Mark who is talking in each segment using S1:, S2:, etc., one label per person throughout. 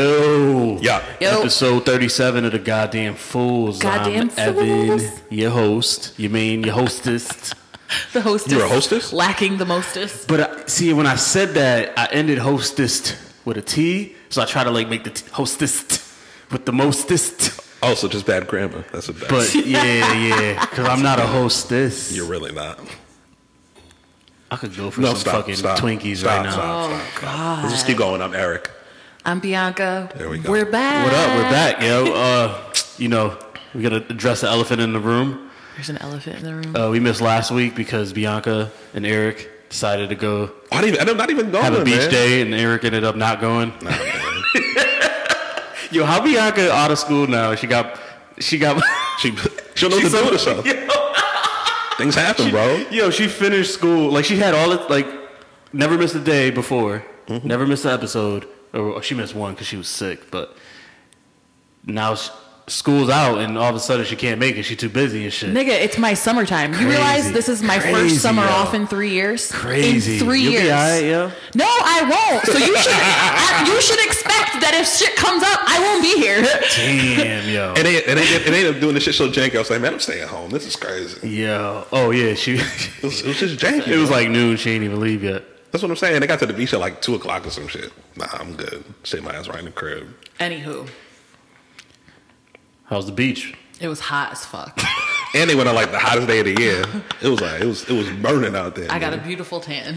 S1: Yo.
S2: Yeah.
S3: Yo.
S1: Episode 37 of the Goddamn Fools.
S3: Goddamn
S1: I'm Evan,
S3: Fools.
S1: your host. You mean your hostess.
S3: The hostess.
S2: You're a hostess?
S3: Lacking the mostest.
S1: but I, see, when I said that, I ended hostess with a T. So I try to like make the t- hostess with the mostest.
S2: Also, Oh, just bad grammar. That's a bad.
S1: But yeah, yeah. Because I'm not a hostess.
S2: you're really not.
S1: I could go for some
S2: stop,
S1: fucking
S2: stop,
S1: Twinkies
S2: stop,
S1: right now.
S2: Stop, stop, stop.
S3: Oh,
S2: Let's just keep going. I'm Eric.
S3: I'm Bianca.
S2: There we go.
S3: We're back.
S1: What up? We're back, yo. Uh, you know, we got to address the elephant in the room.
S3: There's an elephant in the room.
S1: Uh, we missed last week because Bianca and Eric decided to go
S2: I didn't. even- I'm not even going.
S1: have a beach
S2: man.
S1: day, and Eric ended up not going. Yo, how Bianca out of school now? She got, she got.
S2: She she knows to do with herself. Things happen, bro.
S1: Yo, she finished school like she had all it like, never missed a day before,
S2: Mm-hmm.
S1: never missed an episode, or she missed one because she was sick. But now s school's out, and all of a sudden she can't make it. She too busy and shit.
S3: Nigga, it's my summertime. You realize this is my
S1: Crazy,
S3: first summer
S1: yo.
S3: off in three years?
S1: Crazy.
S3: In 3
S1: You'll
S3: years.
S1: Be all right, yo.
S3: No, I won't. So you should I, you should expect that if shit comes up, I won't be here.
S1: Damn, yo.
S2: It ain't. It ain't. It ain't doing this shit so janky. I was like, man, I'm staying home. This is crazy.
S1: Yo. Oh yeah, she.
S2: It was, it was just janky.
S1: It was
S2: bro.
S1: like noon. She ain't even leave yet.
S2: that's what I'm saying. They got to the beach at like two o'clock or some shit. Nah, I'm good. Sit my ass right in the crib.
S3: Anywho,
S1: How's the beach?
S3: it was hot as fuck.
S2: And they went on like the hottest day of the year. It was like it was it was burning out there.
S3: I got a
S2: man.
S3: beautiful tan.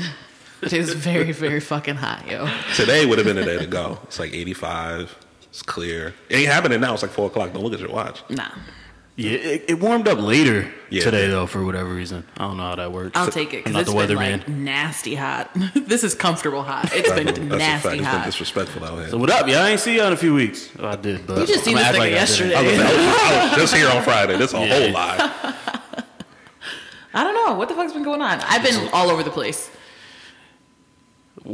S3: It is very, very fucking hot, yo.
S2: Today would have been the day to go. It's like 85. It's clear. It ain't happening now. It's like four o'clock. Don't look at your watch.
S3: Nah.
S1: Yeah, it, it warmed up later
S2: Yeah.
S1: today though for whatever reason. I don't know how that works.
S3: I'll take it
S1: I'm
S3: because
S1: not
S3: it's
S1: the
S3: been
S1: weatherman.
S3: like nasty hot. this is comfortable hot. It's
S2: That's a
S3: been nasty
S2: fact. It's been
S3: hot.
S2: disrespectful out here.
S1: so what up? Yeah, I ain't see you all in a few weeks. Oh, I did, but
S3: You just seen
S1: I'ma
S3: this
S1: act
S3: nigga
S1: I didn't.
S3: yesterday.
S2: I was, I was- I was just here on Friday. That's a
S1: Yeah.
S2: whole lie.
S3: I don't know what the fuck's been going on. I've been all over the place.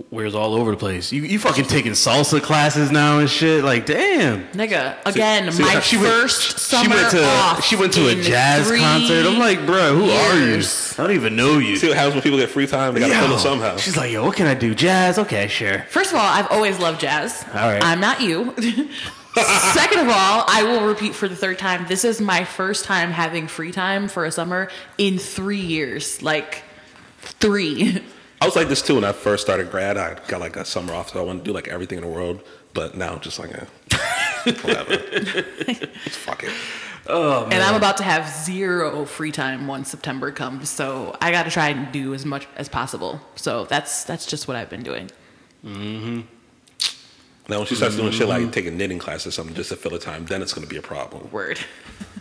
S1: Where's all over the place? You you fucking taking salsa classes now and shit? Like damn.
S3: Nigga, again,
S2: see,
S3: my
S2: she went-
S3: first summer
S1: she went to
S3: off.
S1: she went to a
S3: in
S1: jazz
S3: three
S1: concert. I'm like, bro, who
S3: years."
S1: are you? I don't even know you.
S2: See what happens when people get free time? They got to fill
S1: Yo.
S2: it somehow.
S1: She's like, yo, what can I do? Jazz? Okay, sure.
S3: First of all, I've always loved jazz.
S1: All right.
S3: I'm not you. Second of all, I will repeat for the third time. This is my first time having free time for a summer in three years. Like three.
S2: I was like this too when I first started grad. I got like a summer off, so I wanted to do like everything in the world. But now I'm just like, eh, whatever. Fuck it.
S3: And I'm about to have zero free time once September comes, so I got to try and do as much as possible. So that's that's just what I've been doing.
S2: Now when she starts doing shit
S3: Mm-hmm.
S2: like taking knitting classes or something just to fill the time, then it's gonna be a problem.
S3: Word.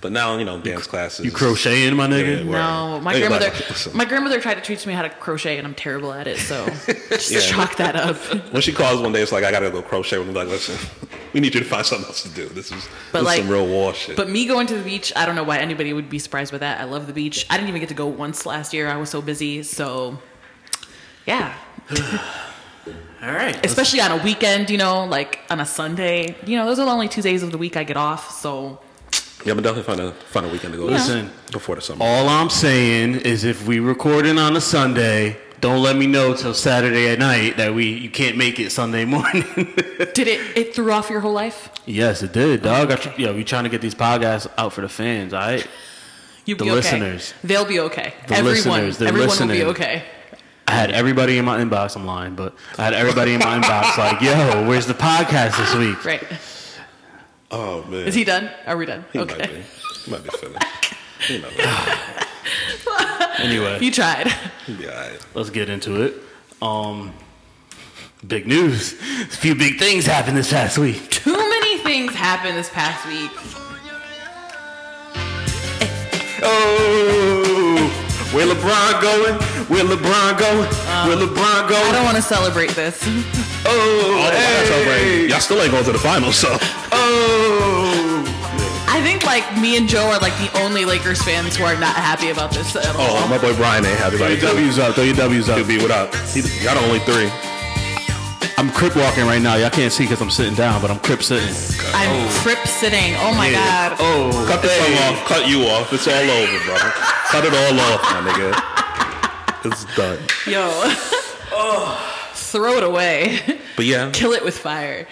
S2: But now you know dance classes.
S1: You crocheting, my nigga?
S2: Yeah,
S3: No,
S2: Word.
S3: my
S2: Hey,
S3: grandmother
S2: like, listen.
S3: my grandmother tried to teach me how to crochet and I'm terrible at it, so just
S2: Yeah.
S3: chalk that up.
S2: When she calls one day, it's like I gotta go crochet. We're like, listen, we need you to find something else to do. This is,
S3: But
S2: this is
S3: like-
S2: some real war shit.
S3: But me going to the beach, I don't know why anybody would be surprised by that. I love the beach. I didn't even get to go once last year. I was so busy, so yeah.
S1: All right.
S3: Especially on a weekend, you know, like on a Sunday. You know, those are the only two days of the week I get off, so
S2: yeah, but definitely find a find a weekend to go.
S3: Yeah.
S1: Listen.
S2: before the summer.
S1: All I'm saying is if we recording on a Sunday, don't let me know till Saturday at night that we you can't make it Sunday morning.
S3: Did it? It threw off your whole life.
S1: yes, it did, dog. I, tr- yeah, we trying to get these podcasts out for the fans, all right?
S3: You'll
S1: The
S3: be okay.
S1: listeners.
S3: They'll be okay.
S1: The
S3: everyone.
S1: listeners, they're
S3: everyone will
S1: listening.
S3: be okay.
S1: I had everybody in my inbox, I'm lying, but I had everybody in my inbox like, yo, where's the podcast this week?
S3: Right?
S2: oh man,
S3: Is he done? Are we done?
S2: He might
S3: okay.
S2: be. He might be finished. He might be.
S1: Anyway,
S3: You tried.
S2: He'll be all right.
S1: let's get into it. Um big news. A few big things happened this past week.
S3: Too many things happened this past week.
S1: Oh, where LeBron going? Where LeBron going? where LeBron
S3: I
S1: going?
S3: don't want to celebrate this.
S1: Oh,
S2: Oh, that's all right. Y'all still ain't going to the finals, so
S1: oh.
S3: I think like me and Joe are like the only Lakers fans who are not happy about this at all.
S2: oh, my boy Brian ain't happy about it. too.
S1: up. Throw your W's
S2: He'll be without. He, y'all the only three.
S1: I'm crip walking right now. Y'all can't see because I'm sitting down, but I'm crip sitting.
S3: I'm crip sitting. Oh my
S2: Yeah.
S3: god.
S1: Oh,
S2: Cut the tongue off. Cut you off. It's all over, bro. Cut it all off, my nigga. It's done.
S3: Yo. oh. Throw it away.
S2: But yeah,
S3: Kill it with fire.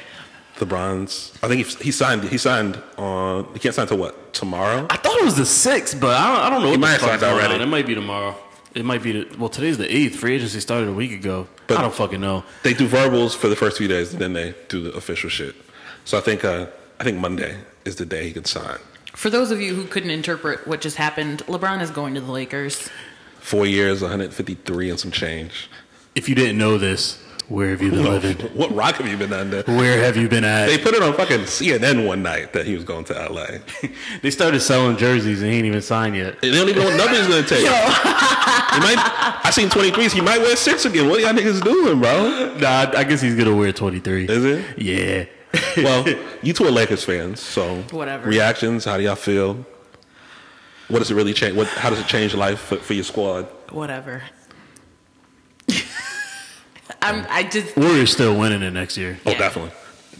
S2: The bronze. I think he, he signed. He signed on. He can't sign till what tomorrow.
S1: I thought it was the sixth, but I don't, I don't know. What
S2: might
S1: the
S2: have
S1: fuck's
S2: signed
S1: going
S2: already.
S1: on. It might be tomorrow. It might be the well. Today's the eighth. Free agency started a week ago.
S2: But-
S1: I don't fucking know.
S2: They do verbals for the first few days, and then they do the official shit. So I think uh, I think Monday is the day he can sign.
S3: For those of you who couldn't interpret what just happened, LeBron is going to the Lakers.
S2: Four years, 153 and some change.
S1: If you didn't know this, where have you been living?
S2: What rock have you been under?
S1: Where have you been at?
S2: They put it on fucking CNN one night that he was going to LA.
S1: They started selling jerseys and he ain't even signed yet.
S2: They don't even know what number he's going to take. He might, I seen 23s. He might wear six again. What are y'all niggas doing, bro?
S1: Nah, I- I guess he's gonna wear twenty three.
S2: Is it?
S1: Yeah.
S2: Well, you two are Lakers fans, so
S3: Whatever.
S2: Reactions? How do y'all feel? What does it really change? What, how does it change life for, for your squad?
S3: Whatever. I'm. I just.
S1: Warriors still winning it next year.
S2: Oh,
S3: Yeah.
S2: definitely.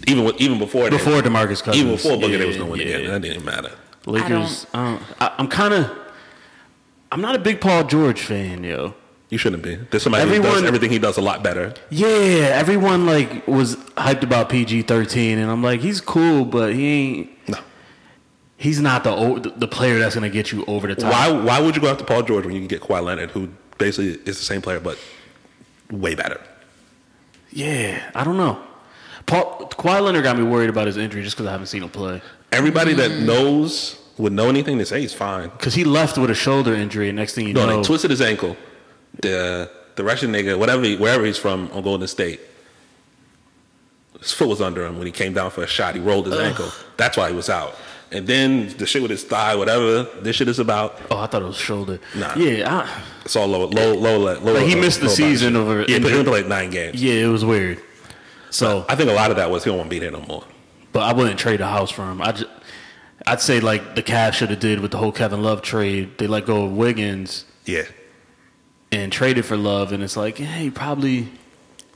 S2: Even with, even before then,
S1: Before Demarcus Cousins,
S2: even before Booker,
S1: Yeah,
S2: they was going to win
S1: yeah.
S2: again. That didn't even matter.
S1: Lakers. I don't, I, am kind of. I'm not a big Paul George fan, yo.
S2: You shouldn't be. There's somebody who does
S1: Everyone-
S2: everything he does a lot better.
S1: Yeah, everyone like was hyped about PG thirteen, and I'm like, he's cool, but he ain't.
S2: No.
S1: He's not the o- the player that's gonna get you over the top.
S2: Why why would you go after Paul George when you can get Kawhi Leonard, who basically is the same player but way better?
S1: Yeah, I don't know. Paul Kawhi Leonard got me worried about his injury just because I haven't seen him play.
S2: Everybody that
S1: Mm.
S2: knows would know anything. They say he's fine.
S1: Because he left with a shoulder injury, and next thing you
S2: No,
S1: know,
S2: they twisted his ankle. The the Russian nigga, whatever, he- wherever he's from on Golden State, his foot was under him when he came down for a shot. He rolled his ankle. That's why he was out. And then the shit with his thigh, whatever this shit is about,
S1: oh, I thought it was shoulder.
S2: Nah.
S1: Yeah, I,
S2: it's all low, low, low, low. low
S1: Like, he missed the
S2: low body
S1: season
S2: shit.
S1: over-
S2: Yeah, but he only played nine games.
S1: yeah, it was weird. So,
S2: I think a lot of that was he don't want to be there no more.
S1: but I wouldn't trade a house for him. I just, I'd say like the Cavs should have did with the whole Kevin Love trade. They let go of Wiggins
S2: Yeah,
S1: and traded for Love, and it's like, hey, probably.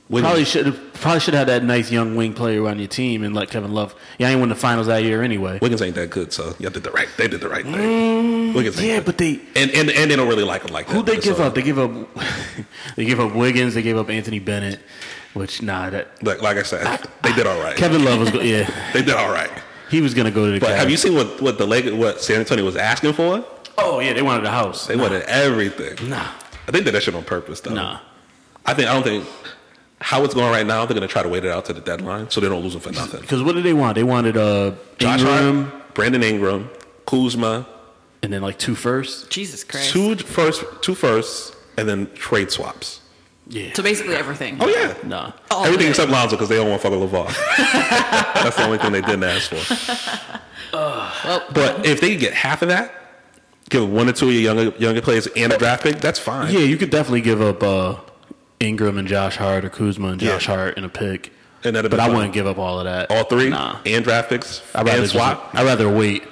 S2: Wiggins-
S1: Probably should have probably should have that nice young wing player on your team and let Kevin Love. Yeah, I ain't win the finals that year anyway.
S2: Wiggins ain't that good, so y'all did the right. They did the right thing. Wiggins, ain't
S1: Mm, Yeah,
S2: good.
S1: but they
S2: and, and and they don't really like him like that.
S1: Who they
S2: So,
S1: give up? They give up. they give up Wiggins. They gave up Anthony Bennett. Which nah, that
S2: Like, like I said, they did all right.
S1: Kevin Love was go- yeah,
S2: They did all right.
S1: he was gonna go to the.
S2: But
S1: Cavs.
S2: have you seen what what the Lakers, what San Antonio was asking for?
S1: Oh yeah, they wanted a house.
S2: They wanted everything.
S1: Nah,
S2: I think they did that shit on purpose though.
S1: nah.
S2: I think I don't think how it's going right now. They're gonna try to wait it out to the deadline so they don't lose him for nothing.
S1: Because what did they want? They wanted uh
S2: Josh
S1: Ingram
S2: Hart, Brandon Ingram, Kuzma,
S1: and then like two firsts.
S3: Jesus Christ.
S2: two first, two firsts, and then trade swaps.
S1: Yeah.
S3: so basically everything.
S2: Oh yeah.
S1: Nah.
S3: All of
S2: Everything
S3: it.
S2: except Lonzo because they don't want to fuck with LeVar. That's the only thing they didn't ask for.
S3: Well,
S2: But if they could get half of that, give one or two of your younger younger players and a draft pick, that's fine.
S1: Yeah, you could definitely give up uh Ingram and Josh Hart or Kuzma and Josh
S2: Yeah.
S1: Hart and a pick.
S2: And that'd
S1: But
S2: be
S1: I
S2: fine.
S1: wouldn't give up all of that.
S2: All three
S1: Nah.
S2: and draft picks
S1: I'd rather
S2: and
S1: just-
S2: swap.
S1: I'd rather wait.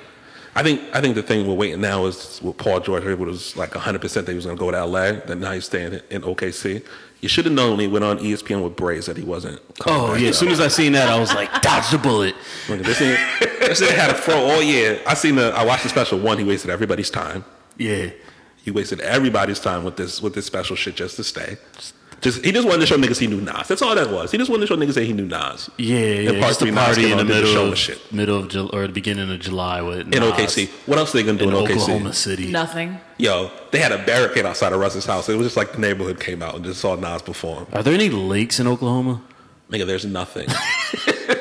S2: I think I think the thing we're waiting now is with Paul George it was like 100 percent that he was going to go to LA. That now he's staying in OKC. You should have known when he went on E ESPN with Braves that he wasn't. coming
S1: Oh
S2: back
S1: yeah. As
S2: up.
S1: soon as I seen that, I was like, dodge the bullet.
S2: Look at this nigga, this nigga had a fro all year. I seen the I watched the special one. He wasted everybody's time.
S1: Yeah.
S2: He wasted everybody's time with this with this special shit just to stay. Just he just wanted to show niggas he knew Nas. That's all that was. He just wanted to show niggas that he knew Nas.
S1: Yeah, yeah.
S2: part
S1: just a
S2: three, Nas
S1: party
S2: came
S1: in
S2: out
S1: the
S2: and did the
S1: middle
S2: show
S1: of
S2: and shit.
S1: middle of Jul- or the beginning of July with
S2: In
S1: Nas
S2: OKC, what else they gonna do
S1: in
S2: in, OKC?
S1: Oklahoma City.
S3: nothing.
S2: Yo, they had a barricade outside of Russ's house. It was just like the neighborhood came out and just saw Nas perform.
S1: Are there any lakes in Oklahoma?
S2: Nigga, there's nothing.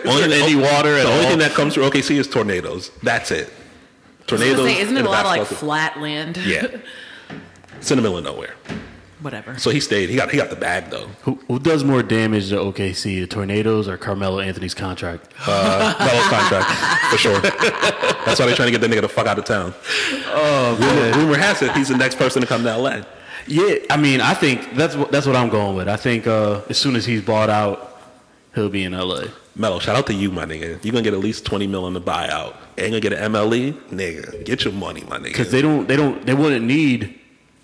S2: only
S1: there any water
S2: The
S1: at
S2: only
S1: all?
S2: thing that comes through OKC is tornadoes. That's it.
S3: I was
S2: Tornadoes.
S3: gonna say, isn't it
S2: and
S3: a lot of like
S2: basketball
S3: flat land?
S2: court. Yeah. It's in the middle of nowhere.
S3: Whatever.
S2: So he stayed. He got he got the bag though.
S1: Who, who does more damage to OKC, the tornadoes or Carmelo Anthony's contract?
S2: Uh, that was contract for sure. That's why they're trying to get that nigga the fuck out of town. Oh, rumor, rumor has it he's the next person to come to LA.
S1: Yeah, I mean, I think that's what that's what I'm going with. I think uh, as soon as he's bought out, he'll be in LA.
S2: Mello, shout out to you, my nigga. You're gonna get at least 20 mil on the buyout. Ain't gonna get an MLE, nigga. Get your money, my nigga.
S1: Because they don't, they don't, they wouldn't need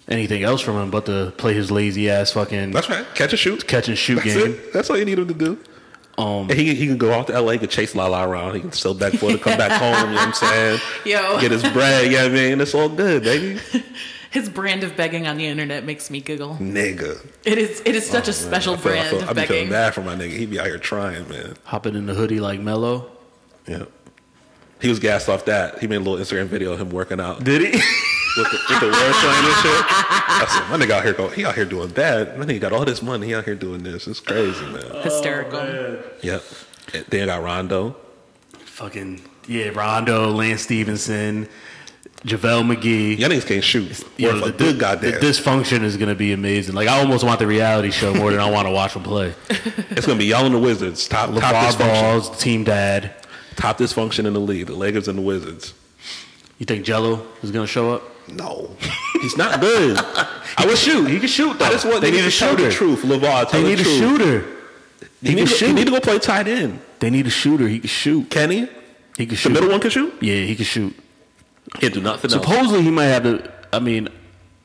S1: anything else from him but to play his lazy ass fucking
S2: That's right. Catch a shoot.
S1: catch and shoot
S2: That's
S1: game.
S2: it. That's all you need him to do.
S1: Um,
S2: And he, he can go off to LA, he can chase Lala around, he can sell back for to come back home, you know what I'm saying?
S3: Yo.
S2: Get his bread, you know what I mean? It's all good, baby.
S3: His brand of begging on the internet makes me giggle.
S2: Nigga.
S3: It is it is such a
S2: Oh, Man,
S3: special
S2: I feel- I
S3: brand
S2: feel- I
S3: of
S2: be feeling
S3: begging.
S2: bad for my nigga. He be out here trying, man.
S1: Hopping in the hoodie like Mello.
S2: Yeah. He was gassed off that. He made a little Instagram video of him working out with
S1: Did he?
S2: the, with the word sign and shit. I said, my nigga out here, go, he out here doing that. My nigga got all this money. He out here doing this. It's crazy, Oh, man.
S3: Hysterical.
S2: Yep. And then I got Rondo.
S1: Fucking yeah, Rondo, Lance Stevenson, JaVale McGee.
S2: Y'all niggas can't shoot.
S1: Yo,
S2: Worth a
S1: the,
S2: good
S1: the- the
S2: goddamn.
S1: dysfunction is gonna be amazing. Like I almost want the reality show more than I want to watch them play.
S2: It's gonna be y'all and the Wizards. Top top
S1: LeVar
S2: dysfunction.
S1: Ball's team dad.
S2: Top dysfunction in the league. The Lakers and the Wizards.
S1: You think Jello is gonna show up?
S2: No, he's not good. I would shoot.
S1: He can shoot though.
S2: I just want
S1: they
S2: niggas
S1: need
S2: to
S1: a
S2: tell
S1: shooter.
S2: the truth. LeVar, tell
S1: They need
S2: the
S1: a
S2: truth.
S1: shooter.
S2: He,
S1: He
S2: need
S1: can
S2: to, he
S1: shoot.
S2: need to go play tight end.
S1: They need a shooter. He can shoot.
S2: Can he?
S1: He can
S2: The
S1: shoot.
S2: middle one can shoot.
S1: Yeah, he can shoot.
S2: Can't do nothing else.
S1: Supposedly he might have to. I mean,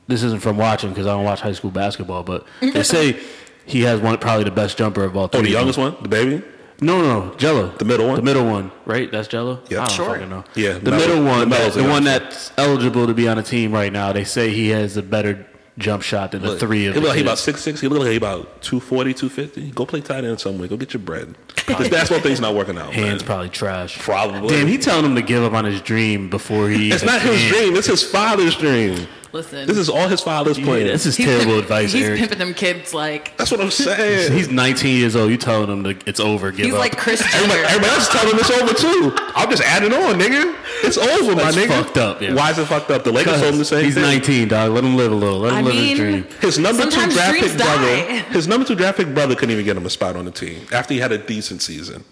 S1: this isn't from watching because I don't watch high school basketball, but they say he has one probably the best jumper of all three.
S2: Oh, the
S1: of them.
S2: youngest one, the baby.
S1: No, no, no, Jello.
S2: The middle one?
S1: The middle one, right? That's Jello.
S2: Yeah.
S1: I don't
S2: Sure.
S1: fucking know.
S2: Yeah,
S1: the
S2: Melo-
S1: middle one,
S2: Melo's
S1: the,
S2: the
S1: one
S2: youngest.
S1: that's eligible to be on a team right now. They say he has a better jump shot than the three of
S2: He
S1: them.
S2: look like he about six six. He look like he about 240, 250. Go play tight end somewhere. Go get your bread. This basketball thing's not working out.
S1: Hands
S2: man.
S1: probably trash.
S2: Probably.
S1: Damn, he telling him to give up on his dream before he.
S2: It's not his dream. It's his father's dream.
S3: Listen.
S2: This is all his father's
S1: Yeah,
S2: plan.
S1: this is
S3: He's
S1: terrible
S3: pimp-
S1: advice,
S3: He's
S1: Eric.
S3: pimping them kids like
S2: That's what I'm saying.
S1: He's 19 years old. You telling him to, it's over. Give
S3: he's
S1: up.
S3: like Chris
S2: Everybody,
S3: Jenner.
S2: everybody else is telling him it's over too. I'm just adding on, nigga. It's over, my
S1: That's
S2: nigga.
S1: fucked up, yeah.
S2: Why is it fucked up? The Lakers told him the same
S1: he's
S2: thing.
S1: 19, dog. Let him live a little. Let him
S3: I
S1: live
S3: mean,
S1: his dream.
S2: His number
S3: Sometimes
S2: two draft
S3: dreams
S2: pick
S3: die.
S2: brother, his number two draft pick brother, couldn't even get him a spot on the team after he had a decent season.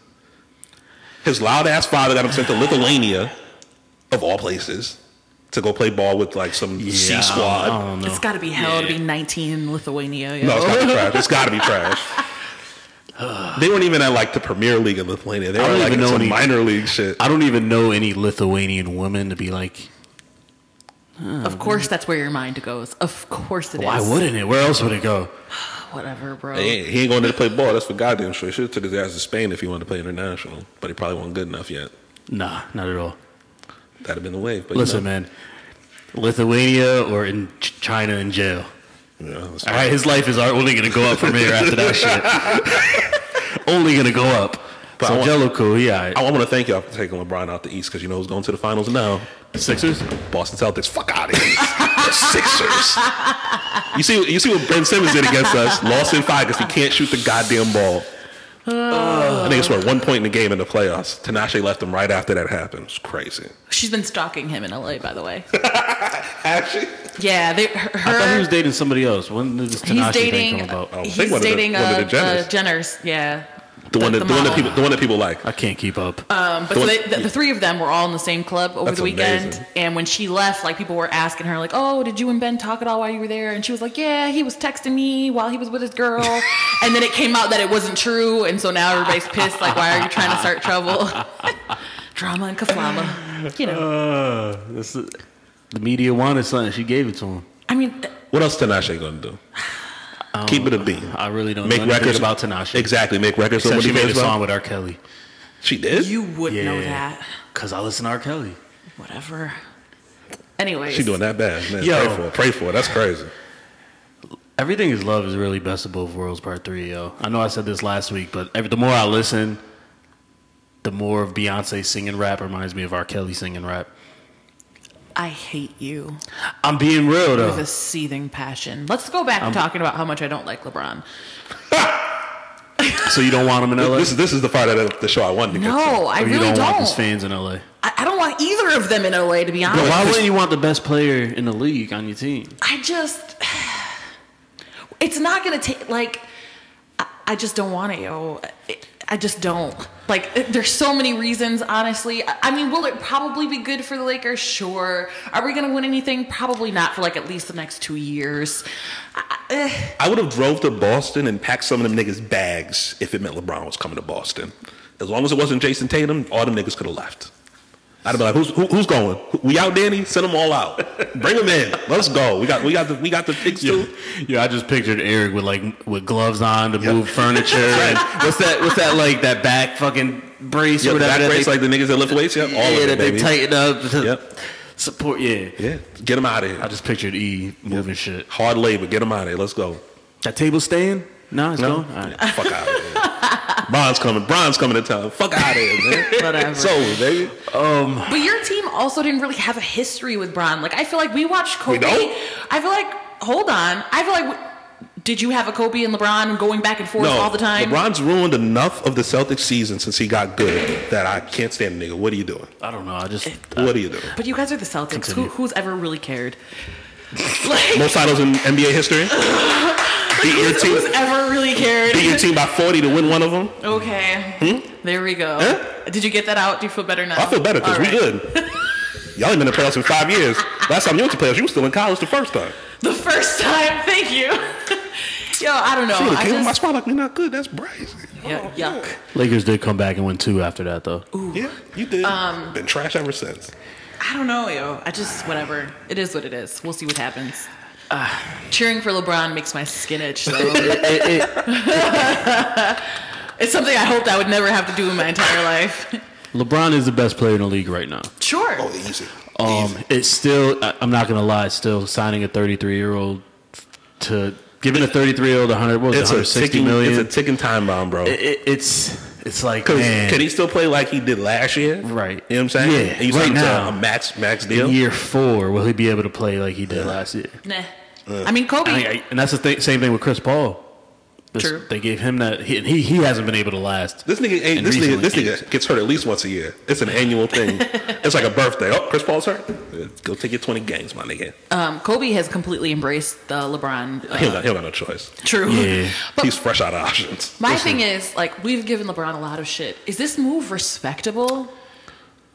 S2: His loud ass father got him sent to Lithuania, of all places, to go play ball with like some
S1: Yeah, I
S2: C
S1: don't-
S2: squad.
S1: I don't know.
S3: It's got to be hell to be 19 in Lithuania. yo.
S2: No, it's gotta be trash. It's gotta be trash. They weren't even at like the Premier League in Lithuania. They
S1: I
S2: were
S1: don't
S2: like
S1: even
S2: in
S1: know
S2: some
S1: any-
S2: minor league shit.
S1: I don't even know any Lithuanian women to be like.
S3: of course, that's where your mind goes. Of course, it is.
S1: Why wouldn't it? Where else would it go?
S3: Whatever, bro.
S2: He ain't, he ain't going there to play ball. That's for goddamn sure. He should have took his ass to Spain if he wanted to play international, but he probably wasn't good enough yet.
S1: Nah, not at all.
S2: That'd have been the wave. But
S1: Listen, man. Lithuania or in Ch- China in jail.
S2: you know, you know, it's
S1: All right, his life is only going to go up from here after that shit. only going to go up.
S2: But I
S1: so
S2: want-
S1: Jello cool, yeah.
S2: I want to thank y'all for taking LeBron out the East because you know who's going to the finals now.
S1: Sixers?
S2: Boston Celtics. Fuck out of here. The Sixers. You see, you see what Ben Simmons did against us. Lost in five because he can't shoot the goddamn ball. I think it's what one point in the game in the playoffs. Tanache left him right after that happened. It's crazy.
S3: She's been stalking him in LA, by the way.
S2: Actually,
S3: yeah, they, her.
S1: I thought he was dating somebody else. When did this
S3: he's
S1: Tanashi
S3: dating.
S1: thing come about?
S2: Oh, I think
S3: he's
S2: one of the-
S3: dating
S2: one of
S3: uh,
S2: the
S3: uh,
S2: Jenners.
S3: Jenners. Yeah.
S2: the one that the, one that
S3: model.
S2: people the one that people like.
S1: I can't keep up.
S2: Uh,
S3: Um, but so
S2: one-
S3: they, the, the three of them were all in the same club over
S2: That's
S3: the weekend.
S2: amazing.
S3: And when she left, like people were asking her, like, "Oh, did you and Ben talk at all while you were there?" And she was like, "Yeah, he was texting me while he was with his girl." and then it came out that it wasn't true, and so now everybody's pissed. Like, why are you trying to start trouble? Drama and kaflama, you know.
S1: Uh, this is- the media wanted something. She gave it to him.
S3: I mean, th-
S2: What else Tanache gonna do?
S1: Um,
S2: Keep it a bean.
S1: I really don't
S2: Make
S1: know anything
S2: records
S1: about Tanashi.
S2: Exactly. Make records.
S1: Except
S2: nobody
S1: she made a
S2: cares about.
S1: song with R. Kelly.
S2: She did.
S3: you would know that.
S1: Because I listen to R. Kelly.
S3: Whatever. Anyways,
S2: She doing that bad, man.
S1: Yo.
S2: Pray for it. Pray for it. That's crazy.
S1: Everything is love is really best of both worlds, part three, yo. I know I said this last week, but every, the more I listen, the more of Beyonce singing rap reminds me of R. Kelly singing rap.
S3: I hate you
S1: I'm being real
S3: with
S1: though.
S3: a seething passion. Let's go
S1: Um,
S3: back to talking about how much I don't like LeBron.
S1: So you don't want him in LA?
S2: This is this is the part of the- the show I wanted to get to.
S3: No, I
S1: Or you
S3: really
S1: don't,
S3: don't.
S1: want his fans in LA?
S3: I, I don't want either of them in LA to be honest.
S1: why wouldn't you want the best player in the league on your team?
S3: I just, it's not gonna take like, I, I just don't want it, yo. It- I just don't. Like, there's so many reasons, honestly. I, I mean, will it probably be good for the Lakers? Sure. Are we gonna win anything? Probably not for like at least the next two years. I, I- eh.
S2: I would have drove to Boston and packed some of them niggas' bags if it meant LeBron was coming to Boston. As long as it wasn't Jason Tatum, all them niggas could have left. I'd have been like, who's, who, who's going? We out, Danny? Send them all out. Bring them in. Let's go. We got we got the we got the picks
S1: Yeah.
S2: too.
S1: yeah, I just pictured Eric with like with gloves on to move furniture. and what's that? What's that like? That back fucking brace
S2: Yeah,
S1: or
S2: the
S1: whatever.
S2: back
S1: that
S2: race
S1: they,
S2: like the niggas that lift weights. Yep, all
S1: yeah,
S2: of it,
S1: that
S2: baby.
S1: they tighten up.
S2: Yep.
S1: Support, yeah.
S2: Yeah, get him out of here.
S1: I just pictured E moving shit.
S2: Hard labor, get him out of here. Let's go.
S1: That table staying? No, it's
S2: No?
S1: gone. All right.
S2: Fuck out of here. Bron's coming. Bron's coming to town. Fuck out of here, man.
S3: Whatever.
S2: So, baby.
S3: But your team also didn't really have a history with Bron. Like I feel like we watched Kobe.
S2: don't?
S3: I feel like hold on. I feel like w- did you have a Kobe and LeBron going back and forth
S2: No,
S3: all the time?
S2: LeBron's ruined enough of the Celtics season since he got good that I can't stand the nigga. What are you doing?
S1: I don't know. I just
S2: What are you doing?
S3: But you guys are the Celtics. Who,
S1: Continue.
S3: who's ever really cared? Like,
S2: Most titles in NBA history. Beat your
S3: who's
S2: team.
S3: ever really cared?
S2: Beat your team by forty to win one of them.
S3: Okay. There we go.
S2: Hmm? Huh?
S3: Did you get that out? Do you feel better now?
S2: I feel better because
S3: All
S2: we
S3: right.
S2: good. Y'all ain't been in the playoffs in five years. Last time you went to playoffs, you were still in college the first time.
S3: The first time. Thank you. Yo, I don't know.
S2: Dude,
S3: Oh, I
S2: came in my
S3: just,
S2: spot like we not good. That's brazen.
S3: Yeah, yuck.
S1: Lakers did come back and win two after that though.
S2: Yeah, you did.
S3: Um,
S2: been trash ever since.
S3: I don't know, yo. I just whatever. It is what it is. We'll see what happens.
S1: Ah.
S3: Cheering for LeBron makes my skin itch. So it's something I hoped I would never have to do in my entire life.
S1: LeBron is the best player in the league right now.
S3: Sure.
S2: Oh, easy.
S1: Um, it's still. I, I'm not gonna lie. It's still signing a 33 year old to giving a 33 year old 100. What was
S2: It's
S1: it,
S2: a
S1: 160
S2: ticking.
S1: million?
S2: It's a ticking time bomb, bro.
S1: It- it- it's it's like
S2: 'Cause
S1: man,
S2: can he still play like he did last year?
S1: Right.
S2: You know what I'm saying?
S1: Yeah,
S2: And you
S1: right
S2: signed him to
S1: now.
S2: a max max
S1: in
S2: deal.
S1: year four will he be able to play like he did last year?
S3: Nah. I mean, Kobe.
S1: Uh. I, I, and that's the th- same thing with Chris Paul. This-
S3: True.
S1: They gave him that. He, he he hasn't been able to last.
S2: This nigga, ain't,
S1: in
S2: this nigga,
S1: recent
S2: this
S1: games.
S2: nigga gets hurt at least once a year. It's an annual thing. it's like a birthday. Oh, Chris Paul's hurt. Uh, Go take your 20 games, my nigga.
S3: um, Kobe has completely embraced the LeBron.
S2: He
S3: Uh,
S2: don't got, he don't got no choice.
S3: true.
S1: Yeah.
S3: But
S2: He's fresh out of options.
S3: my thing is, like, we've given LeBron a lot of shit. Is this move respectable?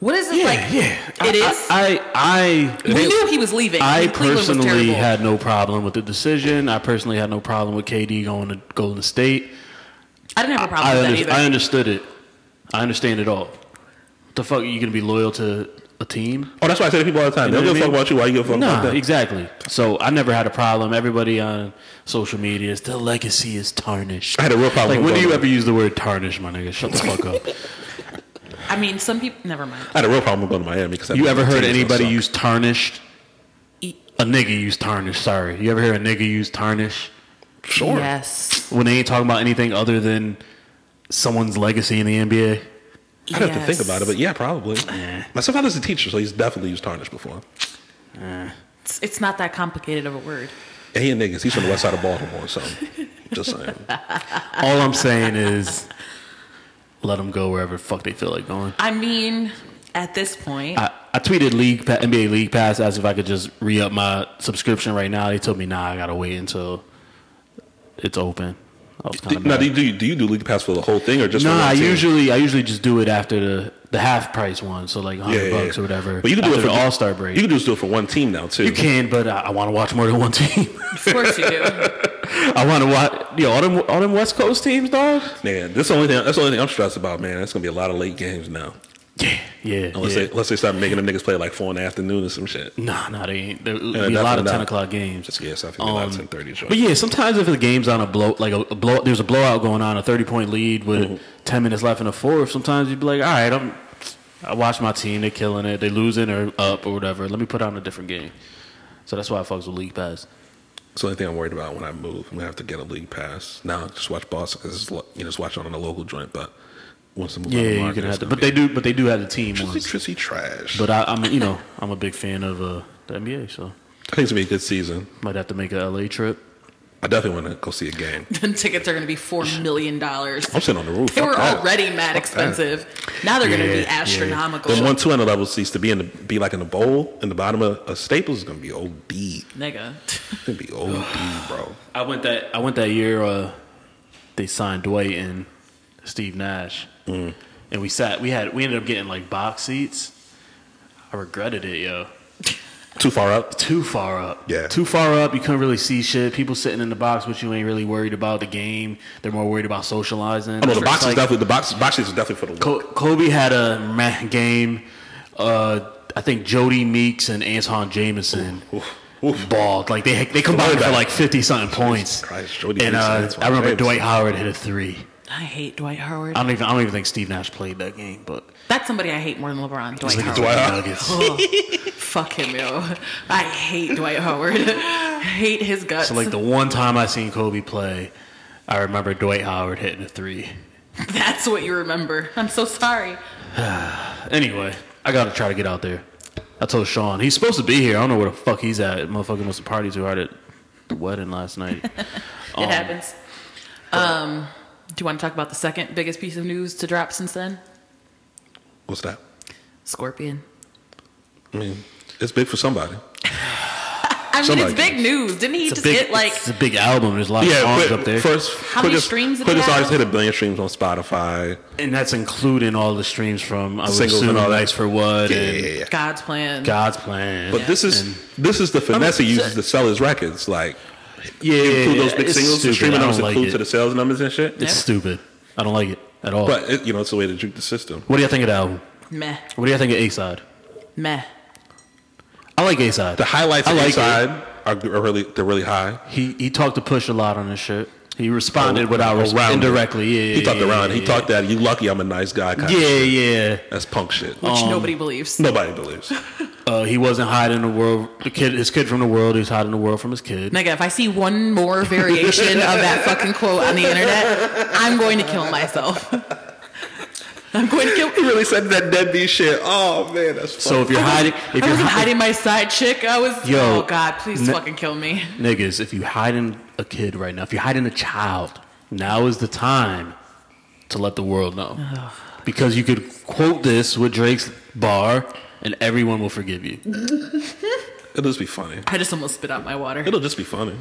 S3: What is it
S1: Yeah,
S3: like?
S1: yeah.
S3: It
S1: I,
S3: is.
S1: I I, I
S3: we knew he was leaving.
S1: I
S3: and Cleveland was
S1: personally
S3: terrible.
S1: had no problem with the decision. I personally had no problem with KD going to Golden State.
S3: I didn't have a problem
S1: I,
S3: with that
S1: under-
S3: either.
S1: I understood it. I understand it all. The fuck, you gonna be loyal to a team?
S2: Oh, that's why I say to people all the time.
S1: You know
S2: They
S1: what
S2: don't
S1: I
S2: give a fuck
S1: mean?
S2: about you. Why you give a fuck about
S1: Nah,
S2: them?
S1: exactly. So I never had a problem. Everybody on social media is the legacy is tarnished.
S2: I had a real problem
S1: Like,
S2: with
S1: when do you
S2: Golden.
S1: ever use the word tarnish, my nigga? Shut the fuck up.
S3: I mean, some people. Never mind.
S2: I had a real problem with going to Miami. Cause that
S1: You
S2: means
S1: ever
S2: the
S1: heard
S2: team is
S1: anybody
S2: gonna suck.
S1: use tarnished?
S3: E-
S1: A nigga use tarnish. Sorry. You ever hear a nigga use tarnish?
S2: Sure.
S3: Yes.
S1: when they ain't talking about anything other than someone's legacy in the NBA.
S2: I'd have to think
S3: Yes.
S2: about it, but yeah, probably.
S1: Yeah.
S2: My stepfather's a teacher, so he's definitely used tarnish before.
S3: It's, it's not that complicated of a word.
S2: And he a niggas. He's from the west side of Baltimore, so just saying.
S1: All I'm saying is, let them go wherever the fuck they feel like going.
S3: I mean, at this point,
S1: I, I tweeted league pa- NBA league pass asked if I could just re up my subscription right now. They told me nah, I gotta wait until it's open. I was kind
S2: Do,
S1: of
S2: now, do you, do you do you do league pass for the whole thing or just? for
S1: Nah,
S2: one
S1: I
S2: team?
S1: usually I usually just do it after the the half price one, so like
S2: Yeah,
S1: hundred
S2: yeah,
S1: bucks
S2: yeah.
S1: or whatever.
S2: But you can do
S1: after
S2: it for
S1: the All Star break.
S2: You can just do it for one team now too.
S1: you can, but I, I want to watch more than one team.
S3: of course you do.
S1: I want to watch. Yo, all them all them West Coast teams, dog.
S2: Man, that's the only thing. That's the only thing I'm stressed about, man. That's gonna be a lot of late games now.
S1: Yeah, yeah.
S2: Unless
S1: yeah.
S2: they unless they start making them niggas play like four in the afternoon or some shit.
S1: Nah, nah, they ain't. There will
S2: Yeah,
S1: be a lot of
S2: definitely
S1: ten
S2: not.
S1: o'clock games.
S2: Just yes, I think a lot of ten thirty.
S1: Um, But yeah, sometimes if the game's on a blow, like a, a blow, there's a blowout going on, a thirty point lead with
S2: Mm-hmm.
S1: ten minutes left in the fourth. Sometimes you'd be like, all right, I'm. I watch my team. They're killing it. They losing or up or whatever. Let me put on a different game. So that's why I fucks with league pass.
S2: That's the only thing I'm worried about when I move. I'm gonna have to get a league pass now. Just watch Boston because it's lo- you know just watch it on a local joint. But once I move out of
S1: Yeah, you
S2: market,
S1: can
S2: it's
S1: have to,
S2: gonna
S1: but
S2: be
S1: they do, but they do have the team
S2: Trissy,
S1: ones.
S2: trissy trash.
S1: But I, I'm, you know, I'm a big fan of uh, the NBA, so
S2: I think it's gonna be a good season.
S1: might have to make a LA trip.
S2: I definitely want to go see a game.
S3: then tickets are going to be four million dollars.
S2: I'm sitting on the roof.
S3: They
S2: Fuck
S3: were
S2: that.
S3: already mad expensive. Now they're going
S1: Yeah,
S3: to be
S1: yeah.
S3: astronomical.
S2: Then one two hundred level seats to be in the be like in the bowl in the bottom of a Staples is gonna be OD. It's
S3: Nigga.
S2: gonna be OD, bro.
S1: I went that I went that year. Uh, they signed Dwight and Steve Nash,
S2: Mm.
S1: and we sat. We had we ended up getting like box seats. I regretted it, yo.
S2: Too far up.
S1: Too far up.
S2: Yeah.
S1: Too far up. You couldn't really see shit. People sitting in the box, which you ain't really worried about the game. They're more worried about socializing.
S2: Oh no, the
S1: It's
S2: box is
S1: like-
S2: definitely the box. Box seats is definitely for the.
S1: Co- Kobe had a meh game. Uh, I think Jody Meeks and Anton Jameson
S2: Oof, oof.
S1: balled. Like they they combined for
S2: Quarterback.
S1: like fifty something points.
S2: Christ, Jody
S1: and
S2: Meeks and
S1: uh,
S2: Anton
S1: I remember
S2: Jameson.
S1: Dwight Howard hit a three.
S3: I hate Dwight Howard.
S1: I don't even I don't even think Steve Nash played that game, but
S3: That's somebody I hate more than LeBron.
S1: Look
S3: Dwight
S1: at
S3: Howard.
S1: Dwight
S2: Howard.
S1: Nuggets.
S3: Fuck him, yo. I hate Dwight Howard. I hate his guts.
S1: So like the one time I seen Kobe play, I remember Dwight Howard hitting a three.
S3: That's what you remember. I'm so sorry.
S1: Anyway, I gotta try to get out there. I told Sean he's supposed to be here. I don't know where the fuck he's at. Motherfucker must have partied too hard at the wedding last night. Um,
S3: It happens. Um, do you want to talk about the second biggest piece of news to drop since then?
S2: What's that?
S3: Scorpion.
S2: I mean, it's big for somebody.
S3: I mean,
S2: Somebody
S3: it's big
S2: did.
S3: news. Didn't he
S1: It's a
S3: just
S1: big
S3: get like?
S1: it's a big album. There's a lot of songs
S2: quick-
S1: up there,
S2: First,
S3: How many
S2: quickest,
S3: streams did it
S2: quickest
S3: have?
S2: artist hit a billion streams on Spotify.
S1: and that's including all the streams from I would
S2: Singles and
S1: assume
S2: all that.
S1: Nice for What and
S3: God's plan.
S1: God's Plan.
S2: But this is
S1: and-
S2: this is the finesse
S1: I
S2: he
S1: mean,
S2: uses to sell his records. Like
S1: yeah,
S2: include those big
S1: it's
S2: singles, the
S1: stupid.
S2: streaming
S1: I
S2: numbers
S1: don't like
S2: include
S1: it.
S2: to the sales numbers and shit.
S1: It's stupid. I don't like it at all.
S2: But it, you know, it's a way to juke the system.
S1: what do you think of the album?
S3: Meh.
S1: What do you think of A side?
S3: Meh.
S1: I like A side.
S2: The highlights
S1: I
S2: on
S1: like
S2: his side are, are really they're really high.
S1: He he talked to Push a lot on this shit. He responded without res-
S2: Oh, Around it.
S1: indirectly. Yeah,
S2: he talked
S1: yeah,
S2: around.
S1: Yeah,
S2: he
S1: yeah.
S2: talked that you lucky I'm a nice guy. Kind
S1: Yeah,
S2: of shit.
S1: yeah.
S2: that's punk shit.
S3: Which
S1: Um,
S3: nobody believes.
S2: Nobody believes.
S1: Uh, he wasn't hiding the world. The kid, his kid from the world. He was hiding the world from his kid.
S3: Nigga, if I see one more variation of that fucking quote on the internet, I'm going to kill myself. I'm going to kill.
S2: he really said that deadbeat shit. Oh man, that's fucked.
S1: So if you're hiding, if
S3: I
S1: you're
S3: wasn't
S1: hi-
S3: hiding my side chick. I was.
S1: Yo,
S3: oh God, please
S1: ne-
S3: fucking kill me.
S1: niggas, if you're hiding a kid right now, if you're hiding a child, now is the time to let the world know. Because you could quote this with Drake's bar, and everyone will forgive you.
S2: it'll just be funny.
S3: I just almost spit out my water.
S2: It'll just be funny.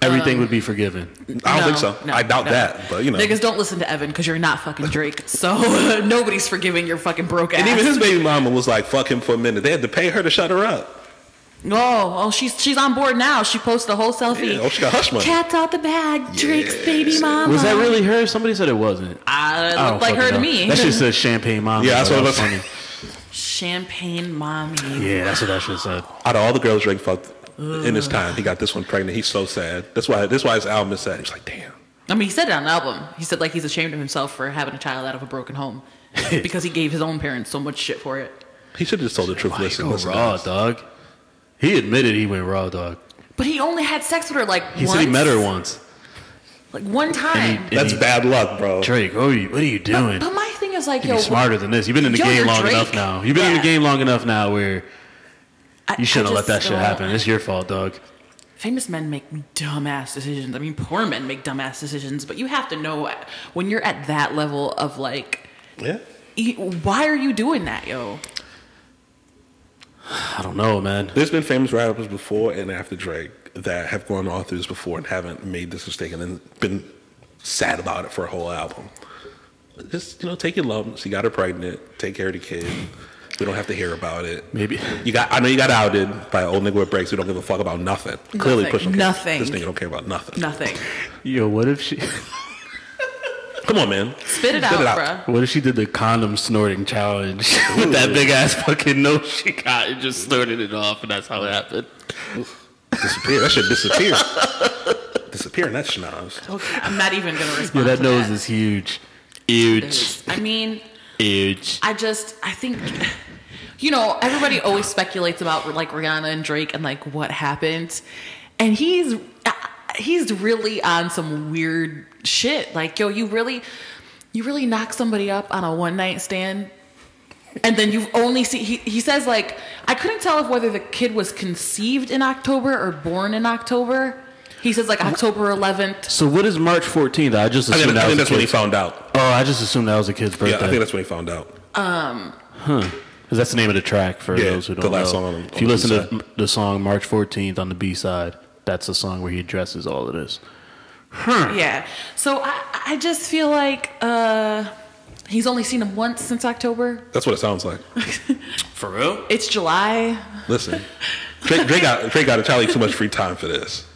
S1: Everything
S3: Uh-huh.
S1: would be forgiven.
S2: I don't
S3: No,
S2: think so.
S3: no,
S2: I doubt
S3: no.
S2: that. But you know,
S3: Niggas, don't listen to Evan because you're not fucking Drake. So nobody's forgiving your fucking broke ass.
S2: and even his baby mama was like, "Fuck him for a minute." They had to pay her to shut her up.
S3: oh, oh, she's she's on board now. She posts a whole selfie.
S2: Yeah, oh, she got hush money.
S3: Cat's out the bag. Drake's baby mama.
S1: Was that really her? Somebody said it wasn't.
S3: I
S1: I
S3: looked like
S1: fucking
S3: her to
S1: know.
S3: me.
S1: That shit says champagne mom.
S2: Yeah, that's what I was-
S3: Champagne mommy.
S1: Yeah, that's what that shit said.
S2: Out of all the girls Drake fucked in his time, he got this one pregnant. He's so sad. That's why. That's why his album is sad. He's like, "Damn."
S3: I mean, he said it on the album. He said like he's ashamed of himself for having a child out of a broken home because he gave his own parents so much shit for it.
S2: He should have just told the truth.
S1: He
S2: Listen,
S1: go
S2: listen.
S1: raw, dog. He admitted he went raw, dog.
S3: But he only had sex with her like
S1: He
S3: once,
S1: said he met her once.
S3: like one
S1: And
S3: time.
S1: he, and
S2: That's
S1: he-
S2: bad luck, bro.
S1: Drake, what are you, what are you doing?
S3: but, but my thing is like,
S1: You'd
S3: yo,
S1: be smarter than this. You've been in the
S3: Yo,
S1: game
S3: you're
S1: long
S3: Drake.
S1: enough now. You've been in
S3: Yeah.
S1: the game long enough now where
S3: I- I
S1: you shouldn't have let
S3: just
S1: that shit
S3: don't-
S1: happen. It's your fault, dog.
S3: Famous men make dumbass decisions. I mean, poor men make dumbass decisions. But you have to know when you're at that level of like,
S2: Yeah.
S3: e- why are you doing that, yo?
S1: I don't know, man.
S2: There's been famous rappers before and after Drake that have gone all through this before and haven't made this mistake and then been sad about it for a whole album. Just you know, take your love. She got her pregnant. Take care of the kid. We don't have to hear about it.
S1: Maybe.
S2: You got. I know you got outed by an old nigga with breaks. who don't give a fuck about nothing. Clearly,
S3: Nothing.
S2: pushing
S3: Nothing.
S2: This nigga don't care about nothing.
S3: Nothing.
S1: Yo, what if she,
S2: Come on, man.
S3: Spit it out, bruh.
S1: what if she did the condom snorting challenge with that big ass fucking nose she got and just snorted it off, and that's how it happened.
S2: Disappear. That should disappear. disappear in that schnoz.
S3: Okay, I'm not even gonna
S1: Yo,
S3: respond.
S1: that
S3: to
S1: nose
S3: that.
S1: is huge, huge,
S3: It's- I mean,
S1: huge.
S3: I just I think you know everybody always speculates about like Rihanna and Drake and like what happened, and he's uh, he's really on some weird shit. Like yo, you really you really knock somebody up on a one night stand. And then you've only seen, he, he says, like, I couldn't tell if whether the kid was conceived in October or born in October. He says, like, October 11th.
S1: So what is March 14th? I just
S2: I
S1: assumed
S2: think,
S1: that
S2: I think
S1: was a
S2: that's when he
S1: kid's-
S2: found out.
S1: Oh, I just assumed that was a kid's birthday.
S2: Yeah, I think that's when he found out.
S1: Because that's the name of the track for
S2: Yeah,
S1: those who
S2: the
S1: don't
S2: last
S1: know.
S2: song on the-
S1: if
S2: on
S1: you
S2: the
S1: listen
S2: B-side.
S1: to m- the song March 14th on the B side, that's the song where he addresses all of this.
S3: Yeah. So I, I just feel like uh, he's only seen him once since October.
S2: That's what it sounds like.
S1: For real?
S3: It's July.
S2: Listen, Drake, Drake got Drake got entirely too much free time for this.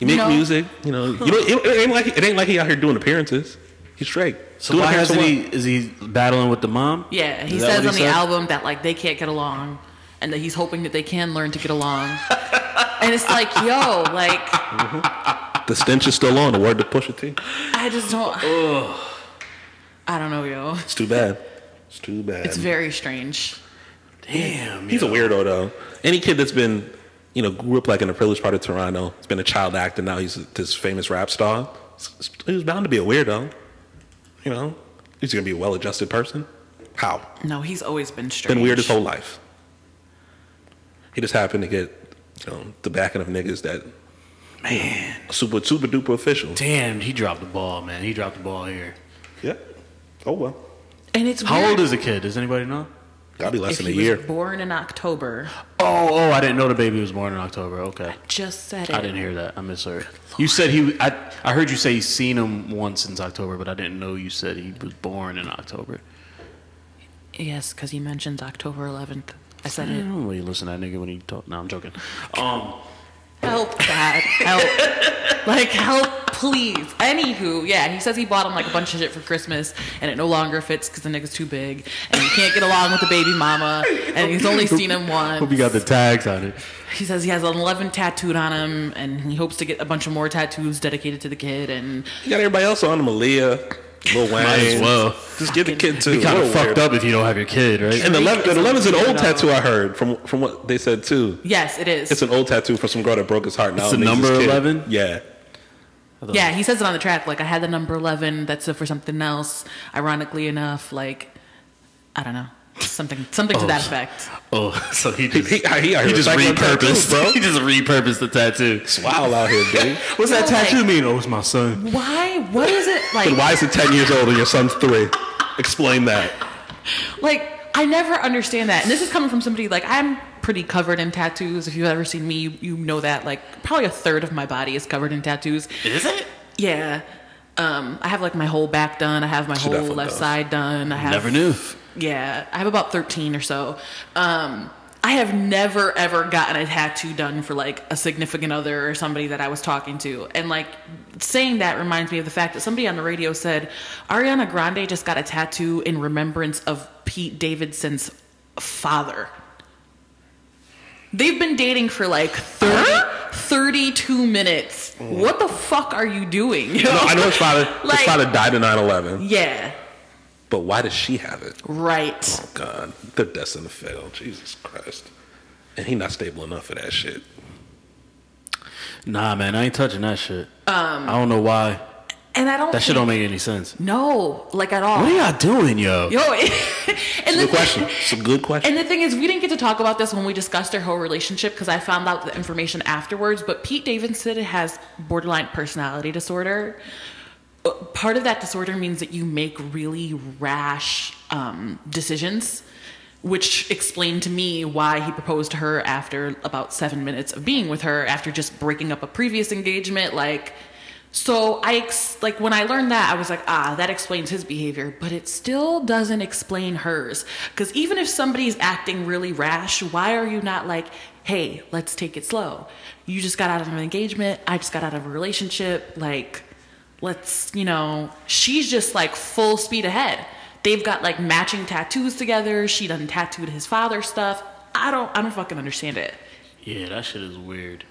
S2: You make
S3: No.
S2: music, you know. You know, it, it ain't like it ain't like he out here doing appearances. He's Drake.
S1: So
S2: Doing
S1: why
S2: appearance
S1: hasn't
S2: for
S1: he? Is he battling with the mom?
S3: Yeah, he
S1: Is that
S3: says
S1: what
S3: on the
S1: said?
S3: album that like they can't get along, and that he's hoping that they can learn to get along. and it's like, yo, like
S2: what? the stench is still on. The word to push it to.
S3: I just don't. I don't know, yo.
S2: It's too bad. It's too bad.
S3: It's very strange.
S1: Damn.
S2: He's
S1: yo.
S2: a weirdo though. Any kid that's been, you know, grew up like in a privileged part of Toronto, has been a child actor. Now he's this famous rap star. He was bound to be a weirdo. You know, he's gonna be a well-adjusted person. How?
S3: No, he's always been strange.
S2: Been weird his whole life. He just happened to get, you know, the backing of niggas that
S1: man.
S2: super super duper official.
S1: Damn, he dropped the ball, man. He dropped the ball here.
S2: Yeah. Oh well.
S3: And it's
S1: How
S3: weird
S1: old is the kid? Does anybody know?
S2: Gotta be less
S3: if
S2: than a
S3: he was
S2: year.
S3: born in October.
S1: Oh, oh, I didn't know the baby was born in October. Okay.
S3: Just said it.
S1: I didn't hear that. I misheard. You said he. I, I heard you say he's seen him once since October, but I didn't know you said he was born in October.
S3: Yes, because he mentions October 11th. I said
S1: I
S3: it.
S1: don't really listen to that nigga when he talk. No, I'm joking. Um,
S3: Help, Dad. Help. like, help, please. Anywho, yeah, he says he bought him like a bunch of shit for Christmas and it no longer fits because the nigga's too big and he can't get along with the baby mama and he's only seen him once.
S1: hope you got the tags on it.
S3: He says he has 11 tattooed on him and he hopes to get a bunch of more tattoos dedicated to the kid and
S2: You got everybody else on him, Aaliyah, Lil Wayne.
S1: Might as well.
S2: Just give the kid two.
S1: You kind
S2: What
S1: of
S2: a
S1: fucked
S2: weirdo.
S1: up if you don't have your kid, right?
S2: And the eleven, the eleven's an old
S3: No.
S2: tattoo I heard from from what they said too.
S3: yes, it is.
S2: It's an old tattoo from some girl that broke his heart. Now
S1: It's the
S2: it makes his
S1: number
S2: kid-
S1: 11?
S2: Yeah,
S3: yeah, he says it on the track. Like, I had the number 11. That's for something else. Ironically enough, like, I don't know. Something, something to
S1: Oh.
S3: that effect.
S1: Oh, so he just
S2: He-
S1: he,
S2: he- he out here
S1: just
S2: recycling tattoos,
S1: repurposed.
S2: bro.
S1: he just repurposed the tattoo.
S2: it's wild out here, dude.
S1: What's that
S3: No, like-
S1: tattoo mean? Oh, it's my son.
S3: Why? What is it like?
S2: Then why is it ten years old and your son's three? Explain that.
S3: Like, I never understand that. And this is coming from somebody like I'm pretty covered in tattoos. If you've ever seen me, you, you know that. Like, probably a third of my body is covered in tattoos.
S1: Is it?
S3: Yeah. Um, I have like my whole back done. I have my whole
S2: definitely
S3: left
S2: does.
S3: side done. I have
S1: Never knew.
S3: Yeah, I have about 13 or so. Um, I have never ever gotten a tattoo done for like a significant other or somebody that I was talking to. And like saying that reminds me of the fact that somebody on the radio said Ariana Grande just got a tattoo in remembrance of Pete Davidson's father. They've been dating for like 30, 32 minutes.
S1: Oh.
S3: What the fuck are you doing?
S2: No, I know his father.
S3: Like-
S2: his father died in 9-11.
S3: Yeah,
S2: but why does she have it? Oh,
S3: right.
S2: God, they're destined to fail. Jesus Christ. And he not stable enough for that shit.
S1: Nah, man, I ain't touching that shit. Um, I don't know why.
S3: And I don't
S1: That shit
S3: think-
S1: don't make any sense.
S3: No, like at all.
S1: What are y'all doing, yo?
S3: Yo, and the
S2: Good
S3: thing-
S2: question. It's a good question.
S3: And the thing is, we didn't get to talk about this when we discussed their whole relationship because I found out the information afterwards. But Pete Davidson has borderline personality disorder. Uh, Part of that disorder means that you make really rash um, decisions, which explained to me why he proposed to her after about seven minutes of being with her after just breaking up a previous engagement. Like, so I ex- like when I learned that I was like, ah, that explains his behavior, but it still doesn't explain hers. Because even if somebody's acting really rash, why are you not like, hey, let's take it slow? You just got out of an engagement. I just got out of a relationship. Like, let's, you know, she's just like full speed ahead. They've got like matching tattoos together. She done tattooed his father stuff. I don't, I don't fucking understand it.
S1: Yeah, that shit is weird.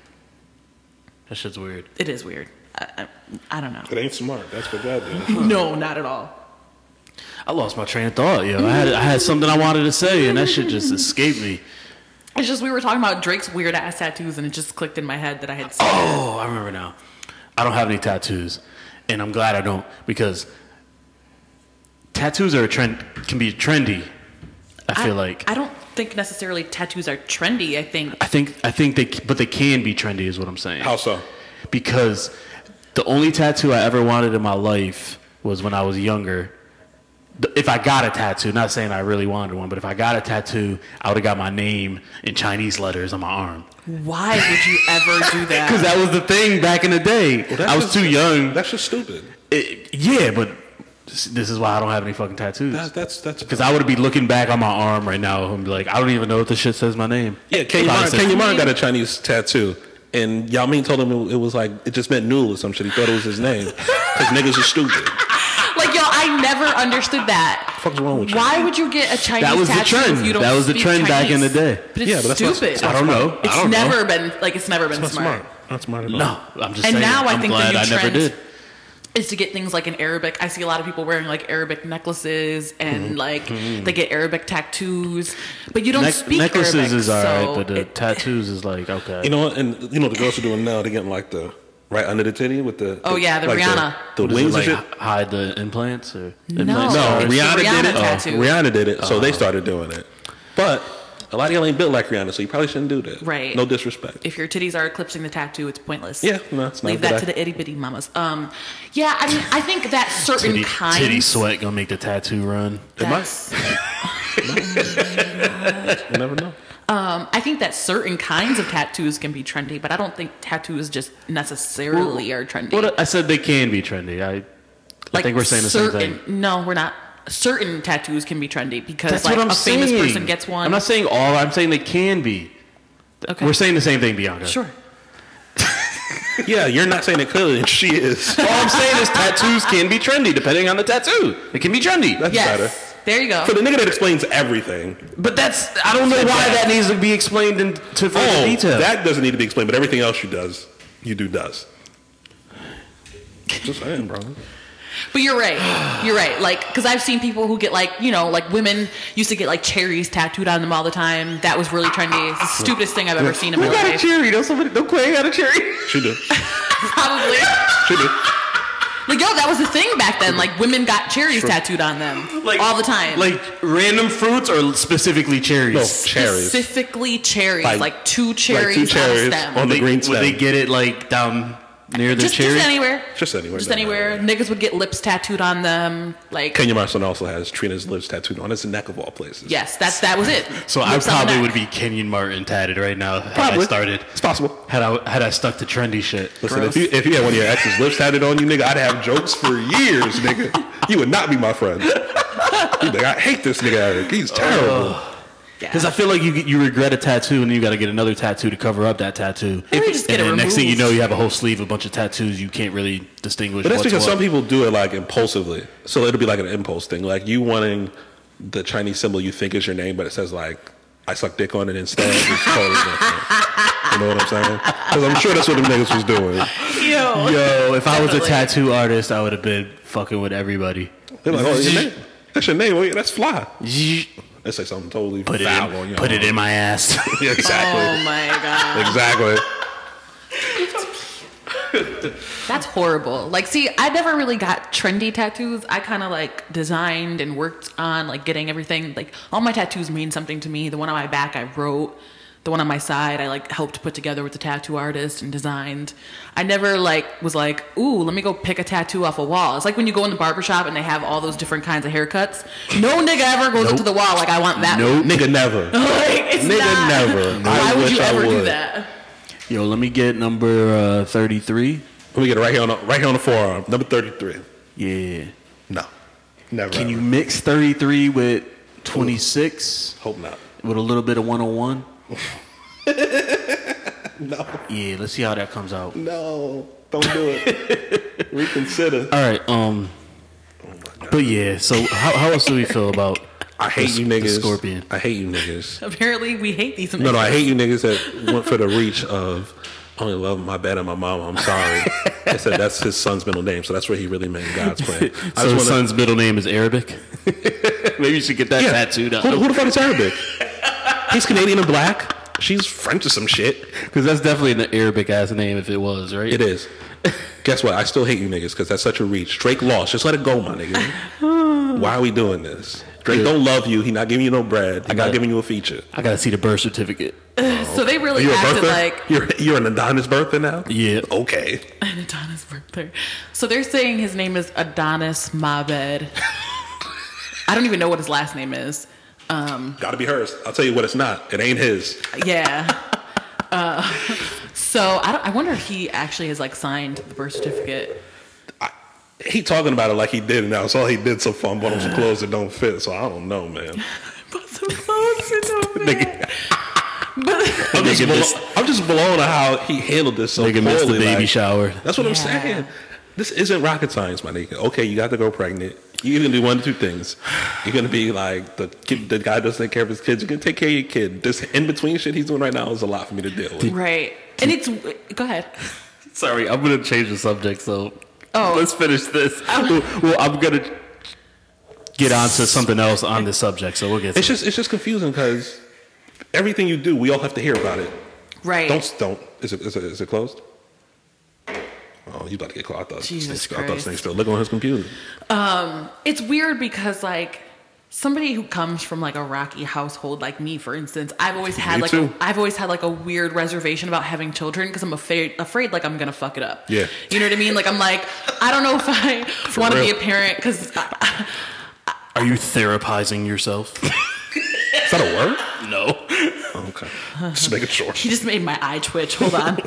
S1: That shit's weird.
S3: It is weird. I, I, I don't know.
S2: it ain't smart. That's what God did.
S3: No, not at all.
S1: I lost my train of thought, yo. I had I had something I wanted to say, and that shit just escaped me.
S3: It's just we were talking about Drake's weird ass tattoos, and it just clicked in my head that I had. Seen.
S1: Oh, I remember now. I don't have any tattoos, and I'm glad I don't because tattoos are a trend can be trendy. I feel like
S3: I don't think necessarily tattoos are trendy. I think
S1: I think I think they c- but they can be trendy is what I'm saying.
S2: How so?
S1: because the only tattoo I ever wanted in my life was when I was younger. The- If I got a tattoo, not saying I really wanted one, but if I got a tattoo, I would have got my name in Chinese letters on my arm.
S3: why would you ever do
S1: Because
S3: that?
S1: that was the thing back in the day. I was too young.
S2: That's just stupid.
S1: It- yeah, but this this is why I don't have any fucking tattoos.
S2: That, that's that's
S1: Because I would be looking back on my arm right now and be like, I don't even know if this shit says my name.
S2: Yeah,
S1: Probably
S2: Kenya Martin,
S1: says-
S2: Kenya Martin got a Chinese tattoo. And Yao Ming told him it, it was like, it just meant noodle or some shit. He thought it was his name. Because niggas are stupid.
S3: like yo, I never understood that.
S2: fuck's wrong with you?
S3: Why would you get a Chinese?
S1: That was the
S3: tattoo
S1: trend.
S3: If you don't
S1: That was the
S3: speak
S1: trend back in the
S3: Chinese?
S1: day.
S3: But it's
S2: Yeah, but that's not-
S3: stupid.
S2: it's
S1: I don't know.
S3: it's
S1: I don't know.
S3: never been like it's never been
S2: Not
S3: smart.
S2: smart. Not smart at all.
S1: No, I'm just
S3: And
S1: saying.
S3: now I
S1: I'm
S3: think the
S1: glad
S3: new
S1: I never
S3: trend-
S1: did.
S3: is to get things like in Arabic. I see a lot of people wearing like Arabic necklaces
S1: Mm-hmm.
S3: and like they get Arabic tattoos, but you don't
S1: Nec-
S3: speak
S1: necklaces
S3: Arabic,
S1: is all right,
S3: so
S1: but the
S3: it-
S1: tattoos is like okay.
S2: You know, what? and you know what the girls are doing now. They're getting like the right under the titty with the.
S3: Oh, yeah, the
S2: like
S3: Rihanna.
S2: The,
S1: What
S2: the
S1: is it,
S2: wings
S1: like,
S2: and shit.
S1: h- hide the implants or
S3: No,
S1: implants?
S2: No,
S3: it's the
S2: Rihanna,
S3: Rihanna
S2: did it. Oh,
S3: tattoo.
S2: Rihanna did it, so they started doing it. But a lot of y'all ain't built like Rihanna, so you probably shouldn't do that.
S3: Right.
S2: No disrespect.
S3: if your titties are eclipsing the tattoo, it's pointless.
S2: Yeah, no, it's not
S3: Leave
S2: a good
S3: that to
S2: idea.
S3: the itty bitty mamas. Um, yeah, I mean, I think that certain
S1: titty,
S3: kinds.
S1: titty sweat gonna make the tattoo run.
S2: Am I?
S3: that's-
S2: You never know.
S3: Um, I think that certain kinds of tattoos can be trendy, but I don't think tattoos just necessarily are trendy.
S1: Well, I said they can be trendy. I, I think we're saying the
S3: certain,
S1: same thing.
S3: No, we're not. Certain tattoos can be trendy because
S1: That's
S3: like
S1: what I'm
S3: a
S1: saying.
S3: famous person gets one.
S1: I'm not saying all. I'm saying they can be.
S3: okay.
S1: We're saying the same thing, Bianca.
S3: sure.
S2: Yeah, you're not saying it clearly. and She is.
S1: All I'm saying is tattoos can be trendy depending on the tattoo. It can be trendy.
S2: That's
S3: Yes.
S2: better.
S3: There you go.
S2: For the nigga that explains everything.
S1: But that's I don't know why that needs to be explained in to further
S2: Oh,
S1: detail.
S2: that doesn't need to be explained, but everything else she does, you do does. Just saying, bro.
S3: But you're right. You're right. Like, because I've seen people who get like, you know, like women used to get like cherries tattooed on them all the time. That was really trendy. It's the stupidest thing I've ever seen in my
S1: Who got a
S3: life.
S1: cherry? Don't somebody? Don't Quay got a cherry?
S2: She do.
S3: Probably.
S2: She do.
S3: Like, yo, that was the thing back then. Like, women got cherries tattooed on them all the time.
S1: Like random fruits or specifically cherries?
S2: No, cherries.
S3: specifically cherries,
S2: Like-
S3: like, two cherries,
S2: cherries
S3: on a stem.
S2: on the
S1: They-
S2: green
S1: Would they
S2: stem.
S1: get it like down near the
S3: just,
S1: cherry?
S3: just anywhere.
S2: Just anywhere,
S3: Just
S2: doesn't
S3: anywhere. Niggas would get lips tattooed on them. Like,
S2: Kenya Marson also has Trina's lips tattooed on his neck of all places.
S3: yes, that's that was it.
S1: so I
S3: Lips on the
S1: probably
S3: neck.
S1: would be Kenyon Martin tatted right now had I
S2: Probably.
S1: started.
S2: It's possible.
S1: Had I had I stuck to trendy shit.
S2: Listen, if you, if you had one of your ex's lips tatted on you, nigga, I'd have jokes for years, nigga. You would not be my friend. You'd be like, I hate this nigga, Eric. He's
S1: Uh,
S2: terrible.
S3: Yeah.
S1: Because I feel like you you regret a tattoo and you got to get another tattoo to cover up that tattoo.
S3: Or you just
S1: and
S3: get it
S1: then next thing you
S3: removed.
S1: know, you have a whole sleeve, a bunch of tattoos. You can't really distinguish.
S2: but that's
S1: what's
S2: because
S1: what.
S2: some people do it like impulsively. So it'll be like an impulse thing. Like you wanting the Chinese symbol you think is your name, but it says like, I suck dick on it instead. It's totally different. You know what I'm saying? Because I'm sure that's what them niggas was doing.
S3: Yo.
S1: Yo, if I was a
S3: Definitely.
S1: tattoo artist, I would have been fucking with everybody.
S2: They're like, oh, your name? That's your name. Wait, that's fly.
S1: Yeesh.
S2: They say something totally
S1: Put it
S2: foul on
S1: in,
S2: your
S1: put it
S2: arm.
S1: in my ass.
S2: Yeah, exactly.
S3: Oh my god.
S2: Exactly.
S3: That's horrible. Like, see, I never really got trendy tattoos. I kind of like designed and worked on like getting everything. Like, all my tattoos mean something to me. The one on my back, I wrote. The one on my side, I like helped put together with the tattoo artist and designed. I never like was like, ooh, let me go pick a tattoo off a wall. It's like when you go in the barbershop and they have all those different kinds of haircuts. No nigga ever goes up to the wall like, I want that. one."
S1: nope.
S2: Nigga never.
S3: Like, it's
S2: Nigga
S3: not.
S2: never.
S3: Why
S2: I
S3: would
S2: wish
S3: you
S2: I
S3: ever do
S2: would.
S3: that?
S1: Yo, let me get number uh, thirty-three.
S2: Let me get it right here on the, right here on the forearm, number thirty-three.
S1: Yeah.
S2: No, never.
S1: Can
S2: ever.
S1: you mix thirty-three with twenty-six
S2: Hope not.
S1: with a little bit of one hundred and one?
S2: No,
S1: Yeah, let's see how that comes out.
S2: no, don't do it. Reconsider.
S1: All right. Um. But yeah, so how, how else do we feel about?
S2: I hate
S1: The-
S2: you
S1: the
S2: niggas.
S1: scorpion.
S2: I hate you niggas.
S3: Apparently, we hate these.
S2: No, no, I hate you niggas that went for the reach of "I only love my bed and my mama. I'm sorry. I said that's his son's middle name, so that's where he really meant God's plan.
S1: So his
S2: I just want
S1: son's middle name is Arabic. Maybe you should get that
S2: yeah.
S1: tattooed
S2: Who, who
S1: up
S2: the fuck is Arabic? He's Canadian and black. She's French or some shit.
S1: because that's definitely an Arabic ass name if it was right.
S2: It is. Guess what? I still hate you niggas because that's such a reach. Drake lost. Just let it go, my nigga. Why are we doing this? Drake
S1: Yeah.
S2: don't love you. He not giving you no bread. He
S1: got
S2: not
S1: it.
S2: giving you a feature.
S1: I gotta see the birth certificate.
S3: So they really
S2: You're a
S3: acted
S2: birther.
S3: like
S2: you're you're an Adonis birther now.
S1: Yeah.
S2: Okay.
S3: An Adonis birther. So they're saying his name is Adonis Mabed. I don't even know what his last name is. Um,
S2: Got to be hers. I'll tell you what. It's not. It ain't his.
S3: yeah. Uh, so I, don't, I wonder if he actually has like signed the birth certificate.
S2: He talking about it like he did, and that was all he did so far. and Bought him some clothes that don't fit. So I don't know, man.
S3: But suppose it's over there. But
S2: I'm just,
S1: Nigga
S2: blown,
S1: missed-
S2: I'm just blown at how he handled this so
S1: Nigga missed the
S2: poorly,
S1: baby
S2: like-
S1: shower.
S2: That's what I'm
S3: Yeah.
S2: saying. This isn't rocket science, my nigga. Okay, you got the girl pregnant. You're gonna do one of two things. You're gonna be like the kid, the guy doesn't take care of his kids. You're gonna take care of your kid. This in between shit he's doing right now is a lot for me to deal with.
S3: right. And it's go ahead.
S1: Sorry, I'm gonna change the subject. So
S3: Oh.
S1: Let's finish this. Well, well, I'm gonna get on to something else on this subject, so we'll get.
S2: It's
S1: to it.
S2: just it's just confusing because everything you do, we all have to hear about it.
S3: Right.
S2: Don't don't. Is it is it, is it closed? Oh, you about to get closed? I thought
S3: Jesus
S2: Snake, I thought
S3: Christ.
S2: Snake still looking on his computer.
S3: it's weird because like somebody who comes from like a rocky household like me for instance i've always had
S2: Me
S3: like
S2: too.
S3: A, i've always had like a weird reservation about having children because i'm afraid afraid like i'm gonna fuck it up
S2: Yeah.
S3: you know what i mean like i'm like i don't know if i want to be
S2: real.
S3: a parent because
S1: Are you therapizing yourself?
S2: Is that a word?
S1: no.
S2: Oh, okay, just making sure.
S3: he just made my eye twitch hold on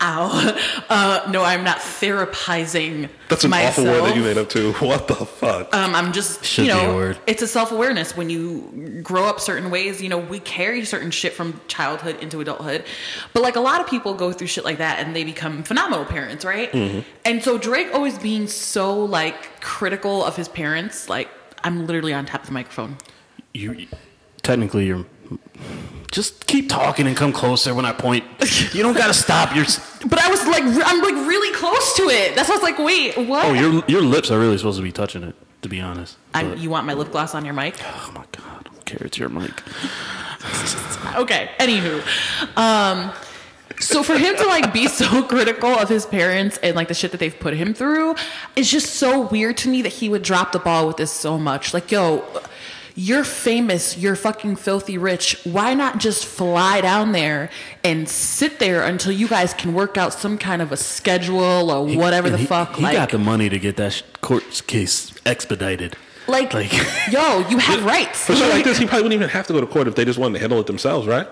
S3: ow uh, no i'm not therapizing
S2: That's an
S3: myself.
S2: awful word that you made up too. What the fuck?
S3: Um, I'm just,
S1: Should
S3: you
S1: be
S3: know,
S1: a word.
S3: it's a self awareness when you grow up certain ways. You know, we carry certain shit from childhood into adulthood. But like a lot of people go through shit like that and they become phenomenal parents, right?
S1: Mm-hmm.
S3: And so Drake always being so like critical of his parents, like, I'm literally on top of the microphone.
S1: You technically you're. Just keep talking and come closer when I point. You don't gotta stop. You're.
S3: But I was like, re- I'm like really close to it. That's why I was like, wait, what?
S1: Oh, your your lips are really supposed to be touching it. To be honest.
S3: I,
S1: But-
S3: you want my lip gloss on your mic?
S1: oh my god. I don't care. It's your mic.
S3: okay. Anywho, um, so for him to like be so critical of his parents and like the shit that they've put him through, it's just so weird to me that he would drop the ball with this so much. Like, yo, you're famous. You're fucking filthy rich. Why not just fly down there and sit there until you guys can work out some kind of a schedule or whatever
S1: And
S3: the
S1: he-
S3: fuck?
S1: He
S3: like,
S1: got the money to get that sh- court case expedited.
S3: like,
S1: like-
S3: yo, you have rights.
S2: For shit like this, he probably wouldn't even have to go to court if they just wanted to handle it themselves, right?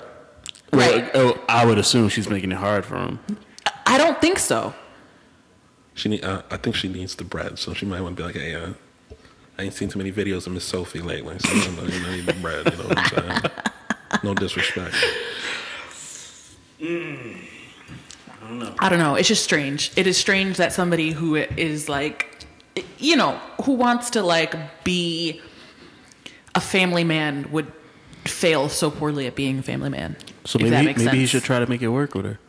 S1: Well,
S3: Right.
S1: oh, I would assume she's making it hard for him.
S3: I don't think so.
S2: She need, uh, I think she needs the bread, so she might want to be like, hey, uh, I ain't seen too many videos of Miss Sophie lately, so I'm not gonna need the bread. You know what I'm saying? No disrespect.
S3: I don't know. It's just strange. It is strange that somebody who is like, you know, who wants to like be a family man would fail so poorly at being a family man.
S1: So
S3: if
S1: maybe
S3: that
S1: he-
S3: makes
S1: maybe he
S3: sense.
S1: should try to make it work with her.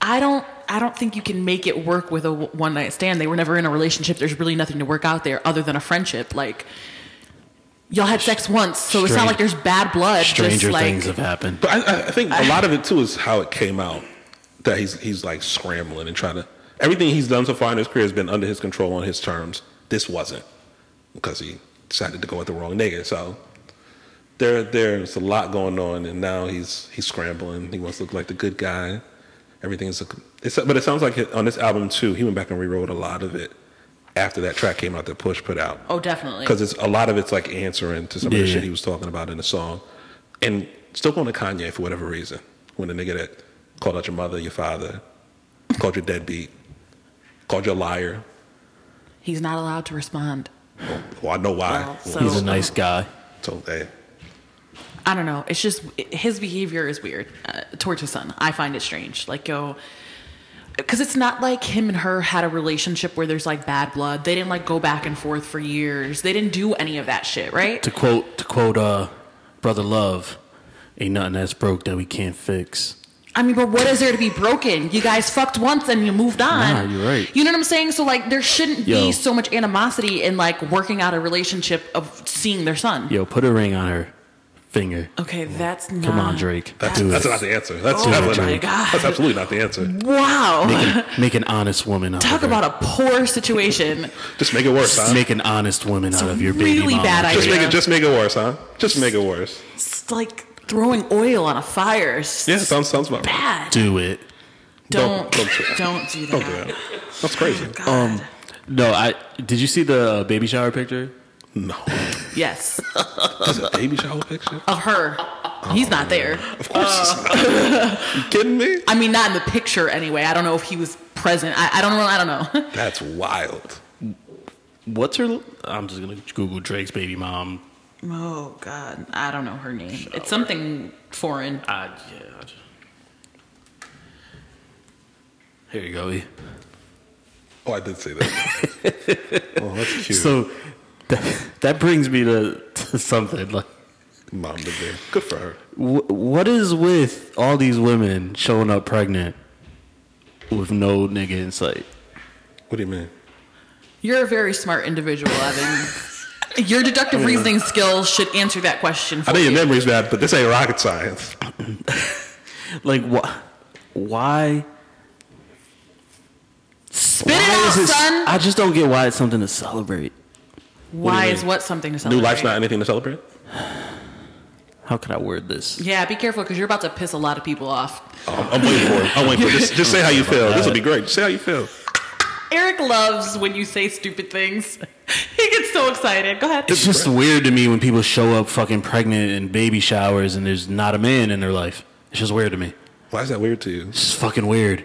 S3: I don't. I don't think you can make it work with a one night stand. They were never in a relationship. There's really nothing to work out there other than a friendship. Like, y'all had sex once, so it's not
S1: Strange-
S3: like there's bad blood.
S1: Stranger
S3: just like,
S1: things have happened.
S2: But I- I, I think a lot of it too is how it came out that he's he's like scrambling and trying to. Everything he's done so far in his career has been under his control on his terms. This wasn't because he decided to go with the wrong nigga. So there there's a lot going on, and now he's he's scrambling. He wants to look like the good guy. Everything's a, it's, but it sounds like on this album too. He went back and rewrote a lot of it after that track came out that Push put out
S3: oh, definitely.
S2: because it's a lot of it's like answering to some of the
S1: Yeah.
S2: shit he was talking about in the song, and still going to Kanye for whatever reason. When the nigga that called out your mother, your father, called you deadbeat, called you a liar.
S3: he's not allowed to respond.
S2: Well, I know why.
S3: Well, so-
S1: He's a nice guy.
S2: So, hey,
S3: I don't know. It's just it, his behavior is weird uh, towards his son. I find it strange. Like, yo, because it's not like him and her had a relationship where there's like bad blood. They didn't like go back and forth for years. They didn't do any of that shit, right?
S1: To quote to quote uh, brother Love, ain't nothing that's broke that we can't fix.
S3: I mean, but what is there to be broken? You guys fucked once and you moved on.
S1: Nah, you're right.
S3: You know what I'm saying? So like, there shouldn't
S1: Yo.
S3: be so much animosity in like working out a relationship of seeing their son.
S1: Yo, put a ring on her finger.
S3: Okay, that's not.
S1: Come on, Drake.
S2: that's,
S1: Do
S2: that's
S1: it.
S2: not the answer. That's,
S1: Oh
S2: definitely
S1: my
S2: not-
S3: God.
S2: that's absolutely not the answer.
S3: Wow.
S1: Make an, make an honest woman out
S3: Talk
S1: of her.
S3: about a poor situation.
S2: Just make it worse, huh?
S1: Make an honest woman out of your baby
S3: really
S1: mama.
S3: bad
S1: Drake.
S2: just make
S3: Yeah.
S2: it. Just make it worse, huh? Just make it worse.
S3: It's like throwing oil on a fire. It's
S2: Yeah, sounds sounds about right.
S3: bad.
S1: Do it.
S3: Don't
S2: Don't-
S3: don't,
S2: don't do that.
S3: do that.
S2: Don't do that. Um, That's crazy.
S3: God.
S1: No, I did you see the uh, baby shower picture?
S2: No,
S3: yes,
S2: that's a baby shower picture.
S3: of her. He's
S2: Oh,
S3: not there.
S2: Of course, it's not. you kidding me?
S3: I mean, not in the picture anyway. I don't know if he was present. I, I don't know. I don't know.
S2: That's wild.
S1: What's her? I'm just gonna Google Drake's baby mom.
S3: Oh God, I don't know her name. It's something foreign.
S1: I, yeah. I just... Here you go. E.
S2: Oh, I did see that. oh, that's cute.
S1: So that, that brings me to, to something like.
S2: Mom did there. Good for her.
S1: Wh- what is with all these women showing up pregnant with no nigga in sight?
S2: What do you mean?
S3: You're a very smart individual, Evan. Your deductive reasoning skills should answer that question for
S2: I know your
S3: you.
S2: memory's bad, but this ain't rocket science.
S1: Like what? Why?
S3: Spit it
S1: why
S3: out,
S1: is it-
S3: son.
S1: I just don't get why it's something to celebrate.
S3: Why
S2: mean?
S3: is what something to celebrate?
S2: New life's not anything to celebrate.
S1: How can I word this?
S3: Yeah, be careful because you're about to piss a lot of people off.
S2: Oh, I'm, I'm waiting for it. I'm waiting for it. Just, just say how you feel. This will be great. Just say how you feel.
S3: Eric loves when you say stupid things. he gets so excited. Go ahead.
S1: It's just weird to me when people show up fucking pregnant in baby showers and there's not a man in their life. It's just weird to me.
S2: Why is that weird to you?
S1: It's just fucking weird.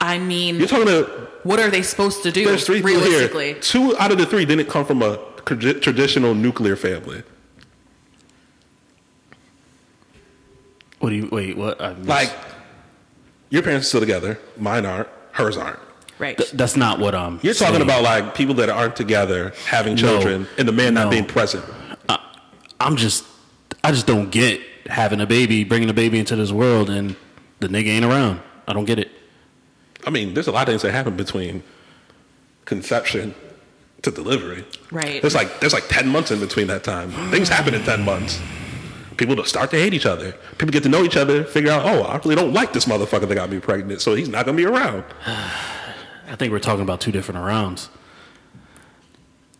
S3: I mean,
S2: You're talking to
S3: what are they supposed to do
S2: there's three people
S3: realistically?
S2: here. Two out of the three didn't come from a tra- traditional nuclear family.
S1: What do you wait? What? I missed-
S2: Like your parents are still together. Mine aren't. Hers aren't.
S3: Right.
S1: Th- that's not what I'm.
S2: You're talking
S1: saying.
S2: about like people that aren't together having
S1: No.
S2: children and the man
S1: No.
S2: not being present.
S1: I'm just. I just don't get having a baby, bringing a baby into this world, and the nigga ain't around. I don't get it.
S2: I mean, there's a lot of things that happen between conception to delivery.
S3: Right.
S2: There's like there's like ten months in between that time. Things happen in ten months. People don't start to hate each other. People get to know each other, figure out, oh, I really don't like this motherfucker that got me pregnant, so he's not gonna be around.
S1: I think we're talking about two different arounds.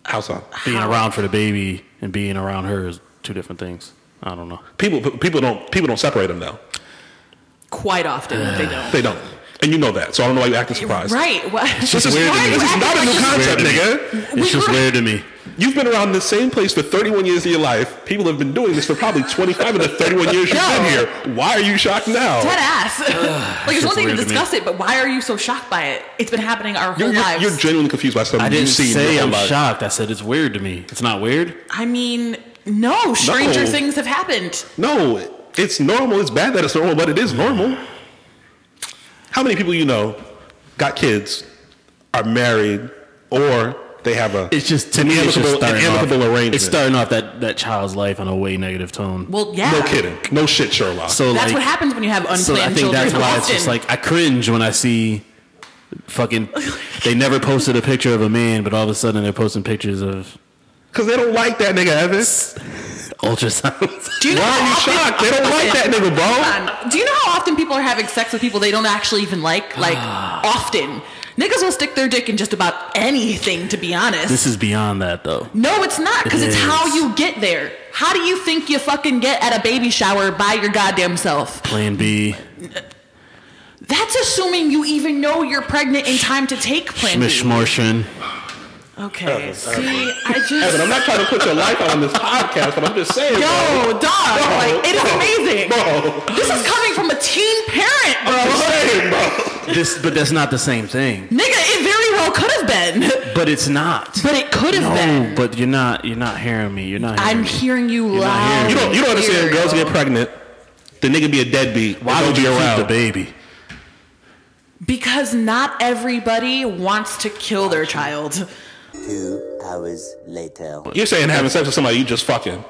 S2: How so?
S1: Being
S3: How-
S1: around for the baby and being around her is two different things. I don't know.
S2: People people don't people don't separate them though.
S3: Quite often they don't.
S2: They don't, and you know that. So I don't know why you're acting surprised.
S3: Right. What?
S2: This is,
S1: weird to
S2: why-
S1: me.
S2: this is not a new concept, nigga.
S1: It's just weird to me.
S2: You've been around the same place for 31 years of your life. People have been doing this for probably 25 of the 31 years you've
S3: No.
S2: been here. Why are you shocked now?
S3: Dead ass. like it's
S1: It's
S3: one thing to
S1: weird to me.
S3: discuss it, but why are you so shocked by it? It's been happening our whole
S2: You're, you're,
S3: lives.
S2: you're genuinely confused by something
S1: I didn't
S2: you've seen
S1: say
S2: your whole
S1: I'm
S2: life.
S1: shocked. I said it's weird to me. It's not weird.
S3: I mean, no, stranger
S2: No.
S3: things have happened.
S2: No, it's normal. It's bad that it's normal, but it is normal. How many people you know got kids, are married, or they have a
S1: It's just to me. It's just
S2: Amicable- an
S1: starting
S2: amicable
S1: off,
S2: arrangement.
S1: It's starting off that that child's life on a way negative tone.
S3: Well, yeah.
S2: no kidding, no shit, Sherlock.
S1: so
S3: That's
S1: like,
S3: what happens when you have unplanned
S1: So I think
S3: children.
S1: that's why it's
S3: often.
S1: just like I cringe when I see fucking. They never posted a picture of a man, but all of a sudden they're posting pictures of
S2: because they don't like that nigga Evans.
S1: ultrasounds.
S3: Do you know
S2: Why
S3: how
S2: are you
S3: often-
S2: shocked? They don't like that nigga, bro.
S3: Hold on. Do you know how often people are having sex with people they don't actually even like?
S1: Ah.
S3: Like often, niggas will stick their dick in just about anything. To be honest,
S1: This is beyond that though.
S3: no, it's not because
S1: It
S3: it's how
S1: is.
S3: you get there. How do you think you fucking get at a baby shower by your goddamn self?
S1: Plan B,
S3: That's assuming you even know you're pregnant in time to take Plan B.
S1: Schmishmorshin.
S3: Okay, see, I just
S2: Evan, I'm not trying to put your life on this podcast, but I'm just saying, bro.
S3: yo, dog, like it is
S2: bro,
S3: amazing.
S2: bro.
S3: This is coming from a teen parent, bro.
S2: I'm just saying, bro.
S1: This, but that's not the same thing.
S3: Nigga, it very well could have been,
S1: But it's not.
S3: but it could
S1: No,
S3: have been.
S1: but you're not. You're not hearing me. You're not. Hearing
S3: I'm
S1: me.
S3: hearing you
S1: not
S3: loud.
S1: hearing me.
S2: You don't, you don't understand. Girls get pregnant. The nigga be a deadbeat.
S1: Why
S2: They
S1: would
S2: don't
S1: you
S2: be
S1: keep
S2: around?
S1: the baby?
S3: because not everybody wants to kill their child.
S4: Two hours later.
S2: You're saying having sex with somebody you just fucking.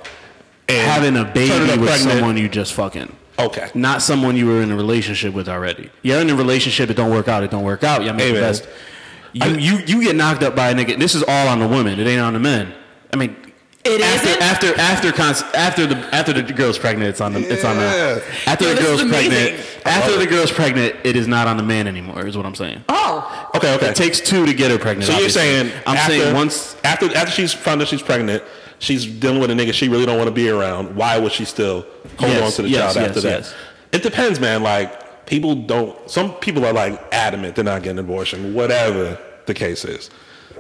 S2: And
S1: Having a
S2: turning
S1: baby
S2: up
S1: with
S2: pregnant.
S1: someone you just fucking.
S2: Okay.
S1: not someone you were in a relationship with already. You're in a relationship, it don't work out, it don't work out. Y'all make
S2: Hey,
S1: the
S2: man.
S1: best. You, you you get knocked up by a nigga. This is all on the women. It ain't on the men. I mean,
S3: It
S1: after
S3: isn't?
S1: after after cons- after the after the girl's pregnant, it's on the it's on the after
S3: Yo,
S1: the
S3: this
S1: girl's
S3: is amazing.
S1: pregnant after the girl's pregnant. It is not on the man anymore. Is what I'm saying.
S3: Oh,
S2: Okay, okay.
S1: It takes two to get her pregnant.
S2: so you're
S1: obviously.
S2: saying
S1: I'm
S2: after,
S1: saying once
S2: after after she's found out she's pregnant, she's dealing with a nigga she really don't want to be around. Why would she still hold
S1: Yes,
S2: on to the
S1: yes,
S2: child after
S1: yes,
S2: that?
S1: yes.
S2: It depends, man. Like people don't. Some people are like adamant they're not getting an abortion, whatever the case is.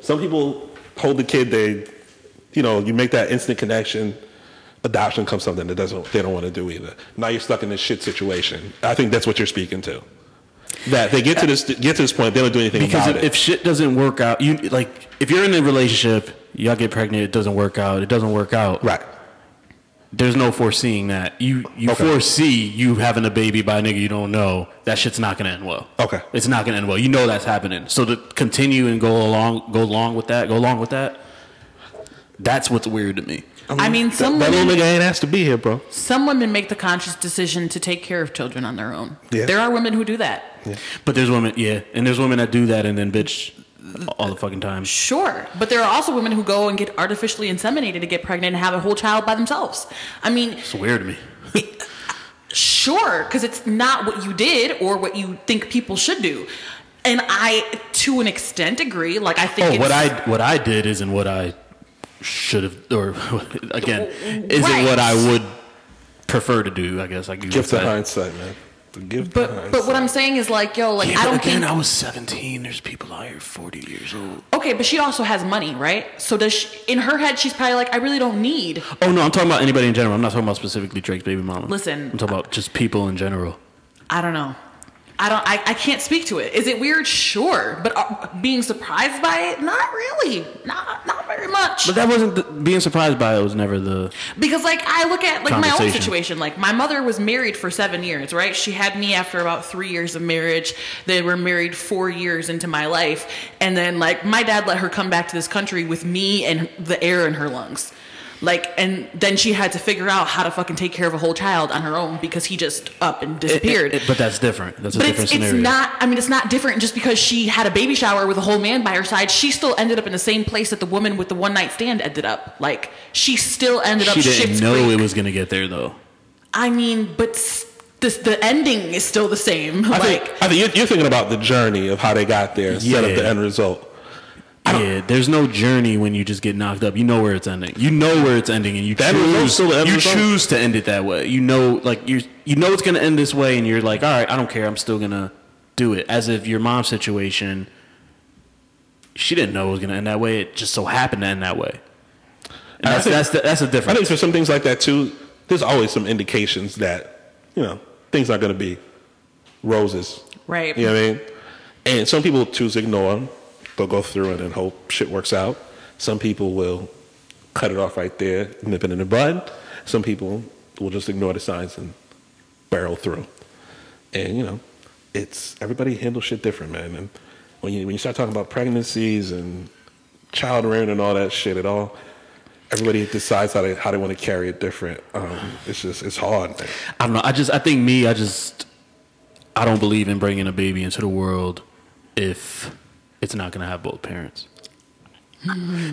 S2: Some people hold the kid. They, you know, you make that instant connection. Adoption comes something that doesn't they don't want to do either. Now you're stuck in this shit situation. I think that's what you're speaking to. That they get to this get to this point, they don't do anything
S1: because
S2: about
S1: if,
S2: it.
S1: if shit doesn't work out, you like if you're in a relationship, y'all get pregnant, it doesn't work out, it doesn't work out,
S2: right.
S1: There's no foreseeing that. You you
S2: Okay.
S1: foresee you having a baby by a nigga you don't know. That shit's not gonna end well.
S2: Okay.
S1: It's not gonna end well. You know that's happening. So to continue and go along go along with that, go along with that, that's what's weird to me.
S3: I mean, some
S2: Um, that
S3: women,
S2: little nigga ain't asked to be here, bro.
S3: some women make the conscious decision to take care of children on their own.
S2: Yeah.
S3: There are women who do that.
S1: But there's women yeah, and there's women that do that and then bitch all the fucking time.
S3: Sure, but there are also women who go and get artificially inseminated to get pregnant and have a whole child by themselves. I mean,
S1: It's weird to me.
S3: sure, because it's not what you did or what you think people should do. And I, to an extent, agree. Like I think
S1: Oh,
S3: it's,
S1: what I what I did isn't what I should have, or again, isn't
S3: Right.
S1: what I would prefer to do. I guess I could
S2: Gift of
S1: say.
S2: hindsight, man. The gift of
S3: But
S2: hindsight.
S3: but what I'm saying is like, yo, like I don't think.
S1: was 17. There's people out here 40 years old.
S3: Okay, but she also has money, right? So does she, in her head, she's probably like, I really don't need.
S1: Oh no, I'm talking about anybody in general. I'm not talking about specifically Drake's baby mama.
S3: Listen,
S1: I'm talking about just people in general.
S3: I don't know. I don't. I, I can't speak to it. Is it weird? Sure, but uh, being surprised by it, not really. Not not very much.
S1: But that wasn't the, being surprised by it was never the.
S3: Because like I look at like my own
S1: Conversation.
S3: situation. Like my mother was married for seven years, right? She had me after about three years of marriage. They were married four years into my life, and then like my dad let her come back to this country with me and the air in her lungs. Like and then she had to figure out how to fucking take care of a whole child on her own because he just up and disappeared.
S1: It- it- but that's different. That's a
S3: but
S1: different
S3: it's, it's
S1: scenario.
S3: not. I mean, it's not different just because she had a baby shower with a whole man by her side. She still ended up in the same place that the woman with the one night stand ended up. Like she still ended up.
S1: she didn't
S3: Schitt's
S1: know
S3: Creek.
S1: it was gonna get there though.
S3: I mean, but s- this, the ending is still the same.
S2: I
S3: like,
S2: think, I think you're, you're thinking about the journey of how they got there instead of the
S1: Yeah.
S2: end result.
S1: Yeah, there's no journey when you just get knocked up. You know where it's ending. You know where it's ending, and you
S2: That result's
S1: choose.
S2: still the end
S1: you
S2: result.
S1: choose to end it that way. You know, like you you know it's gonna end this way, and you're like, all right, I don't care. I'm still gonna do it. As if your mom's situation, she didn't know it was gonna end that way. It just so happened to end that way. And
S2: I
S1: that's
S2: think-
S1: that's the, that's a
S2: I think
S1: difference.
S2: for some things like that too, there's always some indications that you know things aren't going to be roses.
S3: Right.
S2: You know what I mean? And some people choose to ignore them. They'll go through it and hope shit works out. Some people will cut it off right there, nip it in the bud. Some people will just ignore the signs and barrel through. And you know, it's everybody handles shit different, man. And when you when you start talking about pregnancies and child rearing and all that shit, it all everybody decides how they how they want to carry it different. Um, it's just it's hard, man.
S1: I don't know. I just I think me. I just I don't believe in bringing a baby into the world if it's not going to have both parents.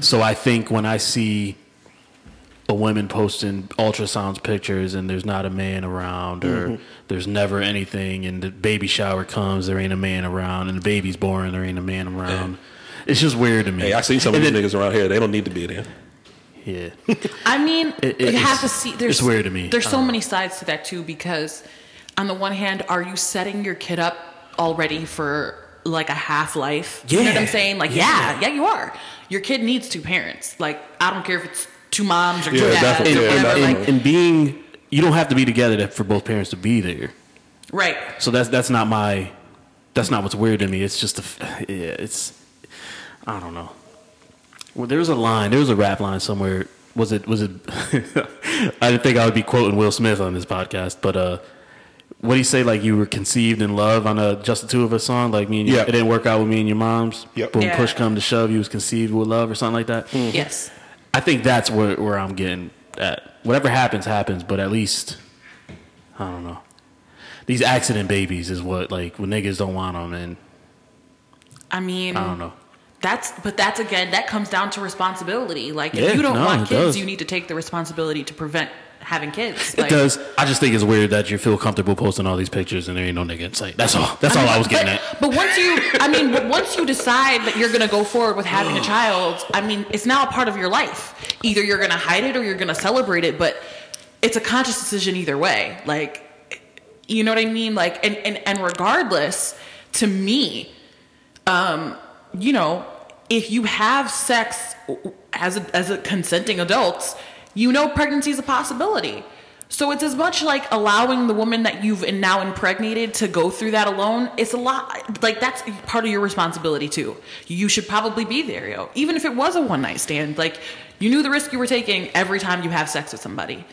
S1: So I think when I see a woman posting ultrasounds pictures and there's not a man around or there's never anything and the baby shower comes there ain't a man around and the baby's born there ain't a man around. It's just weird to me.
S2: Hey, I seen some of
S1: And
S2: these
S1: then-
S2: niggas around here. They don't need to be there.
S1: Yeah.
S3: I mean,
S1: It- it-
S3: you have
S1: it's-
S3: to see. There's,
S1: it's weird to me.
S3: There's
S1: I
S3: so
S1: don't
S3: many sides to that too, because on the one hand, are you setting your kid up already for like a half life? You know what I'm
S1: Yeah.
S3: saying? Like, yeah, yeah, you are. Your kid needs two parents. Like, I don't care if it's two moms or two
S2: Yeah,
S3: dads
S2: definitely.
S1: and,
S3: or
S2: Yeah,
S3: whatever.
S1: and,
S3: like,
S1: and being you don't have to be together to- for both parents to be there.
S3: right.
S1: So that's that's not my that's not what's weird to me. It's just the f- yeah. It's I don't know. Well, there was a line. There was a rap line somewhere. Was it was it? I didn't think I would be quoting Will Smith on this podcast, but uh, what do you say? Like you were conceived in love on a just the two of us song. Like me and your,
S2: Yeah.
S1: it didn't work out with me and your mom's.
S2: Yep.
S1: But when
S3: Yeah.
S1: push come to shove, you was conceived with love or something like that.
S3: Yes.
S1: I think that's where, where I'm getting at. Whatever happens, happens, but at least, I don't know. These accident babies is what, like, when niggas don't want them, and
S3: I mean,
S1: I don't know.
S3: That's but that's again that comes down to responsibility. Like
S1: Yeah,
S3: if you don't
S1: no,
S3: want
S1: it
S3: kids,
S1: does.
S3: you need to take the responsibility to prevent having kids.
S1: It does. I just think it's weird that you feel comfortable posting all these pictures and there ain't no nigga in sight. That's all. That's all Oh, I was getting
S3: but,
S1: at.
S3: But once you, I mean, but once you decide that you're going to go forward with having a child, I mean, it's now a part of your life. Either you're going to hide it or you're going to celebrate it, but it's a conscious decision either way. Like, you know what I mean? Like, and and and regardless, to me, um, you know, if you have sex as a, as a consenting adults, you know pregnancy is a possibility. So it's as much like allowing the woman that you've in- now impregnated to go through that alone. It's a lot like that's part of your responsibility too. You should probably be there, yo. Even if it was a one night stand, like you knew the risk you were taking every time you have sex with somebody.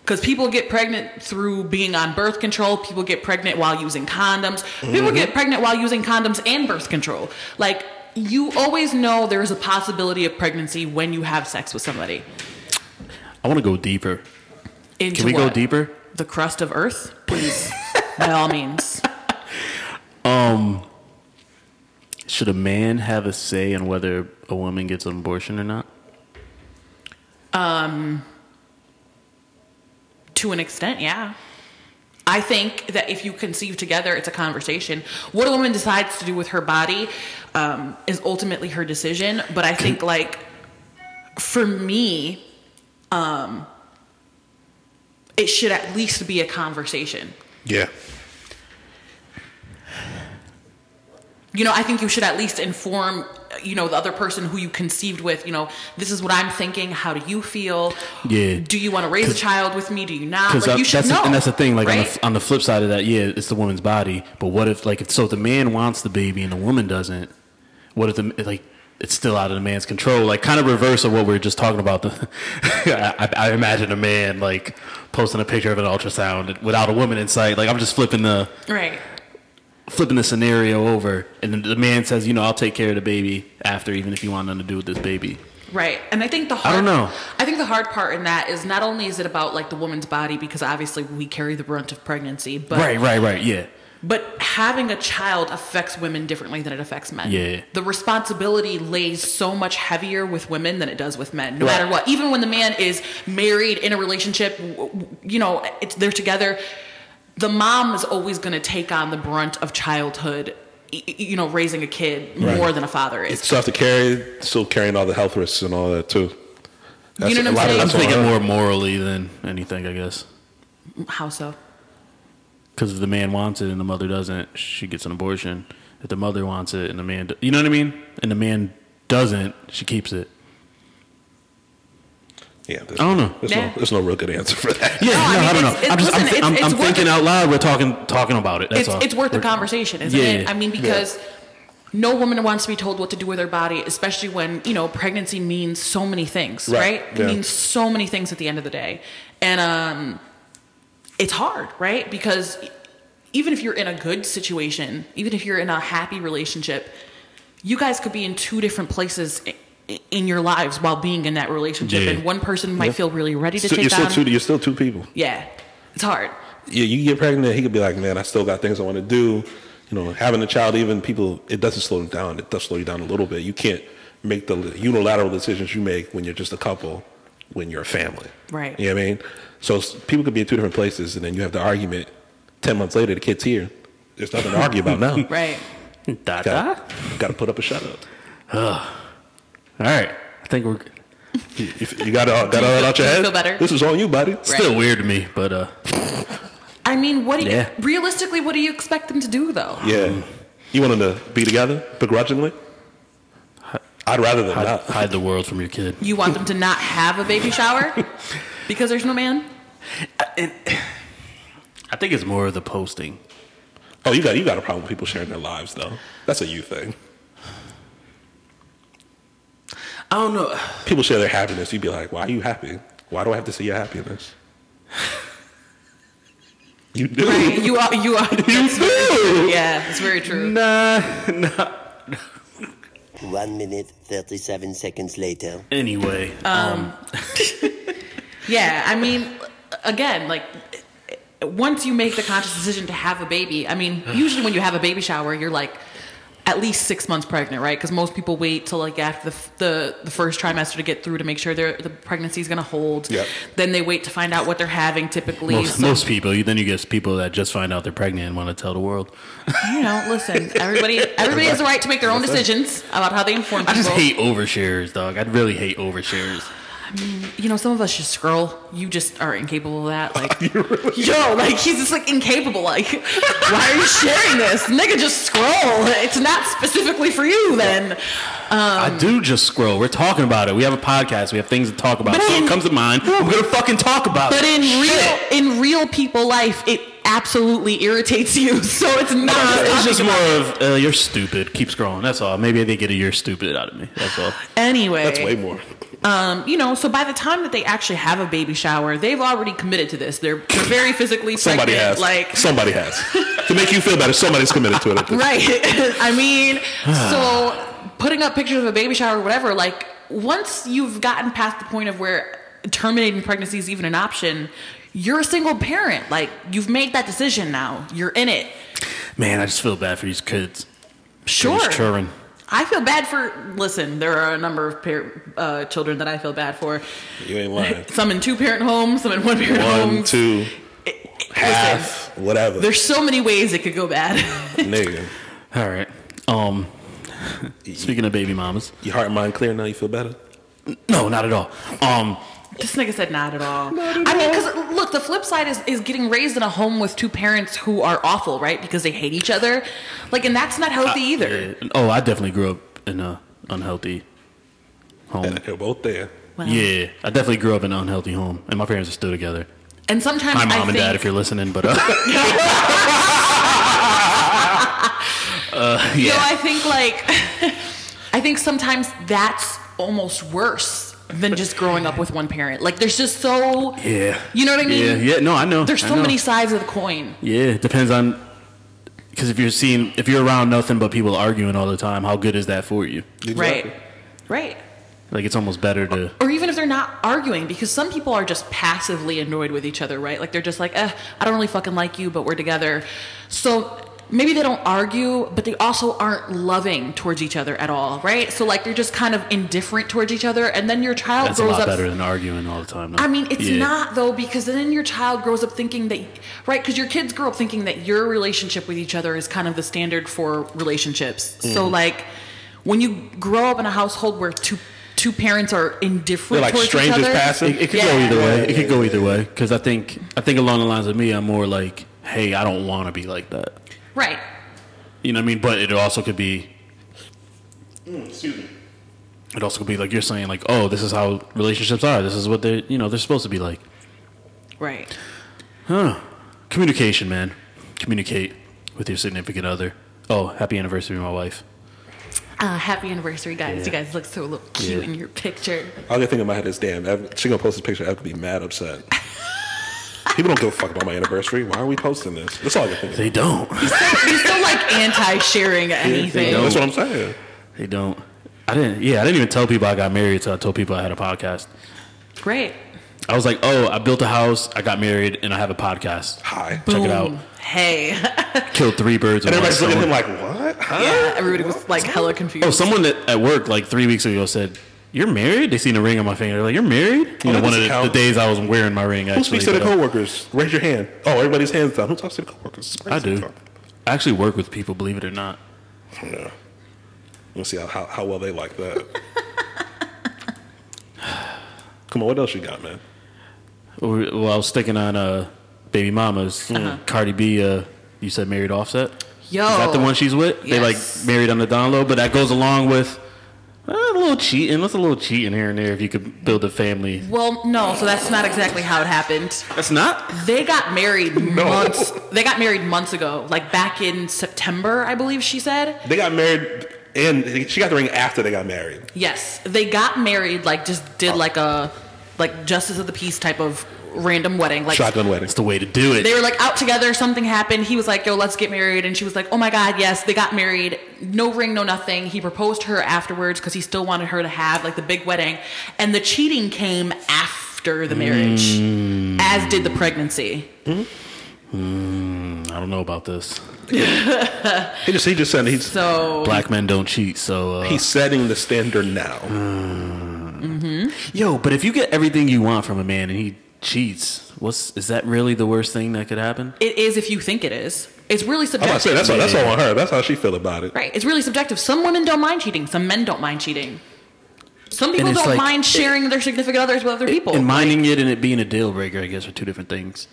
S3: Because people get pregnant through being on birth control. People get pregnant while using condoms. People
S1: Mm-hmm.
S3: get pregnant while using condoms and birth control. Like, you always know there is a possibility of pregnancy when you have sex with somebody.
S1: I want to go deeper.
S3: Into
S1: Can we go
S3: what?
S1: deeper?
S3: The crust of Earth? Please. By all means.
S1: Should a man have a say in whether a woman gets an abortion or not?
S3: To an extent, yeah. I think that if you conceive together, it's a conversation. What a woman decides to do with her body um, is ultimately her decision. But I think, like, for me, um, it should at least be a conversation.
S5: Yeah.
S3: you know, I think you should at least inform, you know, the other person who you conceived with, you know, this is what I'm thinking. How do you feel?
S1: Yeah.
S3: Do you want to raise a child with me? Do you not? Like,
S1: that-
S3: you should
S1: that's
S3: know.
S1: the, and that's the thing. Like on,
S3: right?
S1: the, on the flip side of that, yeah, it's the woman's body. But what if like if so if the man wants the baby and the woman doesn't? What if the like it's still out of the man's control? Like kind of reverse of what we were just talking about. The I, I imagine a man like posting a picture of an ultrasound without a woman in sight. Like I'm just flipping the
S3: right.
S1: flipping the scenario over, and then the man says, you know, I'll take care of the baby after, even if you want nothing to do with this baby.
S3: Right. And I think the hard
S1: don't know.
S3: I think the hard part in that is not only is it about like the woman's body because obviously we carry the brunt of pregnancy, but
S1: Right, right, right. Yeah.
S3: but having a child affects women differently than it affects men.
S1: Yeah.
S3: The responsibility lays so much heavier with women than it does with men, no matter what. Even when the man is married in a relationship, w- w- you know, it's, they're together, the mom is always going to take on the brunt of childhood, y- y- you know, raising a kid more than a father is.
S2: It's tough to carry, still carrying all the health risks and all that too. That's
S3: know what I'm
S2: a lot of
S3: saying?
S1: I'm
S2: that's
S1: thinking
S2: on her.
S1: more morally than anything, I guess.
S3: How so?
S1: Because if the man wants it and the mother doesn't, she gets an abortion. If the mother wants it and the man, do- you know what I mean, and the man doesn't, she keeps it.
S2: Yeah, I
S1: don't know.
S2: There's,
S3: Nah.
S2: no, there's no real good answer for that.
S1: Yeah, no,
S3: I
S1: I,
S3: mean,
S1: don't know.
S3: it's- it's-
S1: I'm just,
S3: listen, it's-
S1: I'm, thi-
S3: it's
S1: I'm, I'm
S3: worth
S1: thinking
S3: it.
S1: out loud. We're talking, talking about it. That's
S3: it's,
S1: all.
S3: it's worth the
S1: We're-
S3: conversation, isn't
S1: Yeah,
S3: it?
S1: yeah.
S3: I mean, because no woman wants to be told what to do with her body, especially when, you know, pregnancy means so many things,
S2: Right,
S3: right?
S2: yeah.
S3: It means so many things at the end of the day. And um, it's hard, right? Because even if you're in a good situation, even if you're in a happy relationship, you guys could be in two different places. i- i- In your lives while being in that relationship,
S1: Yeah.
S3: and one person might feel really ready to
S2: Still- you're
S3: take
S2: still
S3: on.
S2: two. You're still two people.
S3: yeah, it's hard.
S2: Yeah, you get pregnant, he could be like, man, I still got things I want to do. You know, having a child, even people, it doesn't slow them down. It does slow you down a little bit. You can't make the unilateral decisions you make when you're just a couple, when you're a family.
S3: Right.
S2: You know what I mean? So s- people could be in two different places, and then you have the argument 10 months later, the kid's here. There's nothing to argue about now.
S3: Right.
S1: Da, da.
S2: Got, got to put up a shut up.
S1: All right, I think we're
S2: You, you got to got all that out your
S3: Do you
S2: head.
S3: feel better?
S2: This is on you, buddy.
S1: still weird to me, but uh,
S3: I mean, what do you,
S1: Yeah.
S3: realistically, what do you expect them to do though?
S2: Yeah. You want them to be together begrudgingly? I'd rather them
S1: hide,
S2: not.
S1: hide the world from your kid.
S3: You want them to not have a baby shower because there's no man?
S1: I think it's more of the posting.
S2: Oh, you got you got a problem with people sharing their lives though. That's a you thing.
S1: I don't know.
S2: People share their happiness. You'd be like, "Why are you happy? Why do I have to see your happiness?" You do.
S3: You are, you are.
S2: You do.
S3: Yeah, it's very true.
S1: Nah.
S4: One minute, 37 seconds later.
S1: Anyway,
S3: Uh, Yeah, I mean, again, like once you make the conscious decision to have a baby, I mean, usually when you have a baby shower, you're like at least six months pregnant, right? Because most people wait till like after the, f- the the first trimester to get through to make sure their the pregnancy is going to hold.
S2: Yep.
S3: Then they wait to find out what they're having. Typically,
S1: most,
S3: So-
S1: most people. You, then you get people that just find out they're pregnant and want to tell the world.
S3: you know, listen, everybody everybody has the right to make their own decisions about how they inform people.
S1: I just hate oversharers, dog. I really hate oversharers.
S3: you know, some of us just scroll. You just are incapable of that. Like yo, like he's just like incapable. Like, why are you sharing this? Nigga just scroll. It's not specifically for you then. Um,
S1: I do just scroll. We're talking about it. We have a podcast. We have things to talk about.
S3: But
S1: So
S3: in-
S1: it comes to mind. We're gonna fucking talk about
S3: But
S1: it.
S3: in real in real people life, it absolutely irritates you. So it's not
S1: It's just more of uh, you're stupid. Keep scrolling. That's all. Maybe they get a you're stupid out of me. That's all.
S3: anyway.
S2: That's way more.
S3: you know, so by the time that they actually have a baby shower, they've already committed to this. They're, they're very physically
S2: Somebody
S3: pregnant.
S2: has.
S3: Like
S2: somebody has. to make you feel better, somebody's committed to it. At this.
S3: Right. I mean, so putting up pictures of a baby shower or whatever, like once you've gotten past the point of where terminating pregnancy is even an option, you're a single parent. Like you've made that decision now. You're in it.
S1: Man, I just feel bad for these kids.
S3: Sure.
S1: These children.
S3: I feel bad for. Listen, there are a number of par- uh, children that I feel bad for.
S2: You ain't lying.
S3: Some in two parent homes, some in one parent
S2: One,
S3: homes.
S2: two,
S3: It- it- listen,
S2: half, whatever.
S3: Um, there's so many ways it could go bad.
S2: Nigga,
S1: All right. Um, speaking of baby mamas,
S2: your heart and mind clear now. You feel better.
S1: no, not at all. Um,
S3: this nigga said not at all. I mean, because look, the flip side is is getting raised in a home with two parents who are awful, right? Because they hate each other, like, and that's not healthy either.
S1: yeah. oh, I definitely grew up in a unhealthy home.
S2: And they're both there.
S3: Wow.
S1: Yeah, I definitely grew up in an unhealthy home, and my parents are still together.
S3: And sometimes
S1: My mom
S3: I
S1: and
S3: think,
S1: dad, if you're listening, but uh,
S3: Yo,
S1: Uh, Yeah.
S3: I think like I think sometimes that's almost worse than just growing up with one parent. Like there's just so
S1: yeah,
S3: You know what I mean?
S1: Yeah, yeah. No, I know.
S3: there's
S1: I
S3: so
S1: know.
S3: many sides of the coin.
S1: Yeah, it depends on because if you're seeing if you're around nothing but people arguing all the time, how good is that for you?
S2: Exactly.
S3: Right. Right.
S1: Like it's almost better to
S3: Or even if they're not arguing, because some people are just passively annoyed with each other, right? Like they're just like, eh, I don't really fucking like you, but we're together. So maybe they don't argue, but they also aren't loving towards each other at all, right? So like they're just kind of indifferent towards each other, and then your child
S1: that's a
S3: grows
S1: lot
S3: up
S1: better than arguing all the time. though.
S3: I mean, it's
S1: Yeah.
S3: not though because then your child grows up thinking that, right? Because your kids grow up thinking that your relationship with each other is kind of the standard for relationships.
S1: Mm.
S3: So like, when you grow up in a household where two two parents are indifferent
S2: They're like
S3: towards
S2: strangers
S3: each other,
S2: passing.
S1: It, it could go
S3: Yeah.
S1: either way. It could go either way because I think I think along the lines of me, I'm more like, hey, I don't want to be like that.
S3: right?
S1: You know what I mean? But it also could be. Excuse me. It also could be like you're saying, like, oh, this is how relationships are. This is what they, you know, they're supposed to be like.
S3: Right.
S1: Communication, man. Communicate with your significant other. Oh, happy anniversary, my wife.
S3: Uh, happy anniversary, guys! You guys look so little cute
S1: Yeah.
S3: in your picture.
S2: All I can think in my head is, damn, Ev, she gonna post this picture. Ev could be mad upset. People don't give a fuck about my anniversary. Why are we posting this? That's all I can think. Of.
S1: They don't.
S3: You're still like anti-sharing anything.
S1: don't.
S2: That's what I'm saying.
S1: they don't. I didn't. Yeah, I didn't even tell people I got married until I told people I had a podcast.
S3: Great.
S1: I was like, oh, I built a house, I got married, and I have a podcast.
S2: Hi.
S1: Check it out.
S3: Boom. Hey.
S1: Killed three birds.
S2: And
S1: with one
S2: everybody's looking at
S1: stone.
S2: him like, what? Huh?
S3: yeah. Everybody was like hella confused.
S1: Oh, someone that at work like three weeks ago said, "You're married." They seen a ring on my finger. They're like, "You're married." You
S2: Oh,
S1: know,
S2: that
S1: one of
S2: doesn't
S1: the, the
S2: count.
S1: days I was wearing my ring. Actually,
S2: Who speaks to
S1: but,
S2: their coworkers? Raise your hand. Oh, everybody's hands down. Who talks to the coworkers?
S1: uh, I do. I actually work with people, believe it or not.
S2: Yeah. We'll see how, how, how well they like that. Come on, what else you got, man?
S1: Or- Well, I was sticking on uh, baby mamas.
S3: Uh-huh.
S1: Cardi B, uh, you said married Offset.
S3: Yo.
S1: Is that the one she's with? They like
S3: Oh, Yes.
S1: married on the down low, but that goes along with uh, a little cheating. That's a little cheating here and there. If you could build a family,
S3: Well, no, so that's not exactly how it happened.
S1: that's not.
S3: They got married months. They got married months ago, like back in September, I believe she said.
S2: They got married, and she got the ring after they got married.
S3: Yes, they got married. Like just
S2: Oh.
S3: did like a like justice of the peace type of random wedding. Like
S2: Shotgun wedding.
S1: That's the way to do it.
S3: they were like out together. Something happened. He was like, "Yo, let's get married," and she was like, "Oh my god, yes." They got married. No ring, no nothing. He proposed to her afterwards because he still wanted her to have like the big wedding, and the cheating came after the marriage,
S2: Mm.
S3: as did the pregnancy.
S1: I don't know about this.
S2: He just he just said he's
S3: So
S1: Black men don't cheat, so uh,
S2: he's
S3: Uh-huh.
S2: setting the standard now.
S1: Yo, but if you get everything you want from a man and he cheats, what's is that really the worst thing that could happen?
S3: It is if you think it is. It's really
S2: I'm about to
S3: subjective.
S2: say that's all, that's all on her. That's how she feel about it.
S3: right. It's really subjective. Some women don't mind cheating. Some men don't mind cheating. Some people
S1: it's
S3: don't
S1: like-
S3: mind sharing their significant others with other people.
S1: And minding it and it being a deal breaker, I guess, are two different things.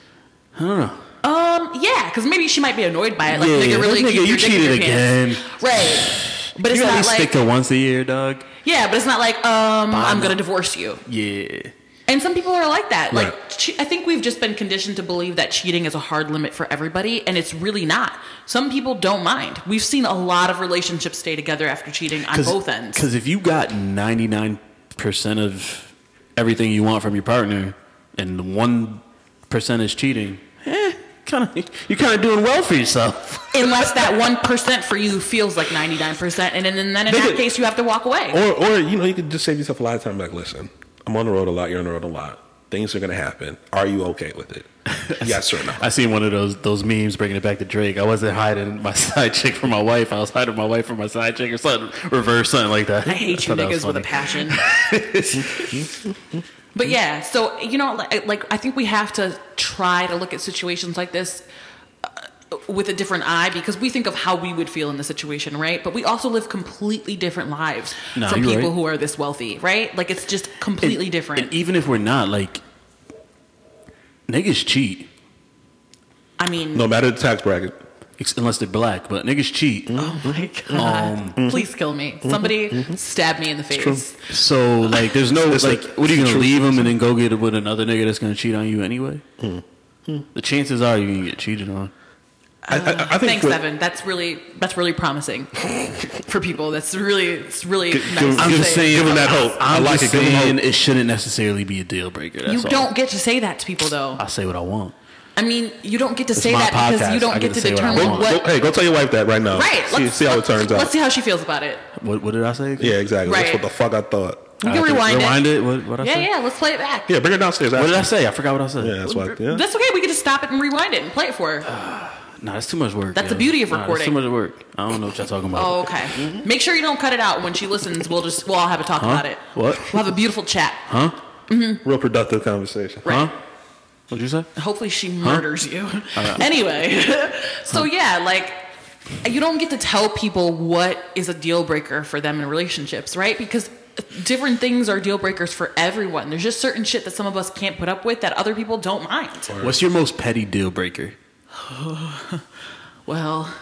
S1: I don't know.
S3: um, yeah, because maybe she might be annoyed by it. Like,
S1: Yeah,
S3: nigga,
S1: that
S3: really
S1: nigga,
S3: keep your
S1: you
S3: dick in
S1: cheated
S3: your pants.
S1: again.
S3: Right. But it's
S1: you at
S3: not
S1: least
S3: like
S1: stick to once a year, dog.
S3: yeah, but it's not like um, I'm gonna divorce you.
S1: Yeah.
S3: And some people are like that. Like,
S2: Right.
S3: che- I think we've just been conditioned to believe that cheating is a hard limit for everybody, and it's really not. Some people don't mind. We've seen a lot of relationships stay together after cheating on both ends.
S1: Because if you got ninety nine percent of everything you want from your partner, and the one percent is cheating, eh, kind of you're kind of doing well for yourself.
S3: unless that one percent for you feels like ninety nine percent, and then and then in that
S2: Nigga.
S3: case you have to walk away.
S2: Or or you know you could just save yourself a lot of time. Like, listen, I'm on the road a lot. You're on the road a lot. Things are gonna happen. Are you okay with it? yes or no.
S1: I seen one of those those memes bringing it back to Drake. I wasn't hiding my side chick from my wife. I was hiding my wife from my side chick or something reverse something like that.
S3: I hate you
S1: thought that was
S3: niggas with a
S1: funny.
S3: passion. but yeah, so you know, like, like I think we have to try to look at situations like this uh, with a different eye because we think of how we would feel in the situation, right? But we also live completely different lives
S1: No,
S3: from
S1: you're
S3: people
S1: right.
S3: who are this wealthy, right? Like it's just completely
S1: And-
S3: different.
S1: And even if we're not like niggas cheat
S3: I mean,
S2: No matter the tax bracket.
S1: ex- unless they're black, but niggas cheat. Um,
S3: oh my god! Please kill me.
S1: mm-hmm.
S3: Somebody stab me in the face.
S1: So like, there's no
S2: It's
S1: like,
S2: like-
S1: what are you gonna
S2: true.
S1: leave him and then go get it with another nigga that's gonna cheat on you anyway? The chances are you're gonna get cheated on.
S2: I, I, I think
S3: Thanks,
S2: what-
S3: Evan. That's really that's really promising for people. That's really it's really
S2: Give,
S3: nice.
S2: give,
S3: to
S2: give,
S3: say.
S2: give him that hope. i
S1: I'm
S2: like
S1: just
S2: it. Give him
S1: saying
S2: hope.
S1: it shouldn't necessarily be a deal breaker. That's
S3: You
S1: all.
S3: don't get to say that to people, though.
S1: I say what I want.
S3: I mean, you don't get to say
S1: my
S3: that because
S1: podcast.
S3: you don't
S1: I get
S3: get, to
S1: to say what I
S3: determine
S2: Go-
S1: want.
S3: what.
S2: go- hey, go tell your wife that right now.
S3: Right.
S2: See, see how it
S3: let's-
S2: turns
S3: Let's
S2: out.
S3: see how she feels about it.
S1: What, what did I say?
S2: Yeah, exactly. That's
S3: Right.
S2: what the fuck I thought.
S3: You
S1: I
S3: can
S1: have to
S3: rewind,
S1: Uh, rewind
S3: it.
S1: it. What, what I said?
S3: Yeah, yeah. Let's play it back.
S2: Yeah, bring her downstairs.
S1: What
S2: after.
S1: did I say? I forgot what I said.
S2: Yeah, that's why. Yeah.
S3: That's okay. We can just stop it and rewind it and play it for her.
S1: Nah, that's too much work.
S3: That's
S1: yo.
S3: the beauty of
S1: Nah, that's
S3: recording.
S1: too much work. I don't know what y'all talking about.
S3: Oh, okay. Make sure you don't cut it out when she listens. We'll just we'll all have a talk about it.
S1: What?
S3: We'll have a beautiful chat.
S2: Real productive conversation.
S3: Right.
S1: Huh? What'd you say?
S3: Hopefully she murders you. anyway, so yeah, like you don't get to tell people what is a deal breaker for them in relationships, right? Because different things are deal breakers for everyone. There's just certain shit that some of us can't put up with that other people don't mind.
S1: What's your most petty deal breaker?
S3: Well,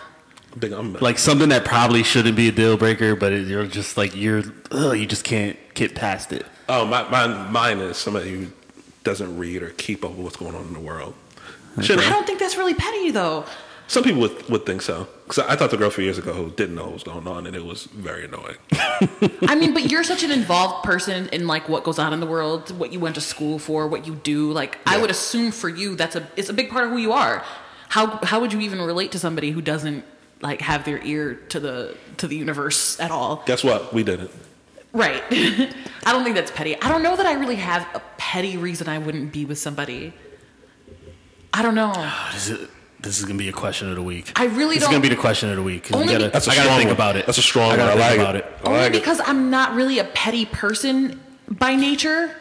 S2: Big, I'm,
S1: Like something that probably shouldn't be a deal breaker, but it, you're just like you're, ugh, you just can't get past it.
S2: oh, my, my, mine is somebody who doesn't read or keep up with what's going on in the world. Should
S3: I don't think that's really petty though.
S2: Some people would, would think so. Because I, I thought the girl a few years ago who didn't know what was going on, and it was very annoying.
S3: I mean, but you're such an involved person in like what goes on in the world, what you went to school for, what you do. Like I
S2: Yeah.
S3: would assume for you that's a it's a big part of who you are. How how would you even relate to somebody who doesn't like have their ear to the to the universe at all?
S2: Guess what? We didn't.
S3: Right. I don't think that's petty. I don't know that I really have a petty reason I wouldn't be with somebody. I don't know.
S1: This is, this is gonna be a question of the week.
S3: I really
S1: This
S3: don't-
S1: is gonna be the question of the week. 'cause we
S3: Only
S1: gotta-
S3: be-
S2: That's a
S1: I gotta
S2: strong
S1: think
S2: one.
S1: about it.
S2: That's a strong
S1: I gotta
S2: one. I
S1: think
S2: like
S1: about
S2: it.
S1: it.
S2: I
S3: Only
S2: like it.
S3: because I'm not really a petty person by nature.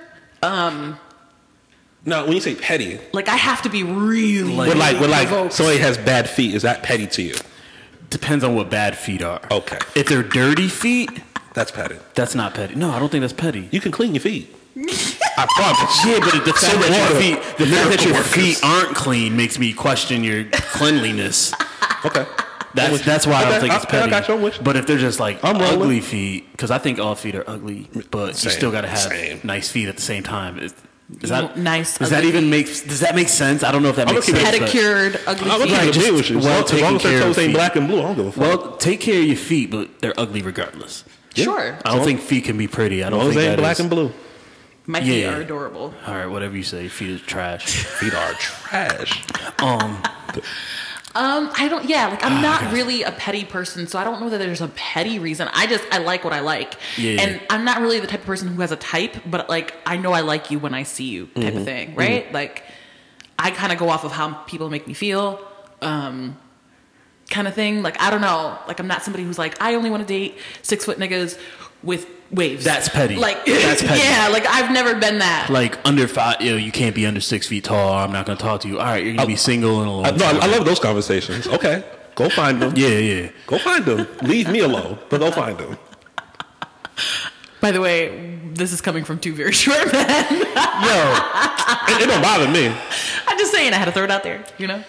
S2: Now, when you say petty,
S3: Like I have to be really
S2: we're like, we're like
S3: provoked.
S2: somebody has bad feet. Is that petty to you?
S1: Depends on what bad feet are.
S2: Okay.
S1: If they're dirty feet,
S2: That's petty.
S1: that's not petty. No, I don't think that's petty.
S2: You can clean your feet. I promise.
S1: Yeah, but the fact
S2: what?
S1: that your feet, the fact that
S2: Miracle
S1: your
S2: workers.
S1: feet aren't clean makes me question your cleanliness.
S2: Okay.
S1: That's that's why I
S2: Okay,
S1: don't think it's
S2: I- I
S1: petty.
S2: got you, I'm with you.
S1: But if they're just like
S2: I'm rolling.
S1: ugly feet, because I think all feet are ugly, but
S2: Same,
S1: you still got to have
S2: same.
S1: nice feet at the same time. Is, is that
S3: Nice,
S1: Does that
S3: ugly
S1: even make? Does that make sense? I don't know if that
S2: I'm
S1: makes
S2: okay
S1: sense.
S2: with
S1: but-
S3: pedicured, ugly
S2: I'm
S3: feet.
S2: gonna
S1: Right,
S2: agree
S1: just
S2: with you. As
S1: well
S2: long- as
S1: taken
S2: long as
S1: care
S2: their
S1: of
S2: toes ain't
S1: feet.
S2: black and blue, I don't give a fuck.
S1: Well, take care of your feet, but they're ugly regardless.
S3: Sure.
S1: I don't think feet can be pretty. I
S2: as
S1: don't
S2: long as
S1: think
S2: they ain't
S1: that
S2: black
S1: is-
S2: and blue.
S3: My feet
S1: Yeah.
S3: are adorable.
S1: All right, whatever you say, feet is trash.
S2: Feet are trash.
S1: um,
S3: Um, I don't. Yeah,
S1: Oh
S3: like I'm not really a petty person, so I don't know that there's a petty reason. I just I like what I like,
S1: Yeah.
S3: and I'm not really the type of person who has a type, but like I know I like you when I see you, type
S1: Mm-hmm.
S3: of thing, right? Like I kind of go off of how people make me feel, um, kind of thing. Like I don't know. Like I'm not somebody who's like I only want to date six foot niggas with waves.
S1: That's petty.
S3: Like
S1: That's petty.
S3: yeah, like I've never been that.
S1: like under five, you know, you can't be under six feet tall. I'm not gonna talk to you. All right, you're gonna be single and alone.
S2: Oh. I, no, I, I love those conversations. Okay, go find them.
S1: Yeah, yeah.
S2: Go find them. Leave me alone, but go find them.
S3: By the way, this is coming from two very short men.
S2: Yo, it, it don't bother me.
S3: I'm just saying, I had to throw it out there, you know?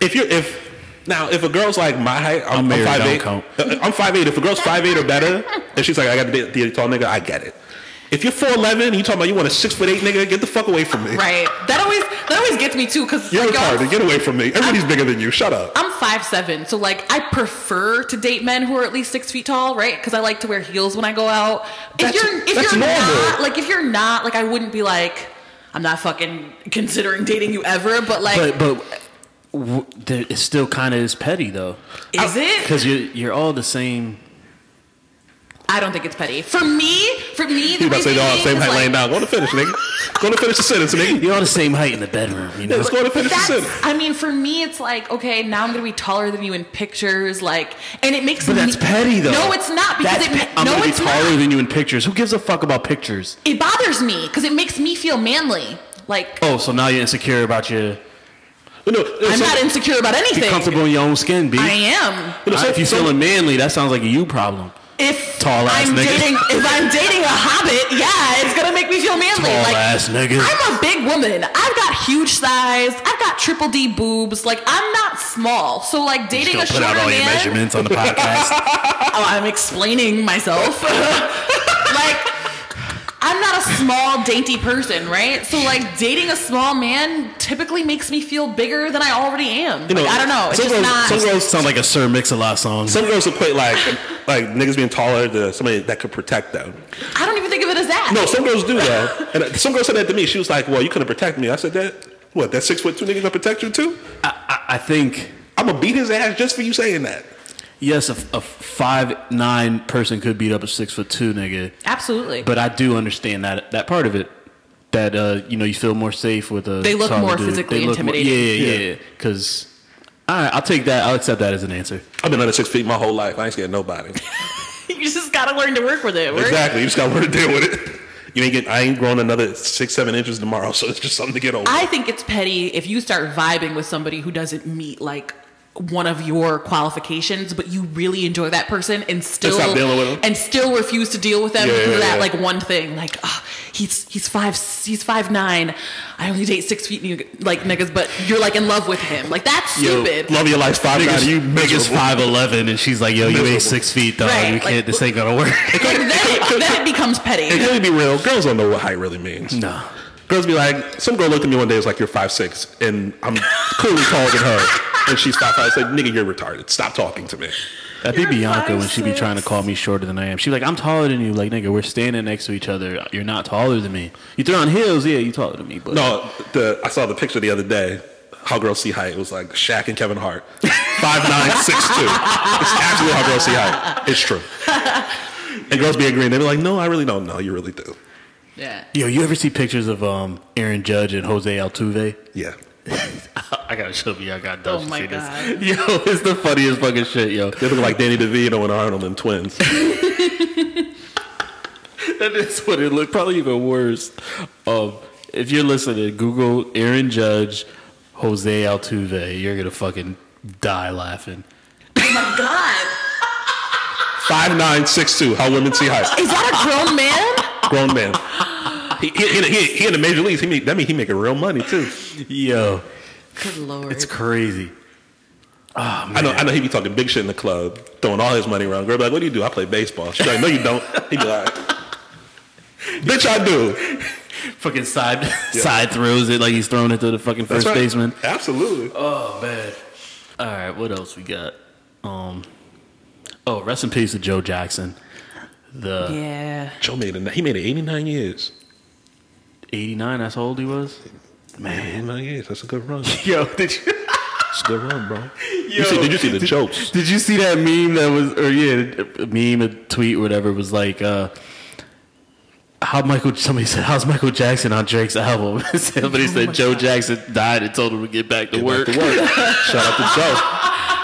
S2: If you're if now if a girl's like my height, I'm, I'm,
S1: married,
S2: five
S1: don't
S2: eight. Uh,
S1: count.
S2: I'm five eight. If a girl's five eight or better, and she's like, I got to date the tall nigga, I get it. If you're four eleven, you talking about you want a six foot eight nigga, get the fuck away from me.
S3: Right. That always that always gets me too, because
S2: You're
S3: like, y'all-
S2: retarded. Get away from me. Everybody's bigger than you. Shut up.
S3: I'm five seven, so like I prefer to date men who are at least six feet tall, right? Because I like to wear heels when I go out. If
S2: That's-
S3: you're if
S2: that's
S3: you're not
S2: normal.
S3: like if you're not like I wouldn't be like I'm not fucking considering dating you ever, but like
S1: But but w- there, it still kind of is petty though,
S3: is it?
S1: because you're you're all the same
S3: I don't think it's petty. For me, for me, the
S2: You about to say
S3: reason
S2: they're all the
S3: being
S2: same
S3: is,
S2: height
S3: like,
S2: laying down. Go to finish, nigga. Go to finish the sentence, nigga.
S1: You're all the same height in the bedroom, you know.
S2: Let's go to finish the
S3: That's,
S2: sentence.
S3: I mean, for me, it's like, okay, now I'm gonna be taller than you in pictures, like, and it makes.
S1: But
S3: me,
S1: that's petty, though.
S3: No, it's not because
S1: That's
S3: it.
S1: pe- I'm
S3: no,
S1: gonna be
S3: it's
S1: taller
S3: not.
S1: than you in pictures. Who gives a fuck about pictures?
S3: It bothers me because it makes me feel manly. Like
S1: Oh, so now you're insecure about your.
S2: No, no,
S3: I'm
S2: so-
S3: not insecure about
S1: Be
S3: anything.
S1: comfortable in your own skin, B.
S3: I am.
S2: no, so-
S1: if you're
S2: so-
S1: feeling manly, that sounds like a you problem.
S3: If
S1: Tall ass
S3: I'm
S1: nigga.
S3: dating, if I'm dating a hobbit, yeah, it's gonna make me feel manly.
S1: Tall
S3: like
S1: ass nigga.
S3: I'm a big woman. I've got huge size. I've got triple D boobs. Like I'm not small. So like
S1: Just
S3: dating
S1: gonna
S3: a
S1: put
S3: shorter
S1: out all your
S3: man.
S1: measurements on the podcast.
S3: oh, I'm explaining myself. like, I'm not a small, dainty person, right? So, like, dating a small man typically makes me feel bigger than I already am. Like, I don't know. It's
S2: some
S3: just
S2: girls,
S3: not.
S2: Some girls,
S1: sounds like a Sir Mix-a-Lot song.
S2: some girls equate like like niggas being taller to somebody that could protect them.
S3: I don't even think of it as that.
S2: No, some girls do though, and uh, some girl said that to me. She was like, "Well, you couldn't protect me." I said that. What? That six foot two nigga gonna protect you too?
S1: I, I, I think
S2: I'm gonna beat his ass just for you saying that.
S1: yes, a, f- a five nine person could beat up a six foot two nigga,
S3: Absolutely.
S1: but I do understand that that part of it. That uh, you know, you feel more safe with a.
S3: They look
S1: taller
S3: more
S1: dude.
S3: physically
S1: They look more-
S3: intimidating.
S1: yeah,
S2: Yeah.
S1: yeah, because. all right, I'll take that. I'll accept that as an answer.
S2: I've been under six feet my whole life. I ain't scared of nobody.
S3: you just gotta learn to work with it. We're-
S2: exactly. You just gotta learn to deal with it. You ain't get. I ain't growing another six seven inches tomorrow, so it's just something to get over.
S3: I think it's petty if you start vibing with somebody who doesn't meet, like, one of your qualifications, but you really enjoy that person and still
S2: stop dealing with 'em.
S3: and still refuse to deal with them
S2: Yeah,
S3: through
S2: yeah,
S3: that
S2: yeah.
S3: like one thing. Like, oh, he's he's five he's five nine. I only date six feet nigg- like niggas, but you're like in love with him. Like that's
S1: Yo,
S3: stupid.
S2: Love your life, five nine. You
S1: biggest
S2: miserable.
S1: five eleven, and she's like, "Yo, you
S2: Miserable.
S1: ain't six feet, dog.
S3: Right,
S1: you
S3: like,
S1: can't. this ain't gonna work."
S3: like then it, then it becomes
S2: And
S3: petty.
S2: let me be real, girls don't know what height really means.
S1: no,
S2: Girls be like, some girl looked at me one day, was like, "You're five six, and I'm clearly taller than her, and she's five five. I said, "Nigga, you're retarded. Stop talking to me."
S1: that'd be
S3: You're
S1: Bianca when
S3: five,
S1: she be trying to
S3: six.
S1: call me shorter than I am. She like, "I'm taller than you." Like, nigga, we're standing next to each other. You're not taller than me. You throw on heels, yeah, you taller than me. But
S2: No, the I saw the picture the other day. How girls see height. It was like Shaq and Kevin Hart, five nine six two. It's absolutely how girls see height. It's true. And girls be agreeing. They be like, "No, I really don't. No, you really do.
S3: Yeah.
S1: yo, you ever see pictures of um Aaron Judge and Jose Altuve?
S2: Yeah."
S1: I gotta show you. I got Dutch
S3: Oh
S1: to
S3: my
S1: see this.
S3: God.
S1: Yo, it's the funniest fucking shit, yo.
S2: They look like Danny DeVito and Arnold and twins.
S1: That is what it looked. Probably even worse. Um, if you're listening, Google Aaron Judge, Jose Altuve. You're gonna fucking die laughing.
S3: Oh my god.
S2: Five nine six two. How women see height.
S3: Is that a grown man?
S2: grown man. He, he, he, he, he in the major leagues. He make, that mean he making real money too.
S1: Yo,
S3: Good lord.
S1: it's crazy.
S2: I know. I know. He be talking big shit in the club, throwing all his money around. Girl be like, "What do you do? I play baseball." She's like, "No, you don't." He be like, "Bitch, I do."
S1: Fucking side side throws it like he's throwing it to the fucking
S2: That's
S1: first
S2: right.
S1: baseman.
S2: Absolutely.
S1: Oh man. All right, what else we got? Um, oh, rest in peace to Joe Jackson, the
S3: yeah.
S2: Joe made it. He made it 89 years.
S1: '89. That's how old he was.
S2: Man, 89 years. That's a good run. It's
S1: Yo, did you
S2: a good run, bro. you see, did you see the jokes?
S1: did you see that meme that was or yeah, a meme, a tweet, whatever was like. uh how Michael somebody said how's Michael Jackson on Drake's album? somebody said Joe Jackson died and told him to get back to
S2: Get
S1: work.
S2: back to work. Shout out to Joe.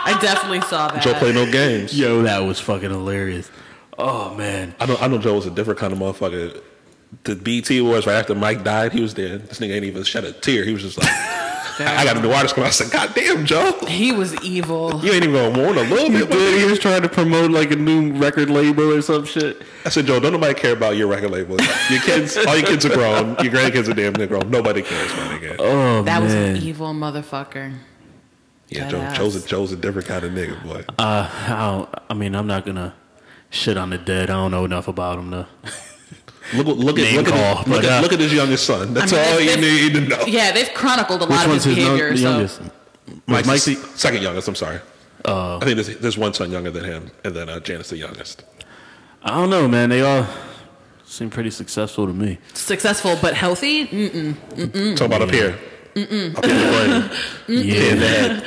S3: I definitely saw that.
S2: Joe play no games.
S1: Yo, that was fucking hilarious. Oh man.
S2: I know. I know. Joe was a different kind of motherfucker. The BT Awards right after Mike died, he was there. This nigga ain't even shed a tear. He was just like. I got a new artist coming. I said, God damn, Joe.
S3: He was evil.
S2: You ain't even gonna warn a little bit. my
S1: Dude,
S2: nigga."
S1: he was trying to promote like a new record label or some shit.
S2: I said, Joe, don't nobody care about your record label. Your kids, all your kids are grown. Your grandkids are damn near grown. Nobody cares, my nigga.
S1: Oh
S3: That was
S1: man.
S3: an evil motherfucker.
S2: yeah, Joe, Joe's a, Joe's a different kind of nigga, boy.
S1: uh, how, I mean, I'm not gonna shit on the dead. I don't know enough about him though.
S2: Look, look, at,
S1: name
S2: look,
S1: call,
S2: at, his- look,
S1: but,
S2: at,
S1: uh,
S2: look at his youngest son. That's
S3: I mean,
S2: all you need
S3: if-
S2: to know.
S3: Yeah, they've chronicled a lot
S1: Which
S3: of
S1: one's
S3: his
S1: his young-
S3: behavior. so
S1: youngest?
S2: Mike's
S1: Mike's-
S2: the second youngest, I'm sorry. I think there's, there's one son younger than him, and then uh, Janice the youngest.
S1: I don't know, man. They all seem pretty successful to me.
S3: successful but healthy. Mm-mm.
S2: Talk about up here. Up in the brain.
S1: Yeah,
S2: In the head.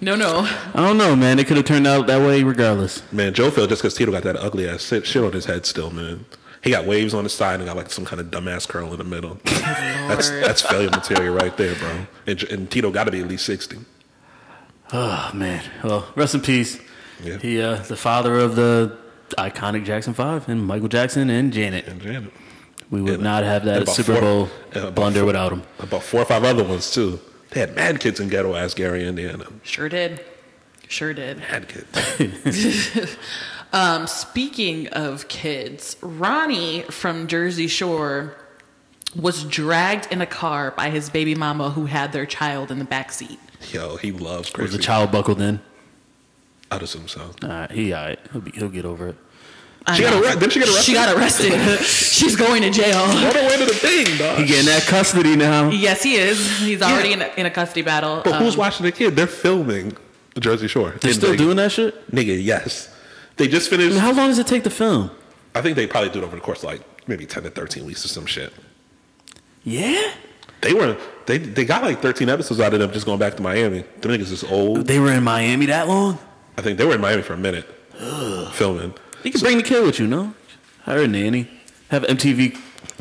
S3: No, no.
S1: I don't know, man. It could have turned out that way regardless.
S2: Man, Joe fell just because Tito got that ugly ass shit shit on his head still, man. He got waves on the side and got like some kind of dumbass curl in the middle. that's that's failure material right there, bro. And, and Tito got to be at least sixty.
S1: Oh man. Well, rest in peace.
S2: Yeah.
S1: He uh, the father of the iconic Jackson Five and Michael Jackson and Janet.
S2: And Janet.
S1: We would
S2: And-
S1: not have
S2: and
S1: that
S2: about
S1: Super
S2: four-
S1: Bowl
S2: and about
S1: blunder
S2: four-
S1: without him.
S2: About four or five other ones too. They had mad kids in ghetto ass Gary, Indiana.
S3: Sure did. Sure did.
S2: Mad kids.
S3: Um, speaking of kids, Ronnie from Jersey Shore was dragged in a car by his baby mama who had their child in the backseat.
S2: Yo, he loves
S1: Was
S2: crazy.
S1: the child buckled in?
S2: I'd assume so.
S1: All right, he all right. He'll, be, he'll get over it.
S3: I
S2: She got
S3: know.
S2: arrested. Didn't she get arrested?
S3: She got arrested. She's going to jail.
S2: All the way to the thing, dog.
S1: He getting that custody now.
S3: Yes, he is. He's already in, a, in a custody battle.
S2: But who's
S3: Um,
S2: watching the kid? They're filming the Jersey Shore.
S1: They're
S2: In
S1: still
S2: Vegas.
S1: doing that shit.
S2: Nigga, yes. They just finished.
S1: And how long does it take to film?
S2: I think they probably do it over the course of like maybe ten to thirteen weeks or some shit.
S1: Yeah,
S2: They were they they got like thirteen episodes out of them just going back to Miami. The niggas is old.
S1: they were in Miami that long.
S2: I think they were in Miami for a minute filming.
S1: You can bring the kid with you, no? Hire a nanny. Have MTV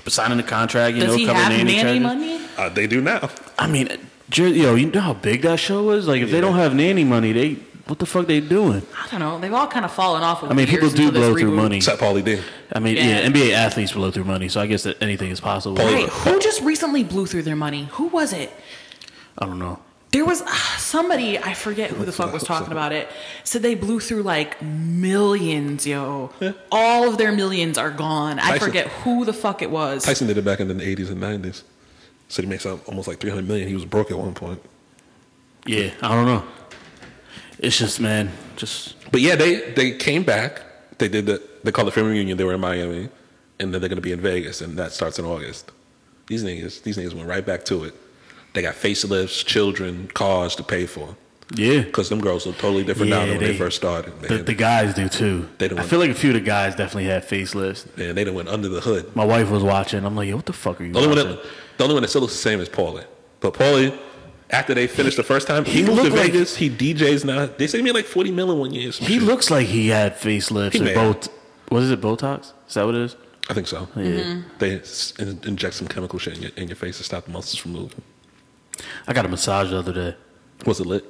S1: signing the contract. You
S3: does
S1: know,
S3: he
S1: cover
S3: have nanny,
S1: charges.
S3: money?
S2: Uh, they do now.
S1: I mean, Jer- yo, you know how big that show was. Like, if
S2: Yeah.
S1: they don't have nanny money, they what the fuck they doing?
S3: I don't know. They've all kind of fallen off. Over
S1: I mean,
S3: the
S1: people
S3: years
S1: do
S3: until this
S1: blow through
S3: reboot.
S1: money.
S2: Except Paulie D.
S1: I mean,
S3: Yeah.
S1: yeah. NBA athletes blow through money, so I guess that anything is possible.
S2: Paul-
S3: Wait, who just recently blew through their money? Who was it?
S1: I don't know.
S3: There was ah, somebody I forget who the fuck was talking about it. Said they blew through like millions, yo. All of their millions are gone. I
S2: Tyson-
S3: forget who the fuck it was.
S2: Tyson did it back in the eighties and nineties. So he makes up almost like three hundred million. He was broke at one point.
S1: Yeah, I don't know. It's just, man, just
S2: But yeah, they they came back. They did the they called the film reunion. They were in Miami, and then they're gonna be in Vegas, and that starts in August. These niggas, these niggas went right back to it. They got facelifts, children, cars to pay for.
S1: yeah.
S2: Because them girls look totally different now than when they first started.
S1: The,
S2: Man,
S1: the guys do too.
S2: They don't
S1: I
S2: want-
S1: feel like a few of the guys definitely had facelifts.
S2: Man, they done went under the hood.
S1: My wife was watching. I'm like, yo, what the fuck are you?
S2: The only one
S1: watching?
S2: that, the only one that still looks the same is Paulie. But Paulie, after they finished the first time, he,
S1: he
S2: moved to
S1: looked like-
S2: Vegas. He DJs now. They say he made like forty million one year. or some
S1: He
S2: shit.
S1: looks like he had facelifts
S2: He
S1: and
S2: may
S1: both. What is it? Botox? Is that what it is?
S2: I think so.
S1: Yeah.
S2: They s- in- inject some chemical shit in your, in your face to stop the muscles from moving.
S1: I got a massage the other day.
S2: Was it lit?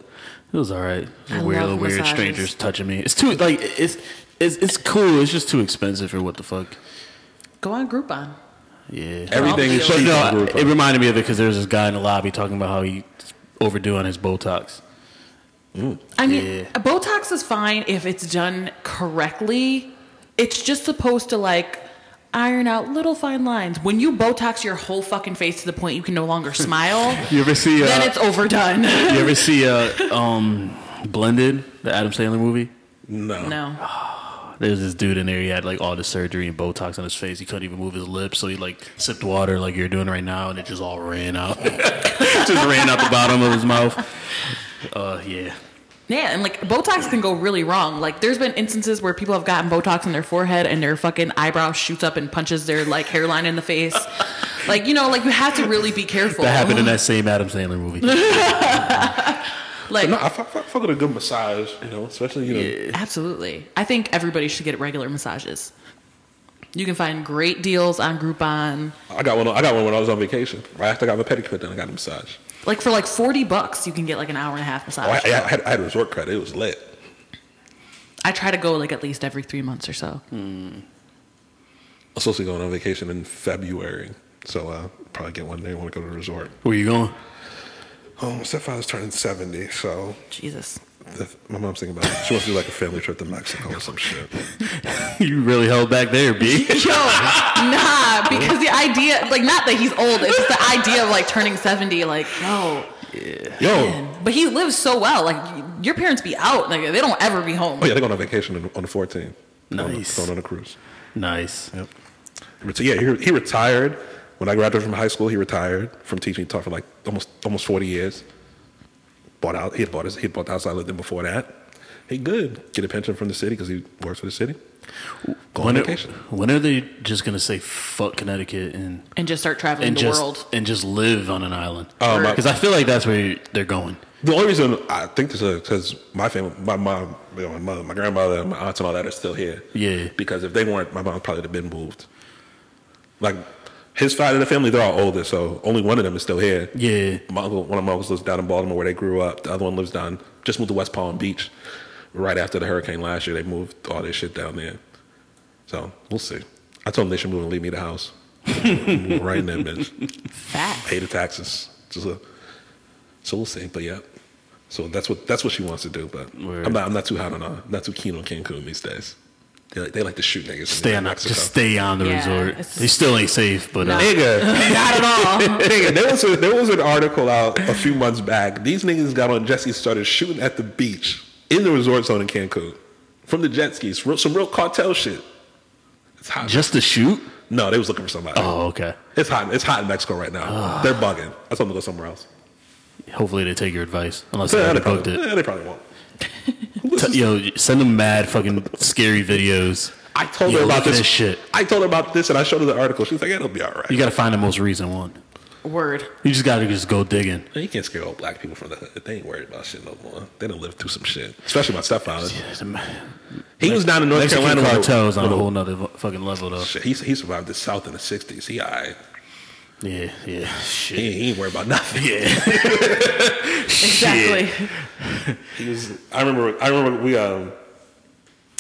S1: It was all right. It was
S3: I
S1: weird,
S3: love
S1: weird
S3: massages.
S1: strangers touching me. It's too like it's it's it's cool. It's just too expensive for what the fuck.
S3: Go on Groupon.
S1: Yeah.
S2: Everything is
S1: But
S2: cheap.
S1: no,
S2: on
S1: it
S2: Groupon.
S1: reminded me of it because there was this guy in the lobby talking about how he's overdoing his Botox.
S3: I mean,
S1: Yeah.
S3: Botox is fine if it's done correctly. It's just supposed to like iron out little fine lines. When you Botox your whole fucking face to the point you can no longer smile,
S1: You ever see? Uh,
S3: then it's overdone.
S1: you ever see? Uh, um, Blended, the Adam Sandler movie.
S2: no.
S3: no.
S1: There's this dude in there. He had like all the surgery and Botox on his face. He couldn't even move his lips, so he like sipped water like you're doing right now, and it just all ran out. just ran out the bottom of his mouth. Uh, yeah.
S3: Yeah, and like Botox can go really wrong. Like there's been instances where people have gotten Botox in their forehead and their fucking eyebrow shoots up and punches their like hairline in the face. like you know, like you have to really be careful.
S1: That happened in that same Adam Sandler movie.
S3: Like
S2: No, I fuck, fuck, fuck with a good massage, you know, especially you know.
S3: absolutely. I think everybody should get regular massages. You can find great deals on Groupon.
S2: I got one. I got one when I was on vacation. Right after I got my pedicure done, I got a massage.
S3: Like for like 40 bucks, you can get like an hour and a half
S2: Oh, I,
S3: massage.
S2: I, had, I had resort credit. It was lit.
S3: I try to go like at least every 3 months or so.
S1: Hmm.
S2: I'm supposed to be going on vacation in February, so uh, probably get one day. Want to go to the resort?
S1: Where you going?
S2: Oh, my stepfather's turning seventy, so
S3: Jesus.
S2: the, my mom's thinking about it. She wants to do like a family trip to Mexico or some shit.
S1: You really held back there, B.
S3: Yo, nah, because the idea, like, not that he's old, it's just the idea of like turning 70, like, yo.
S2: Yo,
S3: man. But he lives so well. Like, y- your parents be out, like, they don't ever be home.
S2: oh yeah, they're going on vacation on- on the 14th. Going,
S1: Nice.
S2: going on a cruise.
S1: nice.
S2: Yep. Ret- Yeah, he, he retired when I graduated from high school. He retired from teaching. He taught for like almost almost forty years. Bought out. He had bought his. He had bought the house I lived in before that. He good. Get a pension from the city because he works for the city. Go on
S1: When are,
S2: vacation.
S1: when are they just gonna say fuck Connecticut and
S3: And just start traveling
S1: and
S3: the
S1: just
S3: world.
S1: and just live on an island?
S2: Um, I-
S1: Because I feel like that's where they're going.
S2: The only reason I think this is because my family, my mom, you know, my mother, my grandmother, and my aunts and all that are still here.
S1: Yeah.
S2: Because if they weren't, my mom probably would have been moved. Like his side of the family, they're all older, so only one of them is still here.
S1: Yeah.
S2: My uncle, one of my uncles lives down in Baltimore where they grew up. The other one lives down, just moved to West Palm Beach right after the hurricane last year. They moved all their shit down there. So we'll see. I told them they should move and leave me the house. Move right in there, bitch
S3: Facts.
S2: pay the taxes. Just a, so we'll see. But yeah, so that's what that's what she wants to do. But
S1: Word.
S2: I'm not I'm not too hot on uh, not too keen on Cancun these days. They like, they like to shoot niggas. in
S1: Stay on,
S2: Mexico.
S1: just stay on the
S3: Yeah,
S1: resort.
S3: it's-
S1: It still ain't safe, but uh,
S2: Nigga,
S3: Not at all.
S2: nigga, there was a, there was an article out a few months back. These niggas got on jet skis, started shooting at the beach in the resort zone in Cancun from the jet skis. Real, some real cartel shit. It's hot.
S1: just to shoot.
S2: no, they was looking for somebody.
S1: Oh, Ah. okay.
S2: It's hot. It's hot in Mexico right now. They're bugging. I told them to go somewhere else.
S1: Hopefully they take your advice, unless they
S2: Yeah,
S1: already
S2: they
S1: booked
S2: probably,
S1: it.
S2: yeah, they probably won't.
S1: T- yo, send them mad fucking scary videos.
S2: I told
S1: Yo,
S2: her
S1: look
S2: about
S1: at
S2: this.
S1: this shit.
S2: I told her about this, and I showed her the article. She's like, "It'll be all
S1: You
S2: right."
S1: got to find the most recent one.
S3: Word.
S1: You just got to just go digging.
S2: You can't scare old black people from the hood. They ain't worried about shit no more. They don't live through some shit, especially my stepfather. He was down in North
S1: Mexican
S2: Carolina. when-
S1: cartel is on a
S2: when-
S1: whole nother vo- fucking level, though.
S2: Shit, he he survived the South in the '60s. He all right.
S1: Yeah, yeah, shit.
S2: He, he ain't worried about nothing.
S1: Yeah.
S3: Exactly.
S2: He was. I remember. I remember we um.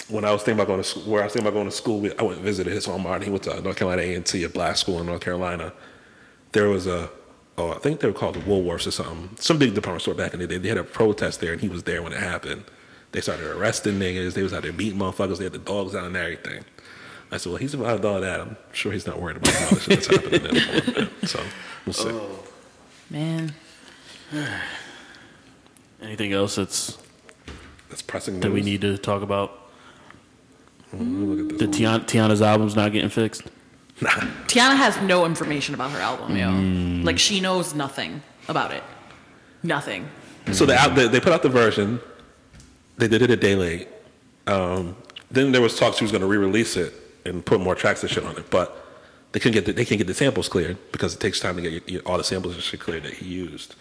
S2: When I was thinking about going to school, where I was thinking about going to school, we, I went and visited his alma mater. He went to uh, North Carolina A and T, a black school in North Carolina. There was a, oh, I think they were called the Woolworths or something, some big department store back in the day. They had a protest there, and he was there when it happened. They started arresting niggas. They was out there beating motherfuckers. They had the dogs out and everything. I said, well, he's survived all that. I'm sure he's not worried about all this shit that's happening anymore. man. So we'll see.
S3: Man.
S1: Anything else that's
S2: That's pressing.
S1: that we
S2: news.
S1: need to talk about?
S2: Look at this.
S1: The Tiana, Tiana's album's not getting fixed.
S3: Tiana has no information about her album, yo.
S2: Mm.
S3: Like she knows nothing about it. Nothing.
S2: So they, out, they they put out the version. They did it a day late. Um, then there was talks she was going to re-release it and put more tracks and shit on it, but they couldn't get the, they can't get the samples cleared because it takes time to get your, your, all the samples and shit cleared that he used.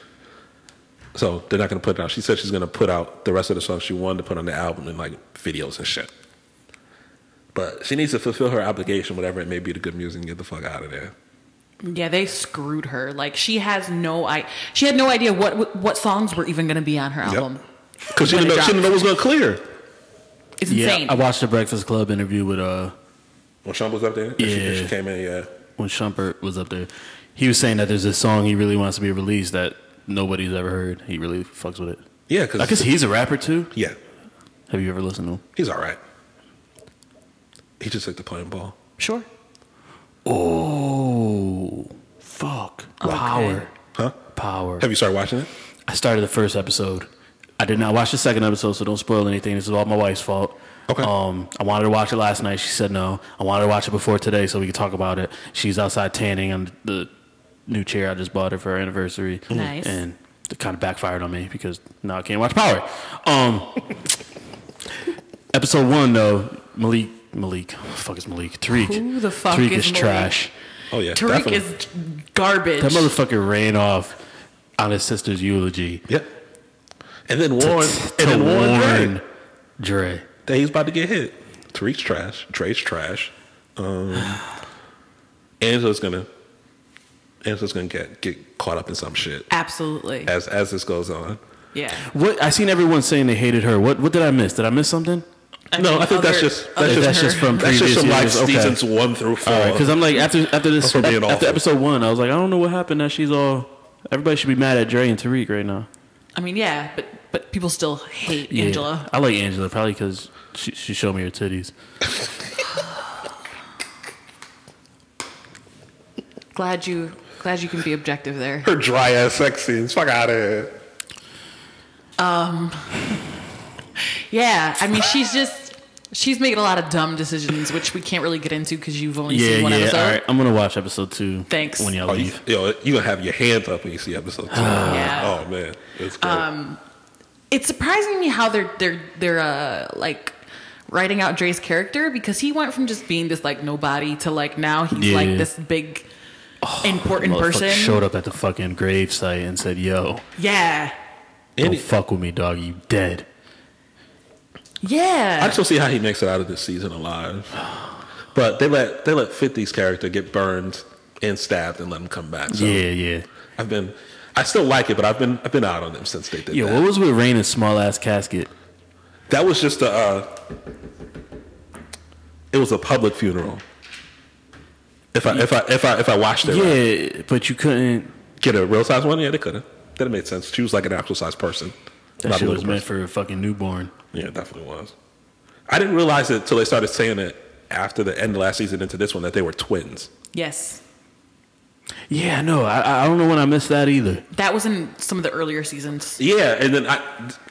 S2: So they're not going to put it out. She said she's going to put out the rest of the songs she wanted to put on the album and like videos and shit. But she needs to fulfill her obligation, whatever it may be, to good music and get the fuck out of there.
S3: Yeah, they screwed her. Like she has no I she had no idea what what songs were even going to be on her album.
S2: Because she
S3: When
S2: didn't
S3: it
S2: know, she didn't know
S3: drops.
S2: what was going to clear.
S3: It's
S1: Yeah,
S3: insane.
S1: I watched the Breakfast Club interview with uh
S2: When Sean was up there, and she, and she
S1: Yeah.
S2: came in, yeah.
S1: when Shumpert was up there. He was saying that there's this song he really wants to be released that nobody's ever heard. He really fucks with it.
S2: Yeah, because.
S1: I guess he's a rapper too.
S2: Yeah.
S1: Have you ever listened to him?
S2: He's all right. He just like to playing ball.
S3: sure.
S1: Oh, fuck! Power,
S2: Huh?
S1: power.
S2: Have you started watching it?
S1: I started the first episode. I did not watch the second episode, so don't spoil anything. This is all my wife's fault.
S2: Okay.
S1: Um, I wanted to watch it last night. She said no. I wanted to watch it before today so we could talk about it. She's outside tanning on the new chair I just bought her for her anniversary.
S3: Mm-hmm. Nice.
S1: And it kind of backfired on me because now I can't watch Power. Um, episode one though, Malik, Malik, who the fuck is Malik? Tariq.
S3: Who the fuck
S1: Tariq
S3: is
S1: is,
S3: Malik?
S1: trash.
S2: Oh yeah,
S3: Tariq
S2: definitely.
S3: is garbage.
S1: That motherfucker ran off on his sister's eulogy.
S2: Yep. And then Warren,
S1: to
S2: and then Warren,
S1: warn
S2: Warren.
S1: Dre.
S2: that he's about to get hit. Tariq's trash. Dre's trash. Um, Angela's gonna, Angela's gonna get get caught up in some shit
S3: Absolutely.
S2: as as this goes on.
S3: Yeah.
S1: What I seen everyone saying they hated her. What what did I miss? Did I miss something?
S2: no,
S3: mean,
S2: I think that's
S3: other-
S2: just
S3: other
S2: that's just,
S1: That's just from
S2: that's just
S1: previous
S2: from like
S1: years. Okay.
S2: seasons one through four.
S1: Because I'm like after after this
S2: For being
S1: after,
S2: awful.
S1: episode one, I was like, I don't know what happened. That she's all everybody should be mad at Dre and Tariq right now.
S3: I mean, yeah, but but people still hate
S1: Yeah.
S3: Angela.
S1: I like Angela probably because she she showed me her titties.
S3: Glad you glad you can be objective there.
S2: her dry ass sex scenes. Fuck out of here.
S3: Yeah, I mean, she's just she's making a lot of dumb decisions, which we can't really get into because you've only
S1: Yeah,
S3: seen
S1: yeah.
S3: one episode.
S1: All right, I'm gonna watch episode two.
S3: Thanks.
S1: When y'all
S2: Oh, you,
S1: leave.
S2: yo, you gonna have your hands up when you see episode two.
S3: Yeah.
S2: Oh man, it's great.
S1: Um,
S3: It's surprising me how they're they're they're uh, like writing out Dre's character because he went from just being this like nobody to like now he's
S1: Yeah. Oh,
S3: like this big important
S1: Motherfucker
S3: person.
S1: showed up at the fucking grave site and said, "Yo,
S3: Yeah.
S1: Don't
S2: Any-
S1: fuck with me, dog. You dead.
S3: Yeah.
S2: I just don't see how he makes it out of this season alive. But they let they let 50's character get burned and stabbed and let him come back. So
S1: Yeah, yeah.
S2: I've been I still like it, but I've been I've been out on them since they did
S1: Yo,
S2: that.
S1: what was with Raina's small ass casket?
S2: that was just a uh, it was a public funeral. If I if I if I if I watched it, right.
S1: Yeah, but you couldn't.
S2: get a real size one, yeah, they could have. That made sense. She was like an actual size person.
S1: That
S2: not a
S1: shit
S2: little
S1: was meant
S2: person.
S1: for a fucking newborn.
S2: Yeah, it definitely was. I didn't realize it until they started saying it after the end of last season into this one that they were twins.
S3: yes.
S1: Yeah, no, I, I don't know when I missed that either.
S3: That was in some of the earlier seasons.
S2: Yeah, and then I,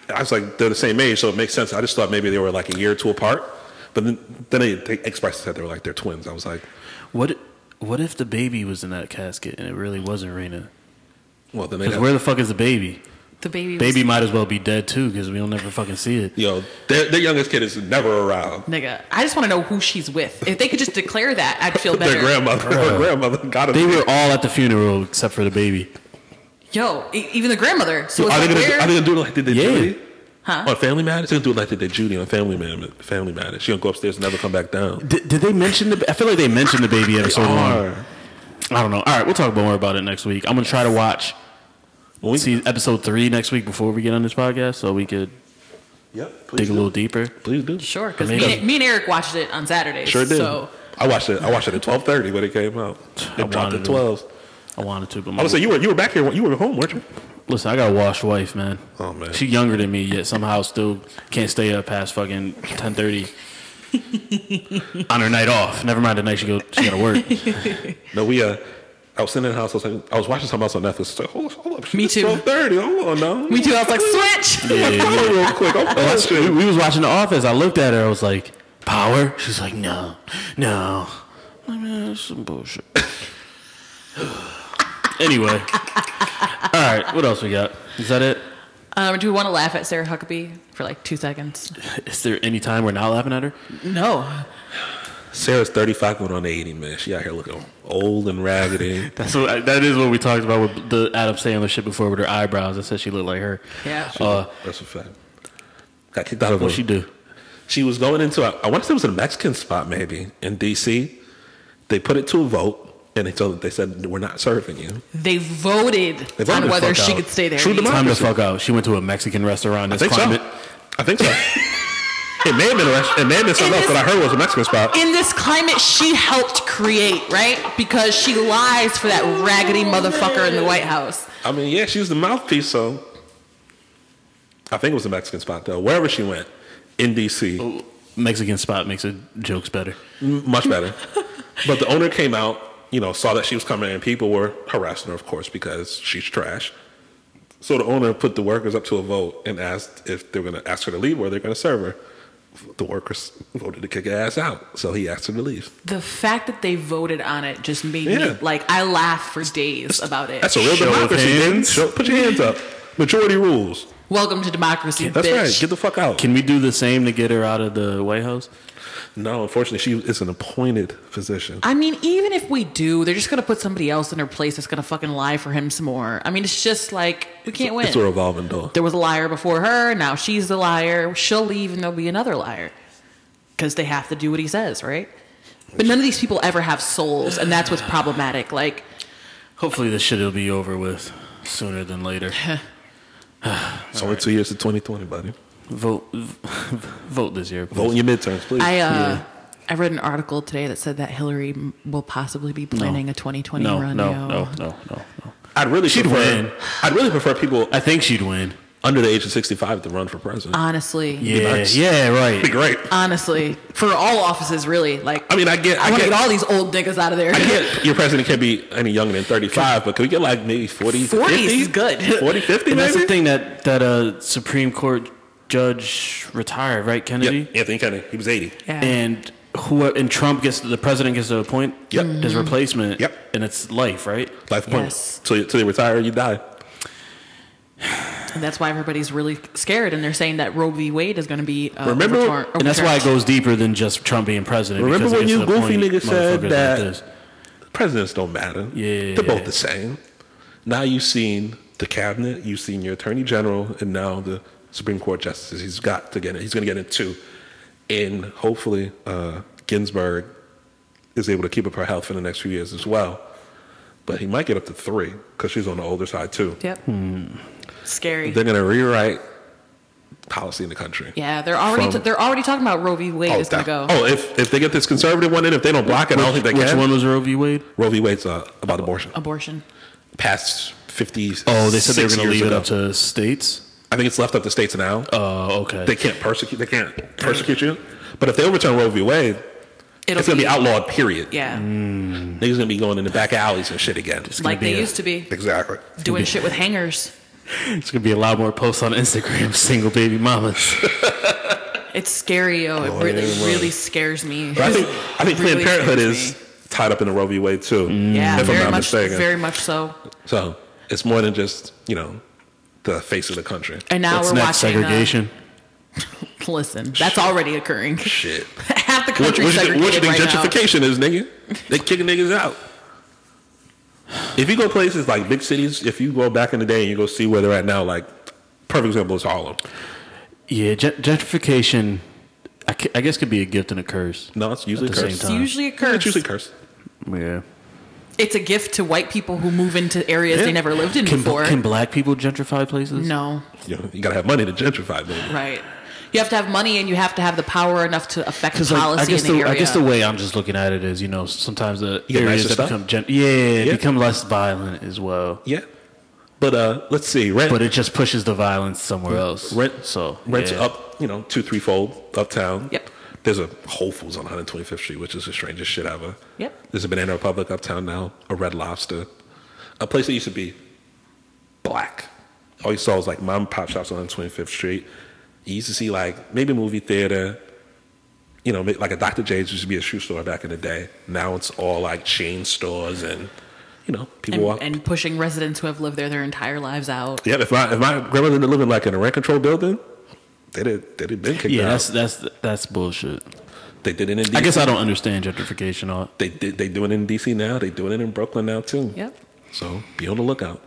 S2: I was like, they're the same age, so it makes sense. I just thought maybe they were like a year or two apart, but then, then they, they expressed that they were like they're twins. I was like,
S1: What What if the baby was in that casket and it really wasn't Raina?
S2: well, then they
S1: Because
S2: have,
S1: where the fuck is the baby?
S3: The baby.
S1: Baby might as well be dead too, because we don't ever fucking see it.
S2: you know, their, their youngest kid is never around.
S3: Was, nigga. I just want to know who she's with. If they could just declare that, I'd feel better.
S2: Their grandmother, her grandmother got him.
S1: They were all at the funeral except for the baby.
S3: Yo, e- even the grandmother. So it's
S2: Are they,
S3: like,
S2: gonna, do-
S3: where-
S2: are they gonna do it like they did
S1: Yeah.
S2: Judy?
S3: Huh?
S2: On Family Matters? They're gonna do it like they did Judy on Family Matters. Family Matters. She gonna go upstairs and never come back down.
S1: Did, did they mention the? I feel like they mentioned the baby episode one.
S2: Or-
S1: I don't know. All right, we'll talk more about it next week. I'm gonna try to watch
S2: when we-
S1: see episode three next week before we get on this podcast, so we could
S2: Yep. Please
S1: dig a
S2: do.
S1: little deeper.
S2: Please do.
S3: Sure, because
S1: I mean,
S3: me,
S1: doesn't-
S3: me and Eric watched it on Saturdays.
S2: Sure did.
S3: So
S2: I watched it. I watched it at twelve thirty when it came out.
S1: I
S2: It dropped
S1: wanted
S2: at
S1: to.
S2: twelve.
S1: I wanted to, but
S2: I
S1: my,
S2: was say you were you were back here. You were home, weren't you?
S1: listen, I got a washed wife, man.
S2: Oh, man.
S1: she younger than me, yet somehow still can't stay up past fucking ten thirty on her night off. Never mind the night she go, she gotta work.
S2: No, we uh. I was sitting in the house. I was like, I was watching something else on Netflix. I was like, hold, hold up.
S3: Me too.
S2: Twelve thirty. Hold on, no.
S3: me too. I was like, switch.
S2: Yeah, real quick. I'm
S1: we,
S2: bullshit.
S1: we was watching The Office. I looked at her. I was like, "Power." She's like, "No, no." I mean, that's some bullshit. anyway, all right. What else we got? Is that it?
S3: Um, do we want to laugh at Sarah Huckabee for like two seconds?
S1: Is there any time we're not laughing at her?
S3: No.
S2: Sarah's thirty five going on eighty, man. She out here looking old and raggedy.
S1: That's what that is what we talked about with the Adam Sandler shit before with her eyebrows. I said she looked like her.
S3: Yeah.
S1: Uh,
S2: That's a fact. Got kicked out of
S1: what
S2: a-
S1: she do?
S2: She was going into, a, I want to say it was a Mexican spot maybe in D.C. They put it to a vote and they told, they said, we're not serving you.
S3: They voted
S2: voted
S3: on
S2: the
S3: whether
S2: fuck
S3: she
S2: out.
S3: could stay there.
S2: True democracy.
S1: Time to fuck out. She went to a Mexican restaurant.
S2: I
S1: That's
S2: think
S1: climate.
S2: so. I think so. it may have been a rest- it may have been something
S3: It
S2: else, but I heard it was a Mexican spot.
S3: In this climate, she helped create, right? Because she lies for that raggedy motherfucker in the White House.
S2: I mean, yeah, she was the mouthpiece, so I think it was a Mexican spot though. Wherever she went in D.C.,
S1: Mexican spot makes her jokes better.
S2: m- much better. but the owner came out, you know, saw that she was coming in. People were harassing her, of course, because she's trash. So the owner put the workers up to a vote and asked if they were going to ask her to leave or they're going to serve her. The workers voted to kick her ass out, so he asked her to leave.
S3: The fact that they voted on it just made me
S2: Yeah.
S3: like I laugh for days about it.
S2: That's a real
S1: Show of
S2: democracy.
S1: hands.
S2: Show, put your hands up. Majority rules.
S3: Welcome to democracy,
S2: That's
S3: bitch.
S2: right. Get the fuck out.
S1: Can we do the same to get her out of the White House?
S2: no, unfortunately, she is an appointed physician.
S3: I mean, even if we do, they're just gonna put somebody else in her place that's gonna fucking lie for him some more. I mean, it's just like we can't win.
S2: It's a revolving door.
S3: there was a liar before her. Now she's the liar. She'll leave, and there'll be another liar because they have to do what he says, right? But none of these people ever have souls, and that's what's problematic. Like,
S1: Hopefully, this shit will be over with sooner than later.
S2: It's only two years to 2020, buddy.
S1: vote, vote this year. please.
S2: Vote in your midterms, please.
S3: I uh, I read an article today that said that Hillary m- will possibly be planning a 2020
S1: No,
S3: run.
S1: no,
S3: yo.
S1: no, no, no, no.
S2: I'd really
S1: She'd
S2: prefer,
S1: win.
S2: I'd really prefer people
S1: I think she'd win.
S2: under the age of 65 to run for president.
S3: Uh, Honestly,
S1: Yeah,
S2: nice.
S1: yeah,
S2: Be
S1: right.
S2: great.
S3: honestly, for all offices, really. Like,
S2: I mean, I get,
S3: I
S2: I,
S3: want to
S2: get,
S3: get all these old niggas out of there.
S2: I get your president can't be any younger than 35, but can we get like maybe 40,
S3: 40
S2: 50?
S3: is good.
S2: 40, 50
S1: And that's
S2: maybe?
S1: the thing that that uh, Supreme Court judge retired, right, Kennedy?
S2: Yep, Anthony Kennedy, he was 80.
S3: Yeah.
S1: And who and Trump gets the president gets to appoint
S2: Yep.
S1: his replacement.
S2: Yep.
S1: And it's life, right?
S2: Life
S3: Yes.
S2: points. Till, you- till they retire, you die.
S3: And that's why everybody's really scared, and they're saying that Roe v. Wade is going to be uh,
S2: Remember-
S3: overturn-
S1: And that's why it
S3: overturned.
S1: goes deeper than just Trump being president.
S2: Remember
S1: because it
S2: when
S1: gets
S2: you
S1: to the
S2: goofy
S1: point,
S2: nigga said
S1: motherfuckers like
S2: that-
S1: this.
S2: Presidents don't matter.
S1: Yeah.
S2: They're both the same. Now you've seen the cabinet. You've seen your attorney general, and now the Supreme Court justices. He's got to get it. He's going to get it too, and hopefully uh, Ginsburg is able to keep up her health for the next few years as well. But he might get up to three because she's on the older side too.
S3: Yep.
S2: hmm.
S3: Scary.
S2: They're going to rewrite policy in the country.
S3: yeah, they're already
S2: From-
S3: they're already talking about Roe v. Wade
S2: Oh,
S3: is gonna go.
S2: that- oh, if if they get this conservative one in, if they don't block it, I don't think they
S1: Which
S2: can.
S1: one was Roe v. Wade?
S2: Roe v. Wade's uh, about abortion.
S3: Abortion.
S2: Past fifty.
S1: Oh, they said they were going to leave it up
S2: to.
S1: to states.
S2: I think it's left up to states now.
S1: Oh, okay.
S2: they can't persecute. They can't persecute you. But if they overturn Roe v. Wade,
S3: It'll
S2: it's going to be Mm, outlawed. Period.
S3: Yeah,
S2: Niggas going to be going in the back alleys and shit again.
S3: like
S1: be
S3: they
S1: a-
S3: used to be
S2: Exactly.
S3: doing shit with hangers.
S1: It's gonna be a lot more posts on Instagram. Single baby mamas.
S3: It's scary, yo. It really, really scares me.
S2: But I think I think Planned
S3: Really
S2: Parenthood
S3: scares
S2: is tied up in the Roe v. Wade too.
S1: Mm.
S3: yeah,
S2: if
S3: very
S2: I'm not
S3: much,
S2: mistaken.
S3: very much so.
S2: so it's more than just you know the face of the country.
S3: And now
S1: What's
S3: we're
S1: next?
S3: watching uh,
S1: Segregation.
S3: listen, that's already occurring.
S2: Shit.
S3: Half the
S2: What,
S3: country
S2: what, you, what you
S3: segregated
S2: think
S3: right now.
S2: gentrification is, nigga? They kicking niggas out. If you go places like big cities, if you go back in the day and you go see where they're at now, like perfect example is Harlem.
S1: Yeah, gen- gentrification. I, ca- I guess could be a gift and a curse.
S2: No, it's usually
S1: At the same
S2: cursed.
S1: time.
S3: It's usually a
S2: Yeah,
S3: curse.
S2: It's usually cursed.
S1: Yeah.
S3: It's a gift to white people who move into areas
S2: Yeah.
S3: they never lived in
S1: Can,
S3: before.
S1: can black people gentrify places?
S3: no,
S2: You, know, you gotta have money to gentrify, baby.
S3: right. You have to have money and you have to have the power enough to affect
S1: Because
S3: policy
S1: like, I guess
S3: in the,
S1: the
S3: area.
S1: I guess the way I'm just looking at it is, you know, sometimes the
S2: You get
S1: areas
S2: nicer
S1: that
S2: stuff?
S1: become gen- yeah, yeah,
S2: Yeah.
S1: become less violent as well.
S2: Yeah, but uh, let's see, rent
S1: But it just pushes the violence somewhere else.
S2: rent
S1: so
S2: rents
S1: yeah.
S2: up, you know, two three fold uptown.
S3: Yep.
S2: There's a Whole Foods on 125th Street, which is the strangest shit ever.
S3: Yep.
S2: There's a Banana Republic uptown now, a Red Lobster, a place that used to be black. All you saw was like mom and pop shops on 125th Street. You used to see like maybe a movie theater, you know, like a Dr. J's used to be a shoe store back in the day. Now it's all like chain stores and, you know, people
S3: and,
S2: walk.
S3: and pushing residents who have lived there their entire lives out.
S2: yeah, if my, if my grandmother didn't live in like in a rent control building, they'd have, they'd have been kicked
S1: Yeah,
S2: out.
S1: that's that's that's bullshit.
S2: They did it in. DC.
S1: I guess I don't understand gentrification. All
S2: they did. They doing it in DC now. They doing it in Brooklyn now too.
S3: Yep. Hmm.
S2: So be on the lookout.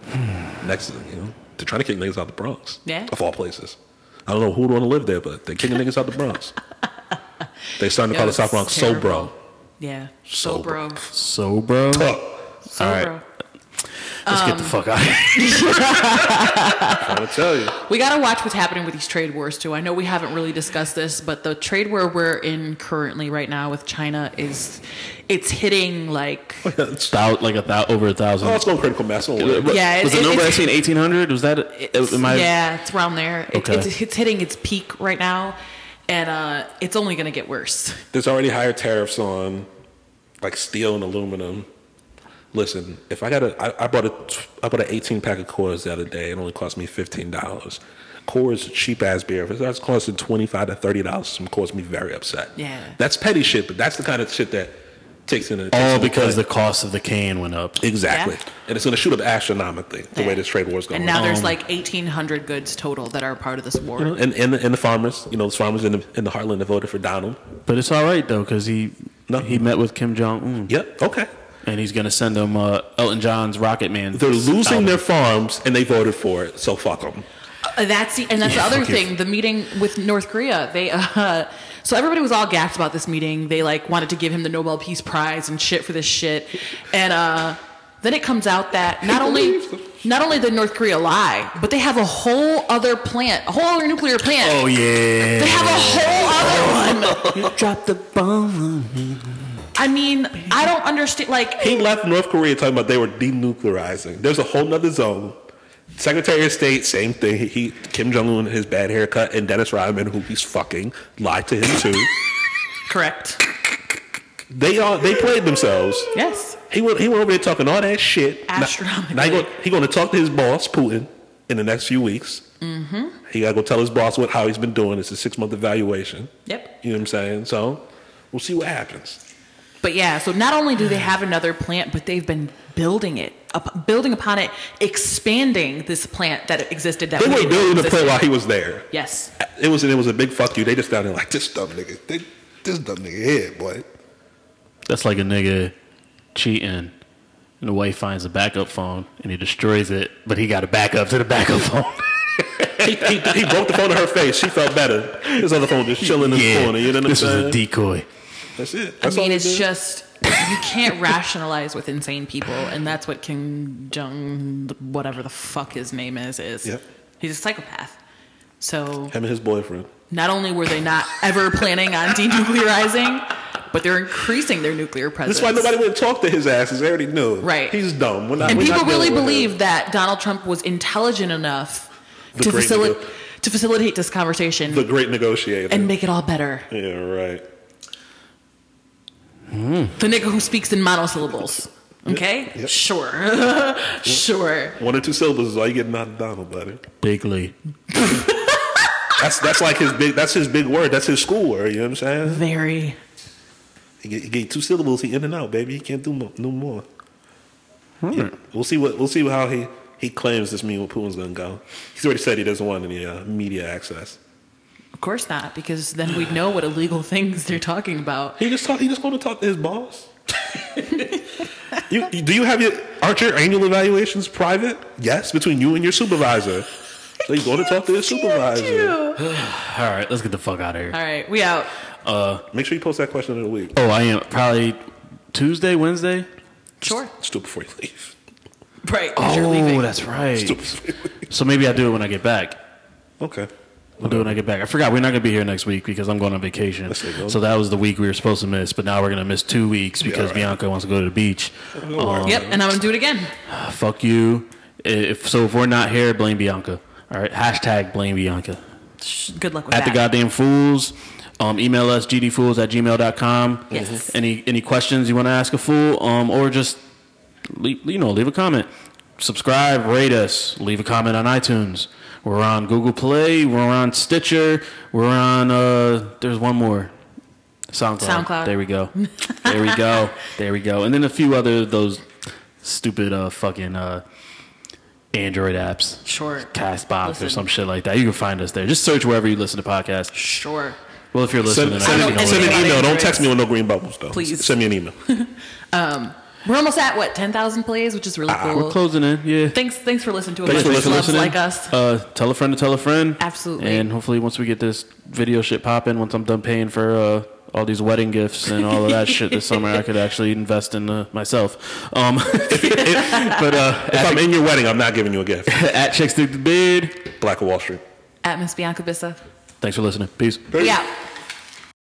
S2: Next, you know, they're trying to kick niggas out the Bronx.
S3: Yeah.
S2: Of all places, I don't know who'd want to live there, but they're kicking niggas out the Bronx. They starting to
S3: Yo,
S2: call the
S3: it's
S2: South Bronx
S3: terrible.
S2: Sobro.
S3: Yeah.
S2: So
S3: So bro.
S1: so, bro, Um, let's
S3: So
S1: All right.
S3: bro.
S1: get the fuck out. of here.
S2: Trying to tell you.
S3: We got to watch what's happening with these trade wars too. I know we haven't really discussed this, but the trade war we're in currently right now with China is it's hitting like
S1: Thou- like a thou- over a thousand.
S2: Oh, it's going critical mass. Don't worry.
S1: What-
S3: Yeah, it-
S1: was
S3: it-
S1: the number I
S3: it's-
S1: seen eighteen hundred? Was that?
S3: it's-
S1: am I-
S3: yeah, it's around there. It,
S1: Okay.
S3: it's, it's hitting its peak right now, and uh, it's only going to get worse.
S2: There's already higher tariffs on like steel and aluminum. Listen, if I got a, I, I bought a, tw- I bought an 18 pack of Coors the other day. It only cost me fifteen dollars. Coors cheap ass beer. If it starts costing 25 to 30 dollars, some Coors me very upset.
S3: Yeah.
S2: that's petty shit, but that's the kind of shit that takes in. takes
S1: All
S2: in
S1: because the
S2: play.
S1: cost of the can went up.
S2: exactly,
S3: Yeah.
S2: and it's going to shoot up astronomically the
S3: Yeah.
S2: way this trade war is going.
S3: And now
S2: on.
S3: there's like 1,800 goods total that are part of this war.
S2: Um, You know, and and the, and the farmers, you know, the farmers in the in the heartland that voted for Donald.
S1: But it's all right though, because he
S2: No.
S1: he met with Kim Jong Un,
S2: Yep. Okay.
S1: and he's gonna send him uh, Elton John's Rocket Man.
S2: They're losing
S1: album.
S2: their farms, and they voted for it. So fuck them.
S3: Uh, That's the, and that's
S1: Yeah,
S3: the other
S1: fuck you.
S3: thing. The meeting with North Korea, they uh, so everybody was all gassed about this meeting. They like wanted to give him the Nobel Peace Prize and shit for this shit, and uh, then it comes out that not only not only did North Korea lie, but they have a whole other plant, a whole other nuclear plant.
S1: Oh yeah.
S3: They have a whole other one.
S1: you dropped the bomb.
S3: I mean, I don't understand. Like,
S2: He left North Korea talking about they were denuclearizing. There's a whole nother zone. Secretary of State, same thing. He, he- Kim Jong Un, his bad haircut, and Dennis Rodman, who he's fucking, lied to him too.
S3: correct?
S2: they all they played themselves.
S3: Yes.
S2: He went he went over there talking all that shit. Now-
S3: Astronomically.
S2: Now, he, going, he going to talk to his boss Putin in the next few weeks. Mm-hmm. He got to go tell his boss what how he's been doing. It's a six month evaluation.
S3: Yep.
S2: You know what I'm saying? So we'll see what happens.
S3: But yeah, so not only do they have another plant, but they've been building it, up, building upon it, expanding this plant that existed. That
S2: They
S3: we
S2: were
S3: didn't know
S2: building the
S3: existed.
S2: play while he was there.
S3: Yes,
S2: It was it was a big fuck you. They just down there like this dumb nigga. They, this dumb nigga here, boy.
S1: That's like a nigga cheating. and the wife finds a backup phone and he destroys it, but he got a backup to the backup phone.
S2: he, he, he broke the phone in her face. She felt better. His other phone just chilling in the corner. You know what I'm
S1: this was
S2: saying?
S1: a decoy.
S2: That's it.
S3: I
S2: That's all
S3: mean,
S2: it
S3: it's
S2: is.
S3: just you can't rationalize with insane people, and that's what Kim Jong, whatever the fuck his name is, is.
S2: Yep.
S3: He's a psychopath. So
S2: him and his boyfriend.
S3: not only were they not ever planning on denuclearizing, but they're increasing their nuclear presence.
S2: That's why nobody went to talk to his asses. They already knew.
S3: Right.
S2: He's dumb. We're not,
S3: and
S2: we're
S3: people
S2: not
S3: really
S2: dealing with him.
S3: believe that Donald Trump was intelligent enough to,
S2: great
S3: facili-
S2: nego-
S3: to facilitate this conversation
S2: the great negotiator.
S3: and make it all better.
S2: yeah, right.
S3: The nigga who speaks in monosyllables. Okay?
S2: Yep.
S3: Sure. sure.
S2: One or two syllables is all you get out of Donald, buddy.
S1: Bigly.
S2: That's that's like his big. That's his big word. That's his school word. You know what I'm saying?
S3: Very.
S2: He get, he get two syllables. He in and out, baby. He can't do mo- no more.
S3: Hmm.
S2: Yeah. We'll see what we'll see how he he claims this meeting with Putin's gonna go. He's already said he doesn't want any uh, media access.
S3: Of course not, because then we'd know what illegal things they're talking about.
S2: He just talk, he just going to talk to his boss. you, you- do you have your aren't your annual evaluations private? Yes, between you and your supervisor. So you going to talk to your supervisor.
S3: All
S1: All right, let's get the fuck out of here.
S3: right, we out.
S2: Make sure you post that question of the week.
S1: Oh, I am probably Tuesday, Wednesday.
S3: Sure.
S2: Still before you leave.
S3: Right.
S1: Oh,
S3: You're leaving.
S1: that's right.
S2: Still before you leave.
S1: So maybe I do it when I get back.
S2: Okay.
S1: We'll do it when I get back. I forgot we're not gonna be here next week because I'm going on vacation.
S2: That's it, bro.
S1: So that was the week we were supposed to miss, but now we're gonna miss two weeks because
S2: alright.
S1: Bianca wants to go to the beach. Um,
S3: Yep, and I'm gonna do it again.
S1: Fuck you. If so, if we're not here, blame Bianca. All right. Hashtag blame Bianca.
S3: Sh- Good luck with
S1: At the
S3: that.
S1: goddamn fools. Um, email us gdfools at gmail.com.
S3: Yes.
S1: Any any questions you want to ask a fool? Um, or just leave, you know leave a comment. Subscribe, rate us, leave a comment on iTunes. We're on Google Play. We're on Stitcher. We're on. Uh, there's one more. SoundCloud.
S3: SoundCloud.
S1: There we go. There we go. There we go. And then a few other of those stupid uh, fucking uh, Android apps.
S3: Sure.
S1: Castbox
S3: Listen.
S1: or some shit like that. You can find us there. Just search wherever you listen to podcasts.
S3: Sure.
S1: Well, if you're listening,
S2: Send, send,
S1: I
S3: don't
S1: don't
S2: an-
S1: know
S3: know
S2: send
S1: what it
S3: anything
S1: is.
S2: an
S3: about
S2: email. Don't
S3: Androids.
S2: text me with no green bubbles though.
S3: Please.
S2: Send me an email.
S3: We're almost at what ten thousand plays, which is really
S1: We're
S3: cool.
S1: closing in. Yeah.
S3: Thanks, thanks for listening to a
S2: Ah, Thanks
S3: bunch
S2: for
S3: of clubs
S2: listening.
S3: like us.
S1: Uh, tell a friend to tell a friend.
S3: Absolutely.
S1: And hopefully, once we get this video shit popping, once I'm done paying for uh, all these wedding gifts and all of that shit this summer, I could actually invest in uh, myself. Um, but uh,
S2: If
S1: at,
S2: I'm in your wedding, I'm not giving you a gift.
S1: at chicks dig the beard.
S2: Black of Wall Street.
S3: At Miss Bianca Bissa.
S1: Thanks for listening. Peace.
S3: We out.